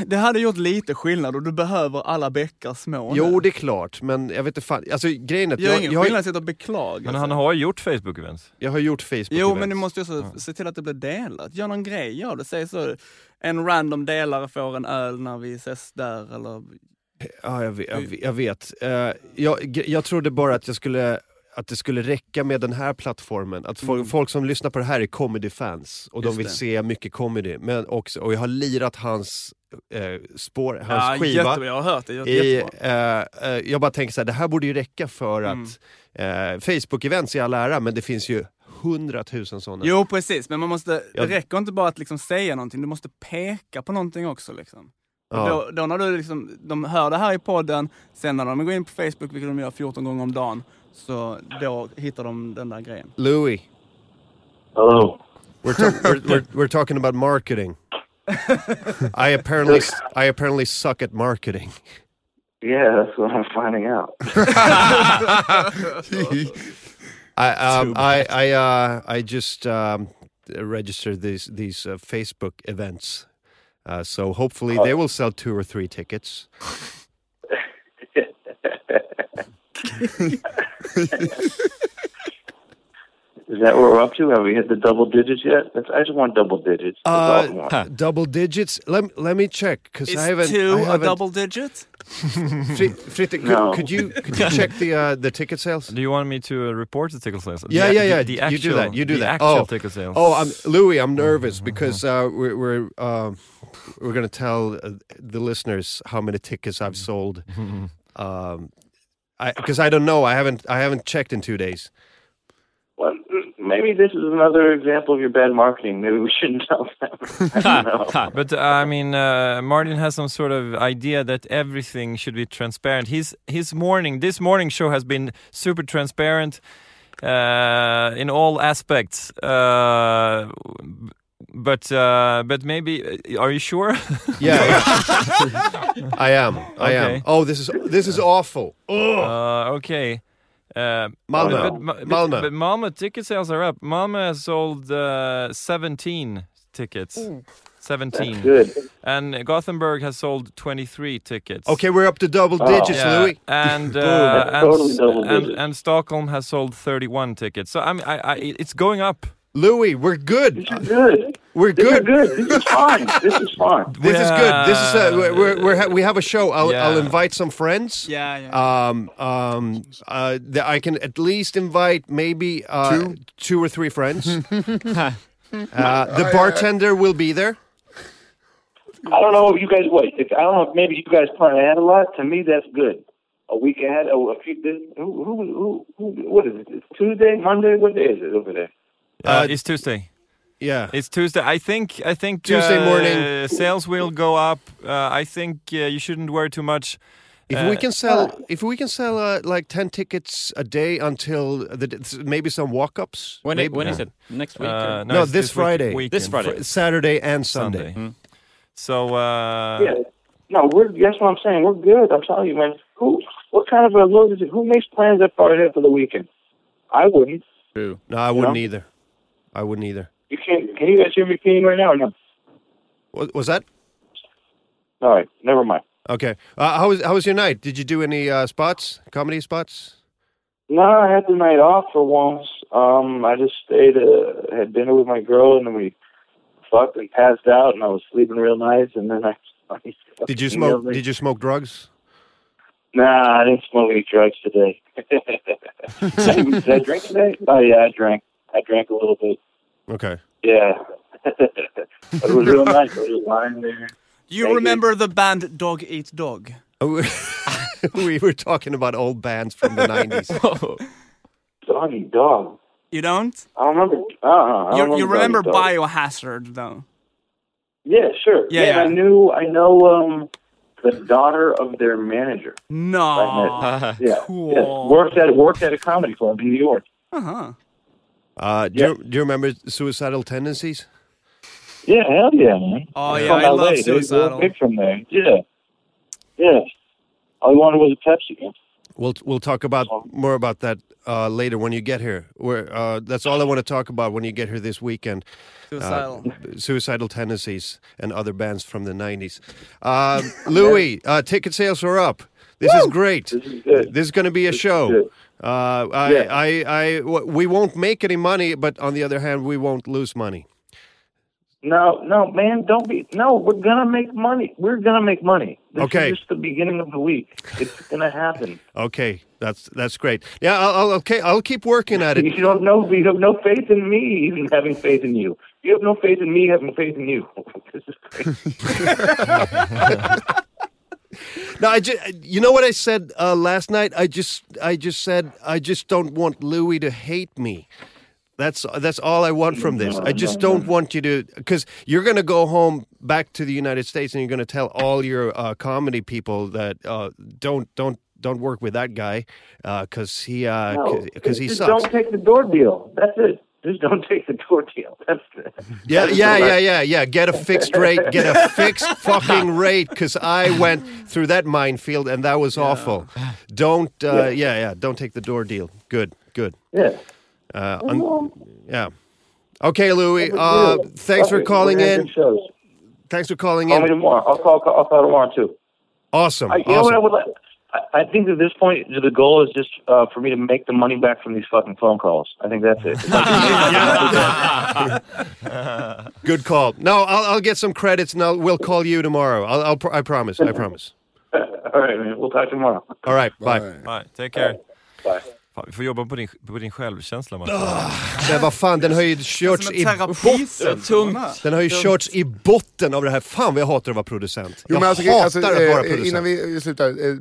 Det hade gjort lite skillnad och du behöver alla bäckar små. nu. jo, det är klart, men jag vet inte fan. Alltså grejen är att Det gör jag, ingen jag, skillnad har, att sitta och beklaga Men sig. han har ju gjort Facebook-events. jag har gjort Facebook Jo, men events. du måste ju också se till att det blir delat. Gör någon grej av det. Säg så, en random delare får en öl när vi ses där eller... Ja, jag vet. Jag vet, jag, vet. Eh, jag, gre- jag trodde bara att jag skulle att det skulle räcka med den här plattformen. Att folk, Mm. folk som lyssnar på det här är comedy-fans och de Just vill det. se mycket comedy. Men också, och jag har lirat hans eh, spår, hans Ja, skiva. Jättebra, jag har hört det. Jätte, I, jättebra. Mm. eh, eh, jag bara tänker så här, det här borde ju räcka för att eh, Facebook-events i all ära, men det finns ju hundratusen sådana. Jo, precis. Men man måste, Jag- det räcker inte bara att liksom säga någonting, du måste peka på någonting också. Liksom. Och ja. Då, då när du liksom, de hör det här i podden, sen när de går in på Facebook, vilket de gör 14 gånger om dagen, så då hittar de den där grejen. Louis, Hello. we're, ta- we're, we're, we're talking about marketing. I apparently, I apparently suck at marketing. Yeah, that's what I'm finding out. I, um, I, I, uh, I just um, registered these these uh, Facebook events, uh, so hopefully they will sell two or three tickets. Is that what we're up to? Have we hit the double digits yet? That's, I just want double digits. That's all I Uh, want. huh. Double digits? Let let me check because I haven't. Is two I a haven't double digit? Fri- Fritte, could, No. could you could you check the uh, the ticket sales? Do you want me to uh, report the tickle sales? Yeah, The- yeah, yeah. The, the You actual, do that. You do the that. actual Oh. tickle sales. Oh, Oh, I'm Louis. I'm nervous because uh, we're we're um we're gonna tell uh, the listeners how many tickets I've sold. Um, because I, don't know. I haven't I haven't checked in two days. Well, maybe this is another example of your bad marketing. Maybe we shouldn't tell them. I don't know. But uh, I mean, uh, Martin has some sort of idea that everything should be transparent. His his morning, this morning show has been super transparent uh, in all aspects. Uh, but uh, but maybe, are you sure? Yeah, I am. I Okay. am. Oh, this is this is awful. Uh, okay. Uh, Malmö. but- but- Malmö. But Malmö ticket sales are up. Malmö has sold uh, 17 tickets. 17. Good. And Gothenburg has sold 23 tickets. Okay, we're up to double Oh. digits, Yeah, Louis. and, uh, That's and, totally double and digits. and Stockholm has sold 31 tickets. So I mean, I, I, it's going up. Louis, we're good. This is good. We're This is good. good. This is fine. This is fine. This is good. This is a, Yeah. we're, we're, we're ha- we have a show. I'll, Yeah. I'll invite some friends. Yeah, yeah. Um, um, uh, th- I can at least invite maybe uh, two? or three friends. uh, the bartender will be there. I don't know if you guys wait. If, I don't know if maybe you guys plan ahead a lot. To me, that's good. A week ahead. A, a few. This, who, who, who, who? What is it? It's Tuesday, Monday. What day is it over there? Uh, it's Tuesday. Yeah. It's Tuesday. I think. I think Tuesday uh, morning. sales will go up. Uh, I think uh, you shouldn't worry too much. If we can sell, if we can sell uh, like ten tickets a day until the d- maybe some walk-ups. When, maybe. it, when is it? Next week? or- Uh, No, it's this week- Friday. weekend. This Friday. Mm. Fr- Saturday and Sunday. Sunday. So uh, yeah. No, we're. That's what I'm saying. We're good. I'm telling you, man. Who? What kind of a load is it? Who makes plans that far ahead for the weekend? I wouldn't. True. No, I wouldn't Yeah. either. I wouldn't either. You can't. Can you guys hear me peeing right now? or No. What was that? All right. Never mind. Okay. Uh, how was how was your night? Did you do any uh, spots, comedy spots? No, I had the night off for once. Um, I just stayed, uh, had dinner with my girl, and then we fucked and passed out, and I was sleeping real nice. And then I Did you smoke? Did you smoke drugs? Nah, I didn't smoke any drugs today. Did I drink today? Oh yeah, I drank. I drank a little bit. Okay. Yeah, it was real nice. I was just lying there. Do you Thank you. remember the band Dog Eat Dog? Oh, we were talking about old bands from the nineties. Doggy dog. You don't? I don't remember. Uh, uh I don't You, you remember Doggy Dog. Biohazard though? Yeah, sure. Yeah, Yeah, yeah. I knew. I know. Um, the daughter of their manager. No. Yeah. Cool. Yes. Worked at worked at a comedy club in New York. Uh huh. Uh, do, you, do you remember suicidal tendencies? Yeah, hell yeah, man. Oh, I'm yeah, from I love dude. We're Suicidal. Big from there. Yeah. Yeah. All I wanted was a Pepsi. We'll we'll talk about more about that uh, later when you get here. We're, uh, that's all I want to talk about when you get here this weekend. Suicidal. Suicidal tendencies and other bands from the nineties. Uh, Louis, uh, ticket sales are up. This is great. This is good. This is going to be a show. good. Uh, I, Yeah. I, I, w- we won't make any money, but on the other hand, we won't lose money. No, no, man, don't be. No, we're gonna make money. We're gonna make money. This Okay. is just the beginning of the week. It's gonna happen. Okay, that's that's great. Yeah, I'll, I'll okay, I'll keep working at You it. don't know. You have no faith in me, even having faith in you. You have no faith in me, having faith in you. this is crazy. No, I just, you know what I said uh, last night? I just, I just said, I just don't want Louis to hate me. That's that's all I want from this. I just don't want you to, because you're gonna go home back to the United States and you're gonna tell all your uh, comedy people that uh, don't don't don't work with that guy because he No, because he just sucks. Don't take the door deal. That's it. Just don't take the door deal. That's it. Yeah, yeah, yeah, yeah, yeah. Get a fixed rate. Get a fixed fucking rate. Because I went through that minefield and that was awful. Don't. Uh, yeah. yeah, Don't take the door deal. Good, good. Yeah. Uh, un- yeah. Okay, Louis. Uh, thanks for calling in. Call Thanks for calling me in. tomorrow. I'll call. I'll call tomorrow too. Awesome. I, you Oh, know what I awesome. would like. I, I think at this point the goal is just uh, for me to make the money back from these fucking phone calls. I think that's it. If I can make- Good call. No, I'll, I'll get some credits and I'll, we'll call you tomorrow. I'll, I'll pr- I promise. I promise. All right, man. We'll talk tomorrow. All right. Bye. Right, take care. Bye. Fan, vi får jobba på din, på din självkänsla Martin. Ah. Men vad fan, den har ju körts Som i en terapisession. Den har ju körts i botten av det här. Fan vad jag hatar att vara producent. Jo, jag men alltså, hatar alltså, att eh, vara producent. Innan vi slutar. Eh,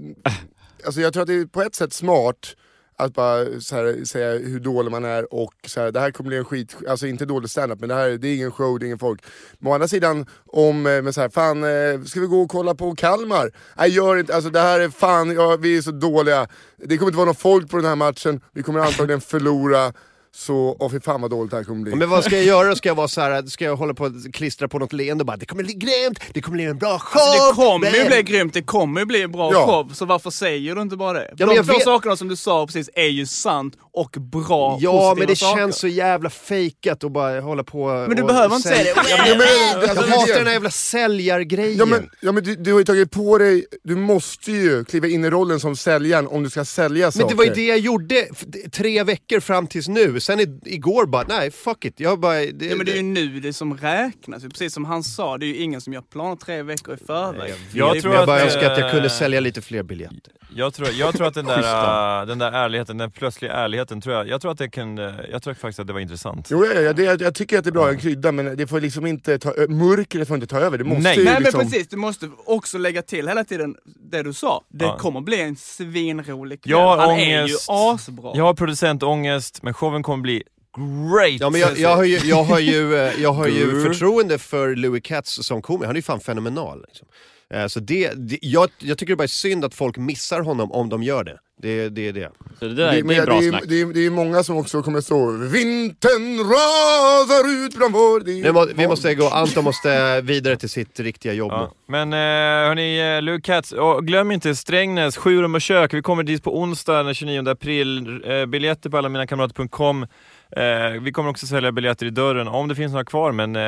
alltså, jag tror att det är på ett sätt smart att bara så här, säga hur dålig man är och så här, det här kommer bli en skit, alltså inte dålig standup men det här det är ingen show, det är ingen folk. Men å andra sidan, om, eh, men så här, fan eh, ska vi gå och kolla på Kalmar? Nej gör inte, alltså det här är fan, ja, vi är så dåliga. Det kommer inte vara någon folk på den här matchen, vi kommer antagligen förlora. Så, åh fy fan vad dåligt det här kommer bli. Ja, Men vad ska jag göra? Ska jag vara så här, ska jag hålla på och klistra på något leende och bara det kommer bli grymt, det kommer bli en bra show! Alltså, Det kommer ju men- bli grymt, det kommer ju bli en bra Ja. show, så varför säger du inte bara det? Ja, men De jag två vet- sakerna som du sa precis är ju sant och bra, Ja positiva men det saker. känns så jävla fejkat och bara hålla på Men du och behöver inte sälj- säga det. Ja, men- Jag Alltså, hatar det- den här jävla säljargrejen. Ja men, ja, men du, du har ju tagit på dig, du måste ju kliva in i rollen som säljaren om du ska sälja Men saker. det var ju det jag gjorde f- d- tre veckor fram tills nu. Sen i, igår bara, nej fuck it. Jag bara, det, Ja, men det är ju nu det som räknas. Precis som han sa, det är ju ingen som gör planer tre veckor i förväg. Jag Det är- tror jag bara att, önskar att jag kunde eh, sälja lite fler biljetter. Jag tror, jag tror att den där, äh, den där ärligheten, den plötsliga ärligheten, tror jag, jag tror att det kan, eh, jag tror faktiskt att det var intressant. Jo, ja, ja, det, jag, jag tycker att det är bra, en krydda, men det får liksom inte ta, ö- mörkret får inte ta över. Det måste Nej. ju Nej men liksom... precis, du måste också lägga till hela tiden det du sa. Det Ja. kommer bli en svinrolig kväll. Jag har Han ångest. är ju asbra. Jag har producentångest, men showen kommer bli great! Ja, men jag, jag har ju, jag har ju, eh, jag har ju förtroende för Louis Katz som komiker. Han är ju fan fenomenal. Liksom. Eh, Så det, det, jag, jag tycker det bara är synd att folk missar honom om de gör det. Det, det är det. Så det, där, det, men är bra det, snack. det, är, det är många som också kommer stå Vintern rasar ut bland vår... Det är- Nu må, vi måste gå, Anton måste vidare till sitt riktiga jobb nu. Ja. Men eh, hörni, eh, Luke Katz, och glöm inte Strängnäs, Sjurum och kök. Vi kommer dit på onsdag den 29 april. Eh, biljetter på allaminakamrater.com. Eh, vi kommer också sälja biljetter i dörren, om det finns några kvar, men eh,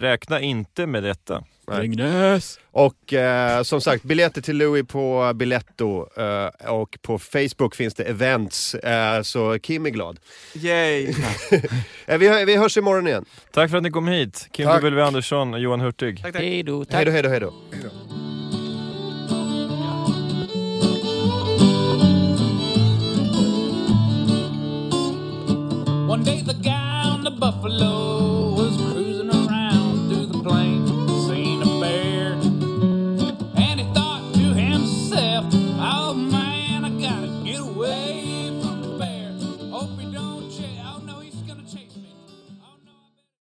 räkna inte med detta. Strängnäs! Och eh, som sagt, biljetter till Louis på Biletto eh, och på Facebook finns det events, eh, så Kim är glad. Yay! Eh, vi, hö- vi hörs imorgon igen. Tack för att ni kom hit, Kim Tack. W Andersson och Johan Hurtig. Tack, tack. Hej då, tack. Hej då, hej då, hej då. One day the guy on the buffalo "Oh, Oh,